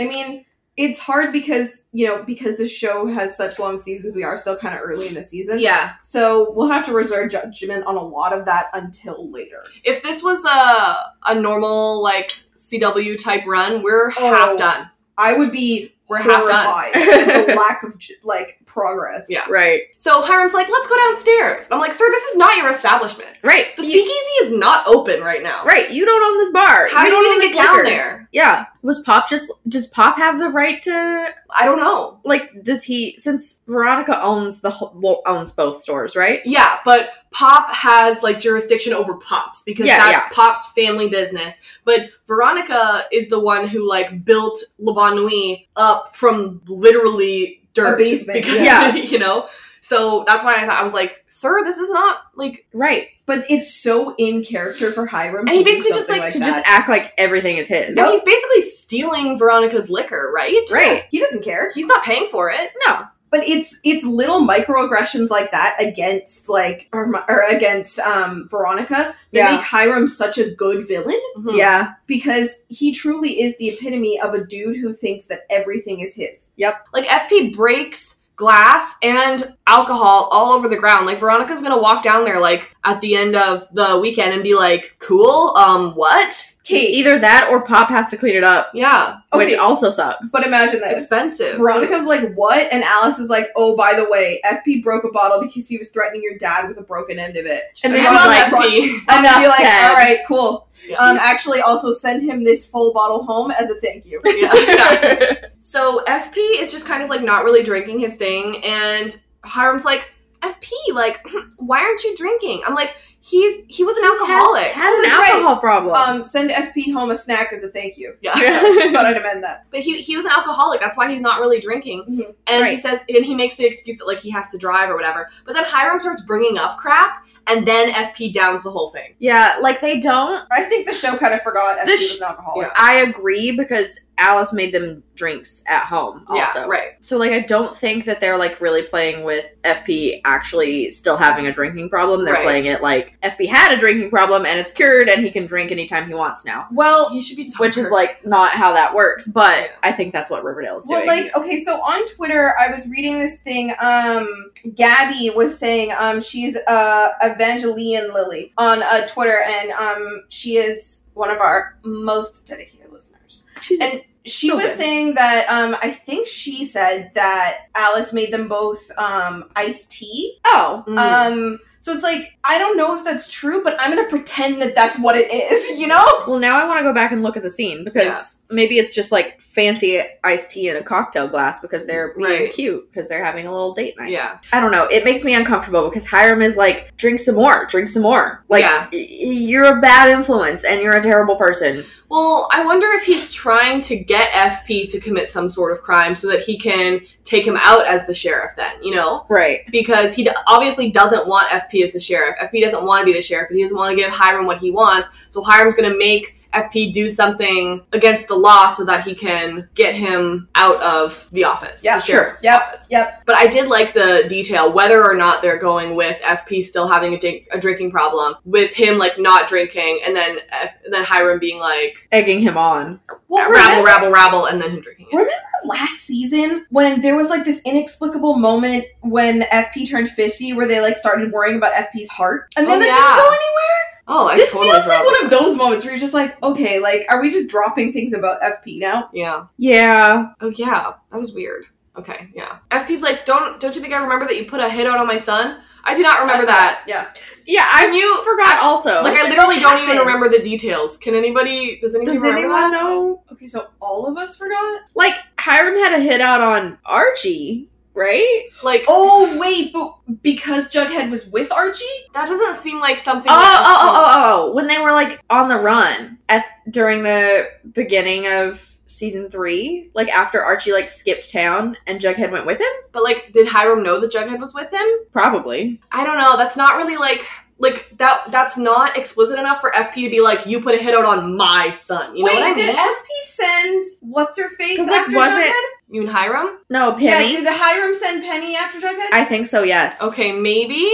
C: I mean, it's hard because, you know, because the show has such long seasons, we are still kind of early in the season.
A: Yeah.
C: So we'll have to reserve judgment on a lot of that until later.
A: If this was a a normal like CW type run, we're half
C: Oh.
A: done.
C: I would be
A: We're half done.
C: horrified at the lack of, ju- like, progress.
A: Yeah.
D: Right.
A: So Hiram's like, "Let's go downstairs." I'm like, "Sir, this is not your establishment.
D: Right.
A: The
D: You-
A: speakeasy is not open right now.
D: right. You don't own this bar.
A: How do
D: don't
A: you
D: own
A: even
D: this
A: get down
D: liquor.
A: there?
D: Yeah. Was Pop just does Pop have the right to
A: I don't know.
D: like does he since Veronica owns the whole well, owns both stores, right?
A: Yeah, but Pop has like jurisdiction over Pops because
D: Yeah,
A: that's Pop's family business. But Veronica is the one who like built Le Bon Nuit up from literally dirt
C: basement,
A: because
D: yeah.
A: you know. So that's why I thought I was like, "Sir, this is not like."
D: Right.
C: But it's so in character for Hiram.
A: And
C: to
A: he
C: do
A: basically just,
C: something
A: like,
C: like
D: To
C: that.
D: just act like everything is his.
C: No.
A: He's basically stealing Veronica's liquor, right?
D: Right.
C: he doesn't care.
A: He's not paying for it.
D: No.
C: But it's it's little microaggressions like that against like or, or against um Veronica that
D: Yeah.
C: make Hiram such a good villain.
A: Mhm.
D: Yeah.
C: because he truly is the epitome of a dude who thinks that everything is his.
A: Like FP breaks glass and alcohol all over the ground. Like Veronica's gonna walk down there like at the end of the weekend and be like, "Cool, um, what?
C: Kate,
D: Either that or Pop has to clean it up,
A: Yeah,
D: which
C: Okay.
D: also sucks.
C: but imagine this.
A: expensive."
C: Veronica's like, what? And Alice is like, oh, by the way, FP broke a bottle because he was threatening your dad with a broken end of it.
A: and then
D: And then
A: she's
D: she's
A: like,
C: like,
A: FP.
C: And
D: Enough
C: be like,
D: said.
C: all right, cool.
A: Yeah.
C: Um, actually, also send him this full bottle home as a thank you.
A: Yeah, yeah. So FP is just kind of like not really drinking his thing, and Hiram's like, "FP, like, hmm, why aren't you drinking?" I'm like, "He's he was an alcoholic."
D: Had
C: Oh,
D: an
C: that's right.
D: alcohol problem.
C: Um, send FP home a snack as a thank you.
A: yeah.
D: Yeah.
C: Just thought I'd amend that.
A: But he, he was an alcoholic. That's why he's not really drinking.
C: Mhm.
A: And he
D: Right.
A: says, and he makes the excuse that like he has to drive or whatever. But then Hiram starts bringing up crap, and then FP downs the whole thing.
D: yeah, like they don't
C: I think the show kind of forgot FP
D: This-
C: was an alcoholic.
D: I agree because Alice made them drinks at home also.
A: yeah, right.
D: So like I don't think that they're like really playing with FP actually still having a drinking problem. They're
A: Right.
D: playing it like FP had a drinking problem and it's cured and he can drink anytime he wants now.
A: Well,
C: He should be
D: Which is
C: sober.
D: like not how that works, but
A: Yeah.
D: I think that's what Riverdale is
C: Well,
D: doing.
C: like, okay, so on Twitter, I was reading this thing. Um, Gabby was saying um, she's uh, Evangelian Lily on uh, Twitter, and um, she is one of our most dedicated listeners.
D: She's
C: and She
D: So
C: was
D: good.
C: saying that um, I think she said that Alice made them both um, iced tea.
D: oh,
C: Um, so it's like I don't know if that's true, but I'm gonna pretend that that's what it is. You know?
D: Well, now I want to go back and look at the scene because maybe it's just like fancy iced tea in a cocktail glass because they're being
A: Right.
D: cute because they're having a little date night.
A: yeah,
D: I don't know. It makes me uncomfortable because Hiram is like, drink some more, drink some more. Like,
A: Yeah.
D: y- you're a bad influence and you're a terrible person.
A: Well, I wonder if he's trying to get FP to commit some sort of crime so that he can take him out as the sheriff, then, you know?
D: Right.
A: Because he d- obviously doesn't want FP as the sheriff. FP doesn't want to be the sheriff, but he doesn't want to give Hiram what he wants. So Hiram's going to make FP do something against the law so that he can get him out of the office.
C: Yeah,
A: the sheriff
C: Yep.
A: office.
C: Yep.
A: But I did like the detail whether or not they're going with FP still having a, drink- a drinking problem, with him like not drinking, and then F- then Hiram being like
D: Egging him on.
C: Well,
A: rabble,
C: remember-
A: rabble, rabble, and then him drinking it.
C: Remember last season when there was like this inexplicable moment when FP turned 50 where they like started worrying about FP's heart and then
A: Oh,
C: that
A: yeah.
C: didn't go anywhere?
A: Oh, I
C: this
A: totally
C: feels like
A: forgot
C: one of those moments where you're just like, okay, like, are we just dropping things about FP now?
A: Yeah.
D: Yeah.
A: Oh yeah, that was weird. Okay, yeah. FP's like, don't don't you think I remember that you put a hit out on my son? I do not remember that.
C: Yeah.
D: Yeah, I knew. Forgot also.
A: Like I literally don't even
C: happened?
A: remember the details. Can anybody? Does anybody
D: Does
A: remember
D: anyone
A: that?
D: know?
C: Okay, so all of us forgot?
D: Like, Hiram had a hit out on Archie, right?
A: Like
C: Oh, wait, but because Jughead was with Archie?
A: that doesn't seem like something.
D: Oh,
A: that-
D: oh, oh, oh, oh. When they were like on the run at during the beginning of season three, like after Archie like skipped town and Jughead went with him?
A: But like, did Hiram know that Jughead was with him?
D: Probably.
A: I don't know. That's not really like like that. That's not explicit enough for FP to be like, you put a hit out on my son. You know what I mean?
C: FP send what's her face
D: 'Cause, like, was it-
A: you and Hiram?
D: No, Penny.
C: the Hiram send Penny after Jughead? I,
D: I think so, yes.
A: Okay, maybe.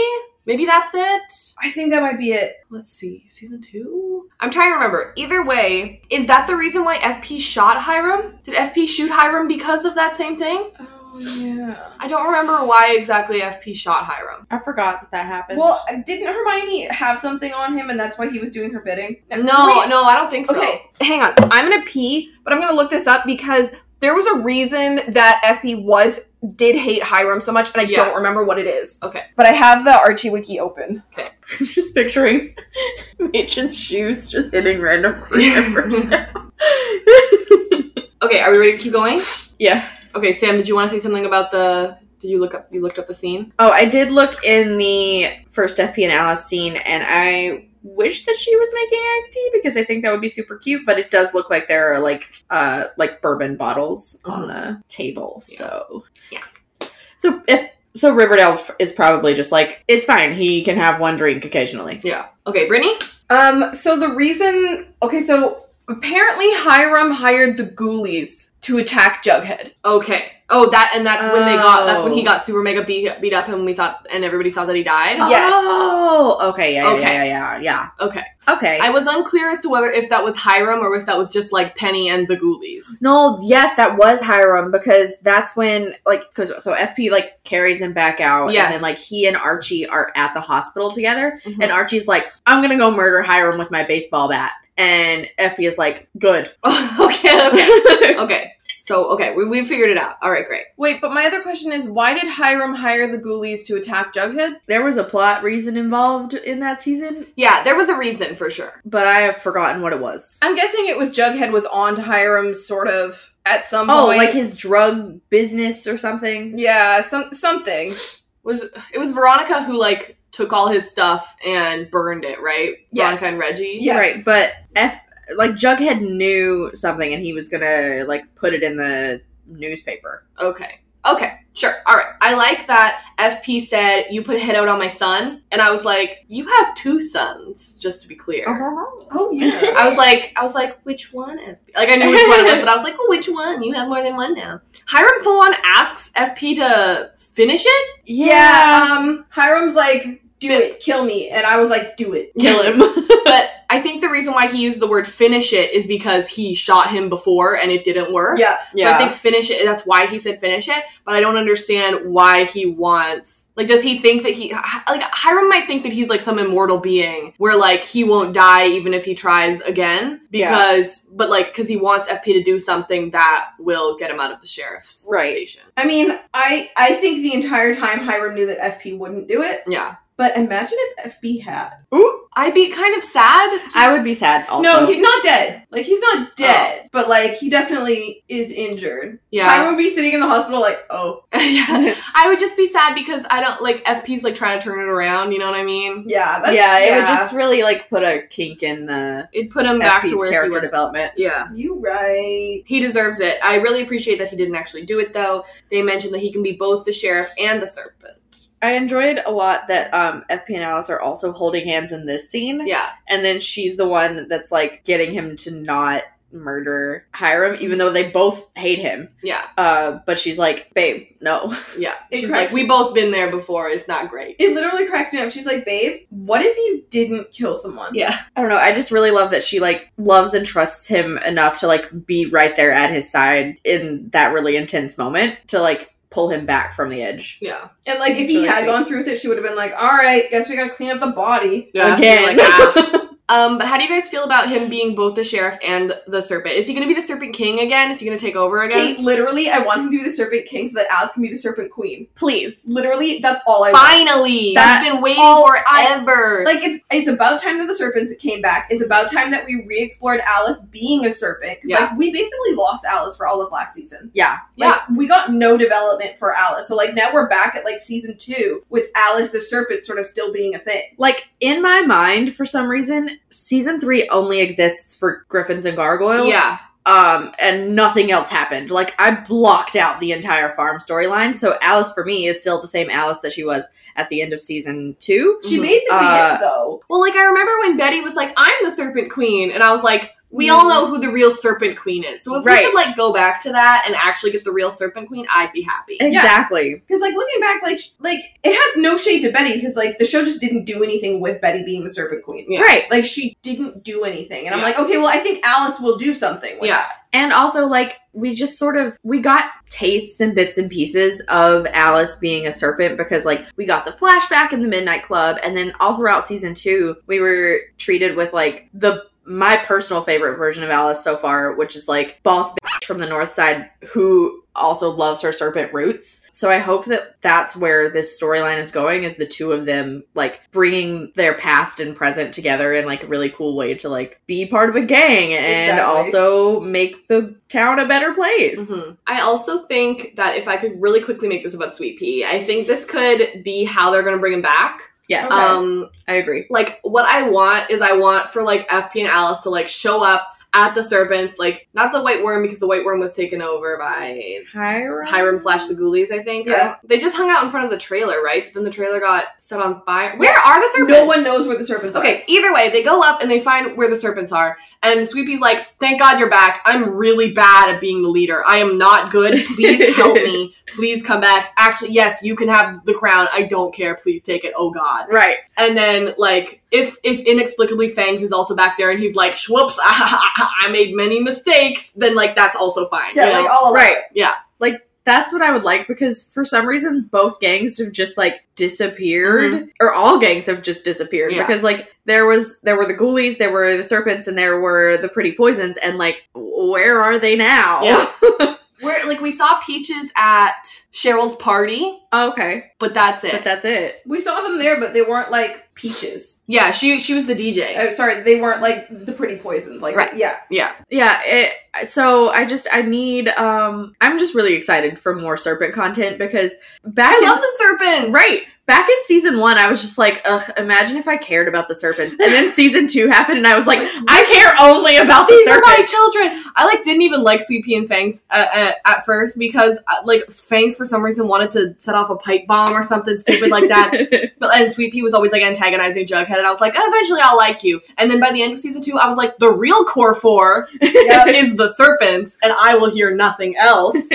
A: Maybe that's it.
C: think that might be it.
A: Let's see, season two. I'm trying to remember. Either way, is that the reason why FP shot Hiram? Did FP shoot Hiram because of that same thing?
C: Oh, yeah.
A: I don't remember why exactly FP shot Hiram.
D: I forgot that that happened.
C: Well, didn't Hermione have something on him and that's why he was doing her bidding?
A: No,
C: Wait,
A: no, I don't think so.
C: Okay, hang on. I'm gonna pee, but I'm gonna look this up because there was a reason that FP was did hate Hiram so much, and I
A: Yeah.
C: don't remember what it is.
A: Okay.
C: But I have the Archie wiki open.
D: I'm just picturing Machen's shoes just hitting random members.
A: Okay, are we ready to keep going?
D: yeah.
A: Okay, Sam, did you want to say something about the? Did you look up? You looked up the scene.
D: Oh, I did look in the first FP and Alice scene, and I wish that she was making iced tea because I think that would be super cute. But it does look like there are like uh like bourbon bottles on the table.
A: Yeah.
D: So
A: Yeah.
D: So if so, Riverdale is probably just like it's fine. He can have one drink occasionally.
A: Yeah. Okay, Brittany.
C: Um, so the reason okay, so apparently Hiram hired the ghoulies to attack Jughead.
A: Okay. Oh, that and that's when they got. That's when he
D: Oh.
A: got super mega beat, beat up, and we thought, and everybody thought that he died.
C: Yeah. Yes.
D: Oh, okay. Yeah. yeah,
A: Okay.
D: Yeah. Yeah. Yeah.
A: Okay.
D: Okay.
A: I was unclear as to whether if that was Hiram or if that was just like Penny and the Ghoulies.
D: No, yes, that was Hiram because that's when like because so FP like carries him back out,
A: Yes.
D: and then like he and Archie are at the hospital together, and Archie's like, "I'm gonna go murder Hiram with my baseball bat," and FP is like, "Good."
A: okay. Okay. okay. So okay, we, we figured it out. All right, great.
C: Wait, but my other question is why did Hiram hire the ghoulies to attack Jughead?
D: There was a plot reason involved in that season,
A: Yeah, there was a reason for sure.
D: but I have forgotten what it was.
C: I'm guessing it was Jughead was on to Hiram sort of at some
D: Oh,
C: point.
D: like his drug business or something.
C: yeah, some something.
A: Was it was Veronica who like took all his stuff and burned it, right?
C: Yes.
A: Veronica and Reggie.
C: Yes.
D: Right, but F like Jughead knew something, and he was gonna like put it in the newspaper.
A: Okay. Okay, sure. All right. I like that FP said, You put a hit out on my son. And I was like, You have two sons, just to be clear.
D: Uh-huh.
C: Oh yeah.
A: I was like, I was like, which one? FP? Like I knew which one it was, but I was like, well, which one? You have more than one now. Hiram full on asks FP to finish it.
C: yeah. Um, Hiram's like, do it, kill me, and I was like, do it, kill him.
A: But I think the reason why he used the word finish it is because he shot him before and it didn't work.
C: yeah.
A: So I think finish it. That's why he said finish it. But I don't understand why he wants. Like, does he think that he Hi- like Hiram might think that he's like some immortal being where like he won't die even if he tries again
D: Yeah.
A: because but like because he wants FP to do something that will get him out of the sheriff's
D: Right.
A: station.
C: I mean, I I think the entire time Hiram knew that FP wouldn't do it,
A: Yeah.
C: but imagine if FP had.
A: I'd be kind of sad. Just-
D: I would be sad also. Oh.
C: No, he's not dead. Like he's not dead, but like he definitely is injured.
A: yeah.
C: Hiram would be sitting in the hospital like, oh
A: yeah. I would just be sad because I don't like FP's like trying to turn it around. You know what I mean?
C: yeah, that's,
D: yeah, it would just really like put a kink in the
A: It'd put him back to
D: FP's
A: where he
D: character
A: was.
D: development.
A: Yeah.
C: you right.
A: He deserves it. I really appreciate that he didn't actually do it though. They mentioned that he can be both the sheriff and the serpent.
D: I enjoyed a lot that um, FP and Alice are also holding hands in this scene,
A: Yeah.
D: and then she's the one that's like getting him to not murder Hiram, even though they both hate him.
A: Yeah.
D: Uh, but she's like, babe, no.
A: Yeah.
C: It
A: She's
C: cracks
A: like, we both been there before. It's not great.
C: It literally cracks me up. She's like, babe, what if you didn't kill someone?
A: Yeah.
D: I don't know. I just really love that she like loves and trusts him enough to like be right there at his side in that really intense moment to like pull him back from the edge.
A: Yeah.
C: And like if
D: It's
C: he
D: really
C: had
D: sweet.
C: gone through with it, she would have been like, All right, guess we gotta clean up the body.
A: Yeah. You're
D: Again.
A: like, "Ah." um, but how do you guys feel about him being both the sheriff and the serpent? Is he going to be the serpent king again? Is he going to take over again?
C: Kate, literally, I want him to be the serpent king so that Alice can be the serpent queen.
D: Please.
C: Literally, that's all I want.
A: Finally,
D: That-
A: I've been waiting
C: all I-
A: forever.
C: Like it's it's about time that the serpents came back. It's about time that we re-explored Alice being a serpent. 'Cause,
A: Yeah.
C: like we basically lost Alice for all of last season.
D: Yeah.
C: Like, we got no development for Alice. So like now we're back at like season two with Alice the serpent sort of still being a thing.
D: Like in my mind, for some reason, season three only exists for Griffins and Gargoyles.
A: yeah.
D: Um, and nothing else happened. Like I blocked out the entire farm storyline, so Alice for me is still the same Alice that she was at the end of season two.
C: She
A: Mhm.
C: basically
D: Uh,
C: is though.
A: Well, like I remember when Betty was like, "I'm the Serpent Queen," and I was like, "We
C: Mm-hmm.
A: all know who the real Serpent Queen is." So if
D: Right.
A: we could like go back to that and actually get the real Serpent Queen, I'd be happy.
D: Exactly.
C: Because like looking back, like sh- like it has no shade to Betty because like the show just didn't do anything with Betty being the serpent queen.
A: Yeah.
D: Right.
C: Like she didn't do anything, and I'm
A: Yeah.
C: like, okay, well I think Alice will do something. With
A: Yeah.
C: that.
D: and also like we just sort of we got tastes and bits and pieces of alice being a serpent because like we got the flashback in the midnight club and then all throughout season two we were treated with like the my personal favorite version of alice so far which is like boss bitch from the north side who also loves her serpent roots so i hope that that's where this storyline is going is the two of them like bringing their past and present together in like a really cool way to like be part of a gang and
C: Exactly.
D: also also make the town a better place.
C: Mm-hmm.
A: Mhm. I also think that if I could really quickly make this about Sweet Pea, I think this could be how they're going to bring him back.
D: Yes,
C: Okay.
A: Um,
D: I agree.
A: like what I want is I want for like FP and Alice to like show up at the Serpents, like not the White Worm because the White Worm was taken over by
D: Hiram.
A: Hiram slash the Ghoulies. I think.
C: Yeah.
A: I don't- they just hung out in front of the trailer, right? But then the trailer got set on fire. Where are the Serpents?
C: No one knows where the serpents are.
A: Okay, either way, they go up and they find where the serpents are. And Sweepy's like, Thank God you're back. I'm really bad at being the leader. I am not good. Please help me. Please come back. Actually, yes, you can have the crown. I don't care. Please take it. Oh God.
D: Right.
A: And then, like, if if inexplicably Fangs is also back there and he's like, Whoops, I made many mistakes, then, like, that's also fine.
C: Yeah,
A: you know?
C: like all of
D: Right.
C: that.
A: Oh, Yeah.
D: Like that's what I would like because for some reason both gangs have just like disappeared or all gangs have just disappeared
A: Mm-hmm. Yeah.
D: because like there was there were the ghoulies, there were the serpents and there were the pretty poisons and like where are they now?
A: Yeah. We're, like, we saw Peaches at Cheryl's party,
D: okay.
A: but that's it.
D: But that's it.
C: We saw them there, but they weren't like peaches.
A: yeah, she she was the DJ.
C: Uh, sorry, they weren't like the pretty poisons. Like
A: Right.
C: yeah.
D: Yeah, it, so I just I need um I'm just really excited for more serpent content because back
A: I
D: in
A: love the serpents.
D: Right. Back in season one, I was just like, ugh, imagine if I cared about the serpents. And then season two happened, and I was like, I care only about the
A: These are my
D: serpents.
A: children. I like didn't even like Sweet Pea and Fangs uh, uh, at first because uh, like Fangs for some reason wanted to set off a pipe bomb or something stupid like that. But and Sweet Pea was always like antagonizing Jughead, and I was like, "Oh, eventually I'll like you. And then by the end of season two, I was like, the real core four is the serpents, and I will hear nothing else.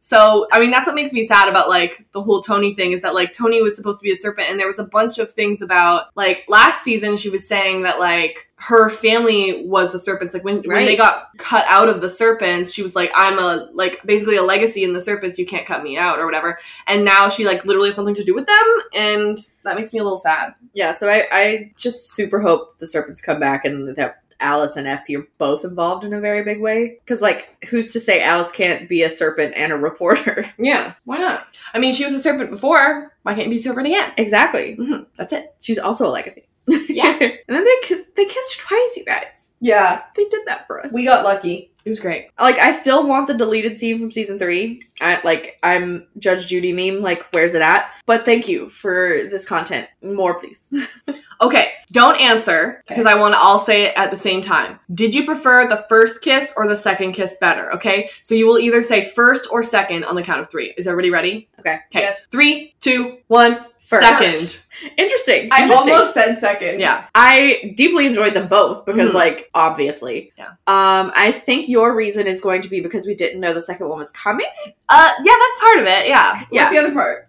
A: So I mean, that's what makes me sad about like the whole Tony thing is that like Tony was supposed to be a serpent, and there was a bunch of things about like last season she was saying that like her family was the serpents. Like when when they
D: Right.
A: got cut out of the serpents, she was like, "I'm a like basically a legacy in the serpents. You can't cut me out or whatever." And now she like literally has something to do with them, and that makes me a little sad.
D: yeah, so I, I just super hope the serpents come back and that Alice and FP are both involved in a very big way. Because, like, who's to say Alice can't be a serpent and a reporter?
A: Yeah, why not? I mean, she was a serpent before. Why can't you be a serpent again?
D: exactly.
A: Mhm, that's it.
D: Mm-hmm. She's also a legacy.
A: Yeah.
D: and then they kissed, they kissed twice, you guys.
C: Yeah,
D: They did that for us.
C: we got lucky.
A: It was great.
D: like I still want the deleted scene from season three. I like I'm Judge Judy meme. Like where's it at? But thank you for this content. More please.
A: Okay, don't answer because I want to all say it at the same time. Did you prefer the first kiss or the second kiss better? Okay, so you will either say first or second on the count of three. Is everybody ready?
D: Okay.
A: Okay.
C: Yes.
A: Three, two, one.
D: First.
A: Second.
D: Interesting.
C: I
D: Interesting.
C: almost said second.
A: Yeah.
D: I deeply enjoyed them both because
A: Mhm.
C: Mm-hmm.
D: like obviously.
A: Yeah.
D: Um I think your reason is going to be because we didn't know the second one was coming.
A: Uh, yeah, that's part of it. Yeah.
C: What's
A: Yeah.
C: the other part?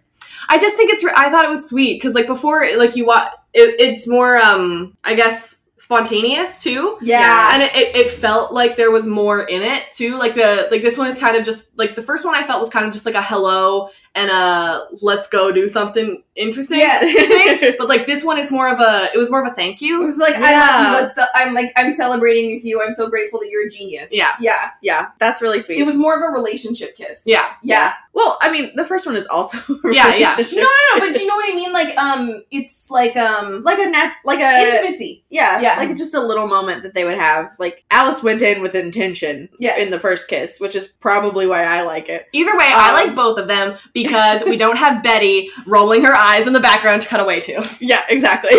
A: I just think it's. Re- I thought it was sweet because like before, like you watch, it, it's more um, I guess spontaneous too.
C: Yeah.
A: and it, it, it felt like there was more in it too like the like this one is kind of just like the first one i felt was kind of just like a hello and a let's go do something interesting thing. but like this one is more of a it was more of a thank
C: It
A: you
C: was like I love
D: Yeah.
C: you. Let's, I'm like I'm celebrating with you. I'm so grateful that you're a genius.
A: Yeah.
C: yeah.
D: yeah, that's really sweet.
C: It was more of a relationship kiss.
A: yeah
C: yeah.
D: well, I mean, the first one is also a
A: Yeah, yeah.
C: No,
D: relationship.
C: no, no. But do you know what I mean? Like, um, it's like um,
D: like a nat like a
C: intimacy.
D: Yeah,
C: Yeah.
D: like just a little moment that they would have. Like Alice went in with intention
C: Yes.
D: in the first kiss, which is probably why I like it.
A: either way i
D: Um,
A: like both of them because we don't have betty rolling her eyes in the background to cut away to
D: Yeah, exactly.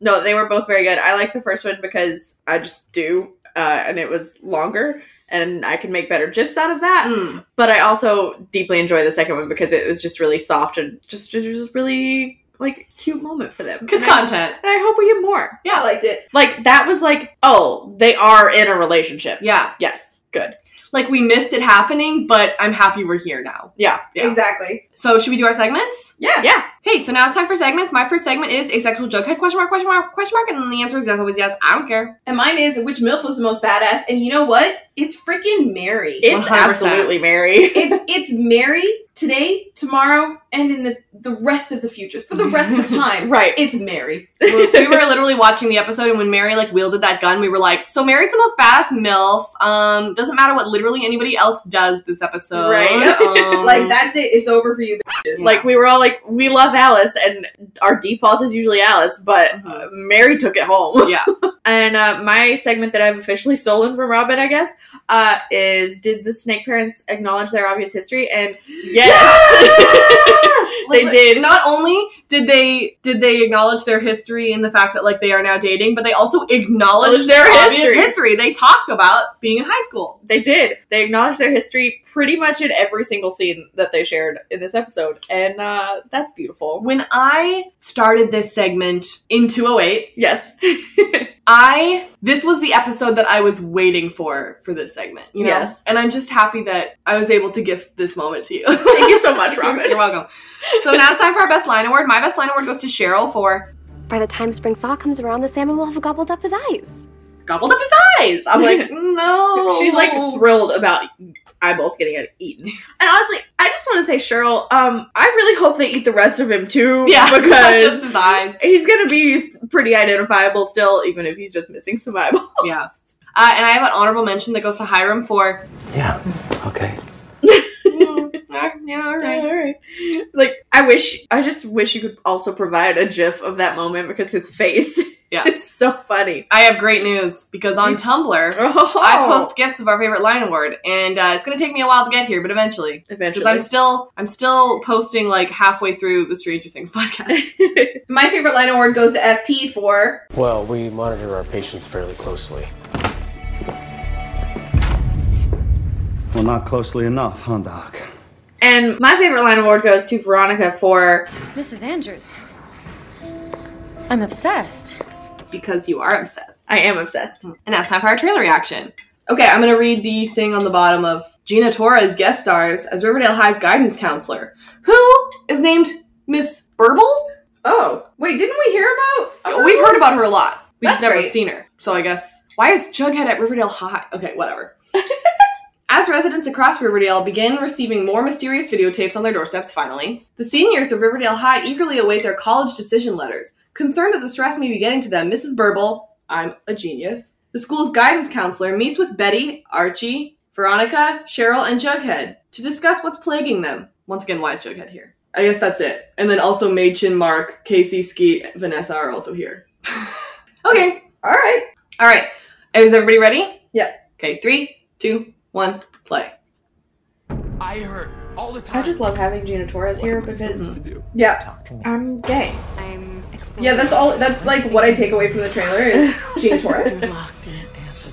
D: no, they were both very good. I like the first one because I just do, uh, and it was longer, and I can make better gifs out of that.
A: Mm.
D: But I also deeply enjoy the second one because it was just really soft and just just, just really like cute moment for them.
A: good
D: And I-
A: content
D: and I hope we get more.
C: Yeah, I liked it.
D: Like that was like, oh, they are in a relationship.
A: yeah
D: Yes, good.
A: like we missed it happening but i'm happy we're here now
D: Yeah,
A: Yeah.
C: Exactly.
A: so should we do our segments
C: Yeah.
D: yeah.
A: Okay, so now it's time for segments. My first segment is asexual jughead question mark question mark question mark, and the answer is yes, always yes. I don't care.
C: And mine is which MILF was the most badass? And you know what? It's freaking Mary.
D: It's
A: 100%.
D: absolutely Mary.
C: it's it's Mary today, tomorrow, and in the the rest of the future for the rest of time.
D: Right.
C: It's Mary.
A: we we were literally watching the episode, and when Mary like wielded that gun, we were like, "So Mary's the most badass milf." Um, doesn't matter what literally anybody else does this episode,
D: Right.
A: Um,
C: like that's it. It's over for you.
D: It's Like we were all like, we love Alice, and our default is usually Alice, but
A: uh-huh.
D: uh, Mary took it home.
A: Yeah.
D: and uh, my segment that I've officially stolen from Robin, I guess, uh, is did the snake parents acknowledge their obvious history? And yes, they
A: Like,
D: did.
A: Not only did they did they acknowledge their history and the fact that like they are now dating, but they also acknowledged their
D: Obvious
A: obvious history. They talked about being in high school.
D: They did. They acknowledged their history pretty much in every single scene that they shared in this episode, and uh, that's beautiful.
A: When I started this segment in 208,
D: Yes.
A: I this was the episode that I was waiting for for this segment. You know?
D: Yes.
A: And I'm just happy that I was able to gift this moment to you.
D: Thank you so much, Robin.
A: You're welcome. So now it's time for our best line award. My best line award goes to Cheryl for
G: By the time spring thaw comes around, the salmon will have gobbled up his eyes.
A: gobbled up his eyes. I'm like, no.
D: She's like thrilled about eyeballs getting eaten. Oh. And honestly, I just want to say, Cheryl, um, I really hope they eat the rest of him too.
A: yeah,
D: because
A: just his eyes.
D: he's gonna be pretty identifiable still, even if he's just missing some eyeballs.
A: Yeah. Uh, and I have an honorable mention that goes to Hiram for
I: Yeah, okay.
A: "Mm, yeah, yeah, all
D: Right.
A: right.
D: All right. Like I wish, I just wish you could also provide a GIF of that moment because his face
A: Yeah.
D: It's so funny.
A: I have great news because on Tumblr,
D: Oh,
A: I post gifs of our favorite line award, and uh, it's going to take me a while to get here, but eventually, because
D: eventually.
A: I'm still I'm still posting like halfway through the Stranger Things podcast.
E: My favorite line award goes to FP for
J: Well, we monitor our patients fairly closely.
K: Well, not closely enough, huh, Doc?
D: and my favorite line award goes to Veronica for
L: Mrs. Andrews, I'm obsessed.
A: because you are obsessed.
D: I am obsessed.
C: Mm.
A: And now it's time for our trailer reaction. Okay, I'm gonna read the thing on the bottom of Gina Torres guest stars as Riverdale High's guidance counselor, who is named Miss Burble.
C: Oh, wait, didn't we hear about? her?
A: We've heard about her a lot. We just
C: That's
A: never
C: right.
A: seen her. So I guess why is Jughead at Riverdale High? Okay, whatever. As residents across Riverdale begin receiving more mysterious videotapes on their doorsteps, finally, the seniors of Riverdale High eagerly await their college decision letters. Concerned that the stress may be getting to them, Mrs. Burble, I'm a genius, the school's guidance counselor, meets with Betty, Archie, Veronica, Cheryl, and Jughead to discuss what's plaguing them. Once again, why is Jughead here? I guess that's it. And then also Machin, Mark, Casey, Skeet, Vanessa are also here. okay.
C: All right.
A: All right. Is everybody ready?
C: Yeah.
A: Okay. Three, two, one, play.
I: I hurt all the time.
D: I just love having Gina Torres here because
C: Yeah,
D: I'm gay.
L: I'm exploring.
C: yeah. That's all. That's like what I take away from the trailer is Gene Torres.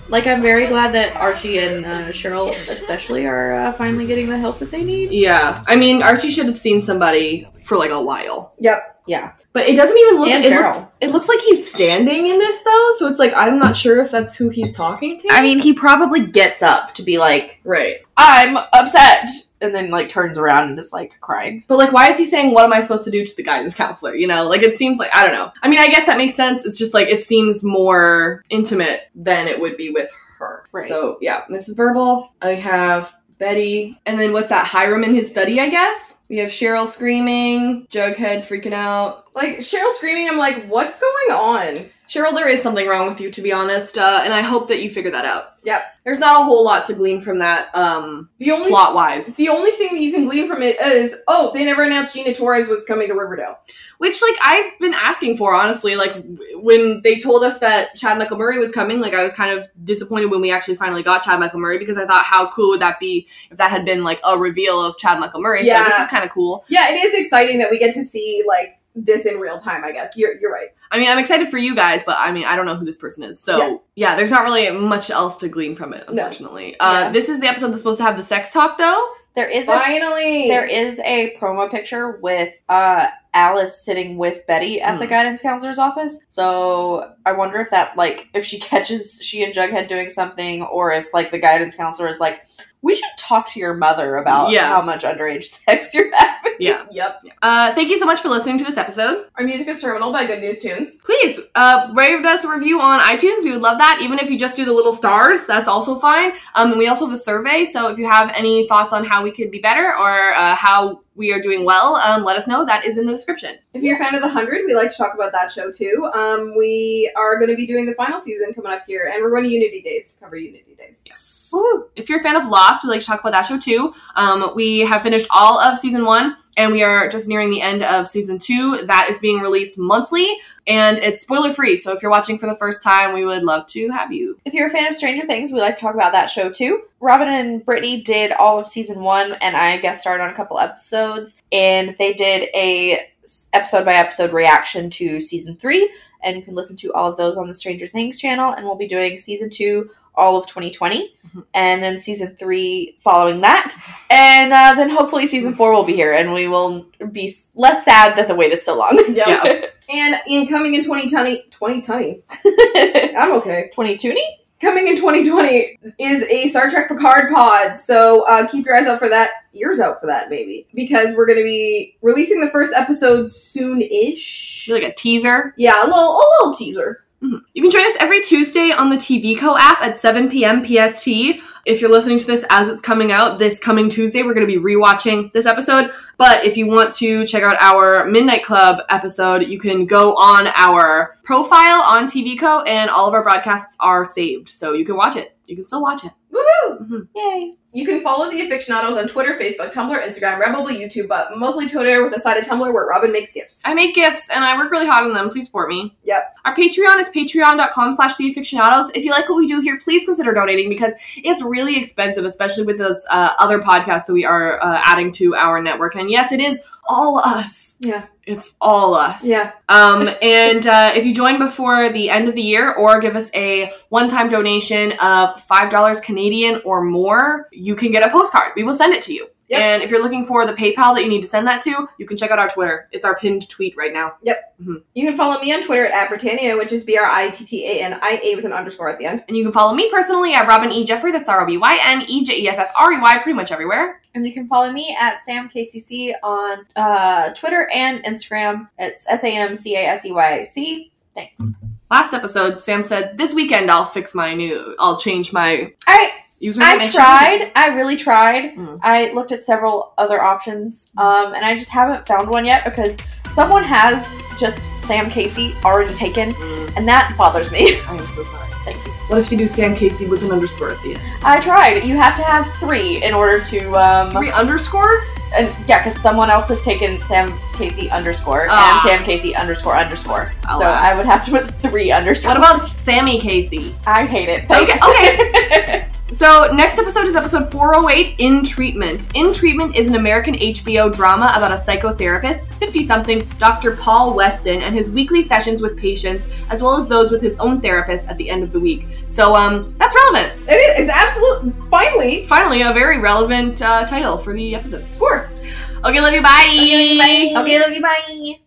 D: Like, I'm very glad that Archie and uh, Cheryl, especially, are uh, finally getting the help that they need.
A: Yeah. I mean, Archie should have seen somebody for like a while.
C: Yep.
D: Yeah.
A: But it doesn't even look.
D: And
A: it,
D: Cheryl.
A: looks, it looks like he's standing in this though, so it's like I'm not sure if that's who he's talking to.
D: I mean, he probably gets up to be like,
A: right.
D: I'm upset, and then like turns around and is like crying.
A: But like, why is he saying what am I supposed to do to the guidance counselor? You know, like it seems like I don't know. I mean, I guess that makes sense. It's just like it seems more intimate than it would be with her.
D: Right.
A: So yeah, Mrs. Burble. I have Betty, and then what's that? Hiram in his study, I guess. We have Cheryl screaming, Jughead freaking out.
C: Like Cheryl screaming. I'm like, what's going on?
A: Cheryl, there is something wrong with you, to be honest, uh, and I hope that you figure that out.
C: Yep.
A: There's not a whole lot to glean from that, um,
C: The only
A: plot wise.
C: the only thing that you can glean from it is, oh, they never announced Gina Torres was coming to Riverdale.
A: Which, like, I've been asking for, honestly. Like, w- when they told us that Chad Michael Murray was coming, like, I was kind of disappointed when we actually finally got Chad Michael Murray because I thought, how cool would that be if that had been, like, a reveal of Chad Michael Murray? So this
C: Yeah.
A: is kind of cool.
C: Yeah, it is exciting that we get to see like this in real time. I guess you're you're right.
A: I mean, I'm excited for you guys, but I mean, I don't know who this person is. So, yeah,
C: Yeah.
A: there's not really much else to glean from it,
C: No.
A: unfortunately. Uh,
D: Yeah.
A: This is the episode that's supposed to have the sex talk, though.
D: There is a
C: Finally,
D: there is a promo picture with uh Alice sitting with Betty at the
A: Hmm.
D: guidance counselor's office. So I wonder if that like if she catches she and Jughead doing something, or if like the guidance counselor is like, we should talk to your mother about
A: Yeah.
D: how much underage sex you're having.
A: Yeah.
C: Yep.
A: Uh, thank you so much for listening to this episode.
C: Our music is Terminal by Good News Tunes.
A: Please uh, rate us a review on iTunes. We would love that. Even if you just do the little stars, that's also fine. Um, and we also have a survey, so if you have any thoughts on how we could be better or uh, how we are doing well, um, let us know. That is in the description.
C: If you're a fan of The Hundred, we like to talk about that show too. Um, we are going to be doing the final season coming up here, and we're running Unity Days to cover Unity Days.
A: Yes. If you're a fan of Lost, we like to talk about that show too. Um, we have finished all of season one, and we are just nearing the end of season two. That is being released monthly, and it's spoiler free. So if you're watching for the first time, we would love to have you.
D: If you're a fan of Stranger Things, we like to talk about that show too. Robin and Brittany did all of season one, and I guest starred on a couple episodes, and they did a s- episode by episode reaction to season three. And you can listen to all of those on the Stranger Things channel, and we'll be doing season two all of 2020,
A: Mhm.
D: and then season three following that, and uh, then hopefully season four will be here, and we will be s- less sad that the wait is so long.
A: Yeah.
C: And in coming in 2020, 2020, I'm okay.
D: 22
C: Coming in 2020 is a Star Trek Picard pod, so uh, keep your eyes out for that, ears out for that maybe, because we're going to be releasing the first episode soon-ish.
A: Like a teaser.
C: Yeah, a little, a little teaser.
A: Mhm. You can join us every Tuesday on the TV Co app at 7 p.m. PST. If you're listening to this as it's coming out, this coming Tuesday, we're going to be rewatching this episode. But if you want to check out our Midnight Club episode, you can go on our profile on TV Co, and all of our broadcasts are saved. So you can watch it. You can still watch it.
C: Woo! Woohoo!
D: Yay.
C: You can follow the aficionados on Twitter, Facebook, Tumblr, Instagram, Redbubble, YouTube, but mostly Twitter with a side of Tumblr where Robin makes gifts.
A: I make gifts and I work really hard on them. Please support me.
C: Yep.
A: Our Patreon is patreon.com slash theaficionados. If you like what we do here, please consider donating because it's really expensive, especially with this uh, other podcast that we are uh, adding to our network. And yes, it is all us.
C: Yeah.
A: It's all us.
C: Yeah.
A: Um, and uh, if you join before the end of the year or give us a one time donation of $5 Canadian or more, you can get a postcard. We will send it to you.
C: Yep.
A: And if you're looking for the PayPal that you need to send that to, you can check out our Twitter. It's our pinned tweet right now.
C: You can follow me on Twitter at Britannia, which is B R I T T A N I A with an underscore at the end.
A: And you can follow me personally at Robin E. Jeffrey, that's R O B Y N E J E F F R E Y, pretty much everywhere.
D: And you can follow me at SamKCC on uh, Twitter and Instagram. It's S A M C A S E Y C. Thanks.
A: Last episode, Sam said, This weekend I'll fix my new, I'll change my
D: I
A: username. and
D: I
A: shit."
D: tried. I really tried.
A: Mm.
D: I looked at several other options, um, and I just haven't found one yet because someone has just Sam Casey already taken,
A: Mm,
D: and that bothers me.
A: I am so sorry.
D: Thank you.
A: What if you do Sam Casey with an underscore at the end?
D: I tried. You have to have three in order to. Um,
A: Three underscores?
D: and, Uh, yeah, because someone else has taken Sam Casey underscore
A: Ah.
D: and Sam Casey underscore underscore. So
A: Alas.
D: I would have to put three underscore.
A: What about Sammy Casey?
D: I hate it.
A: Okay,
D: okay.
A: So, next episode is episode 408 In Treatment. In Treatment is an American HBO drama about a psychotherapist, 50 something, Dr. Paul Weston, and his weekly sessions with patients, as well as those with his own therapist at the end of the week. So, um, that's relevant.
C: It is. It's absolute. Finally.
A: Finally, a very relevant uh, title for the episode.
C: Score.
A: Okay, love you. Bye.
D: okay, love you. Bye.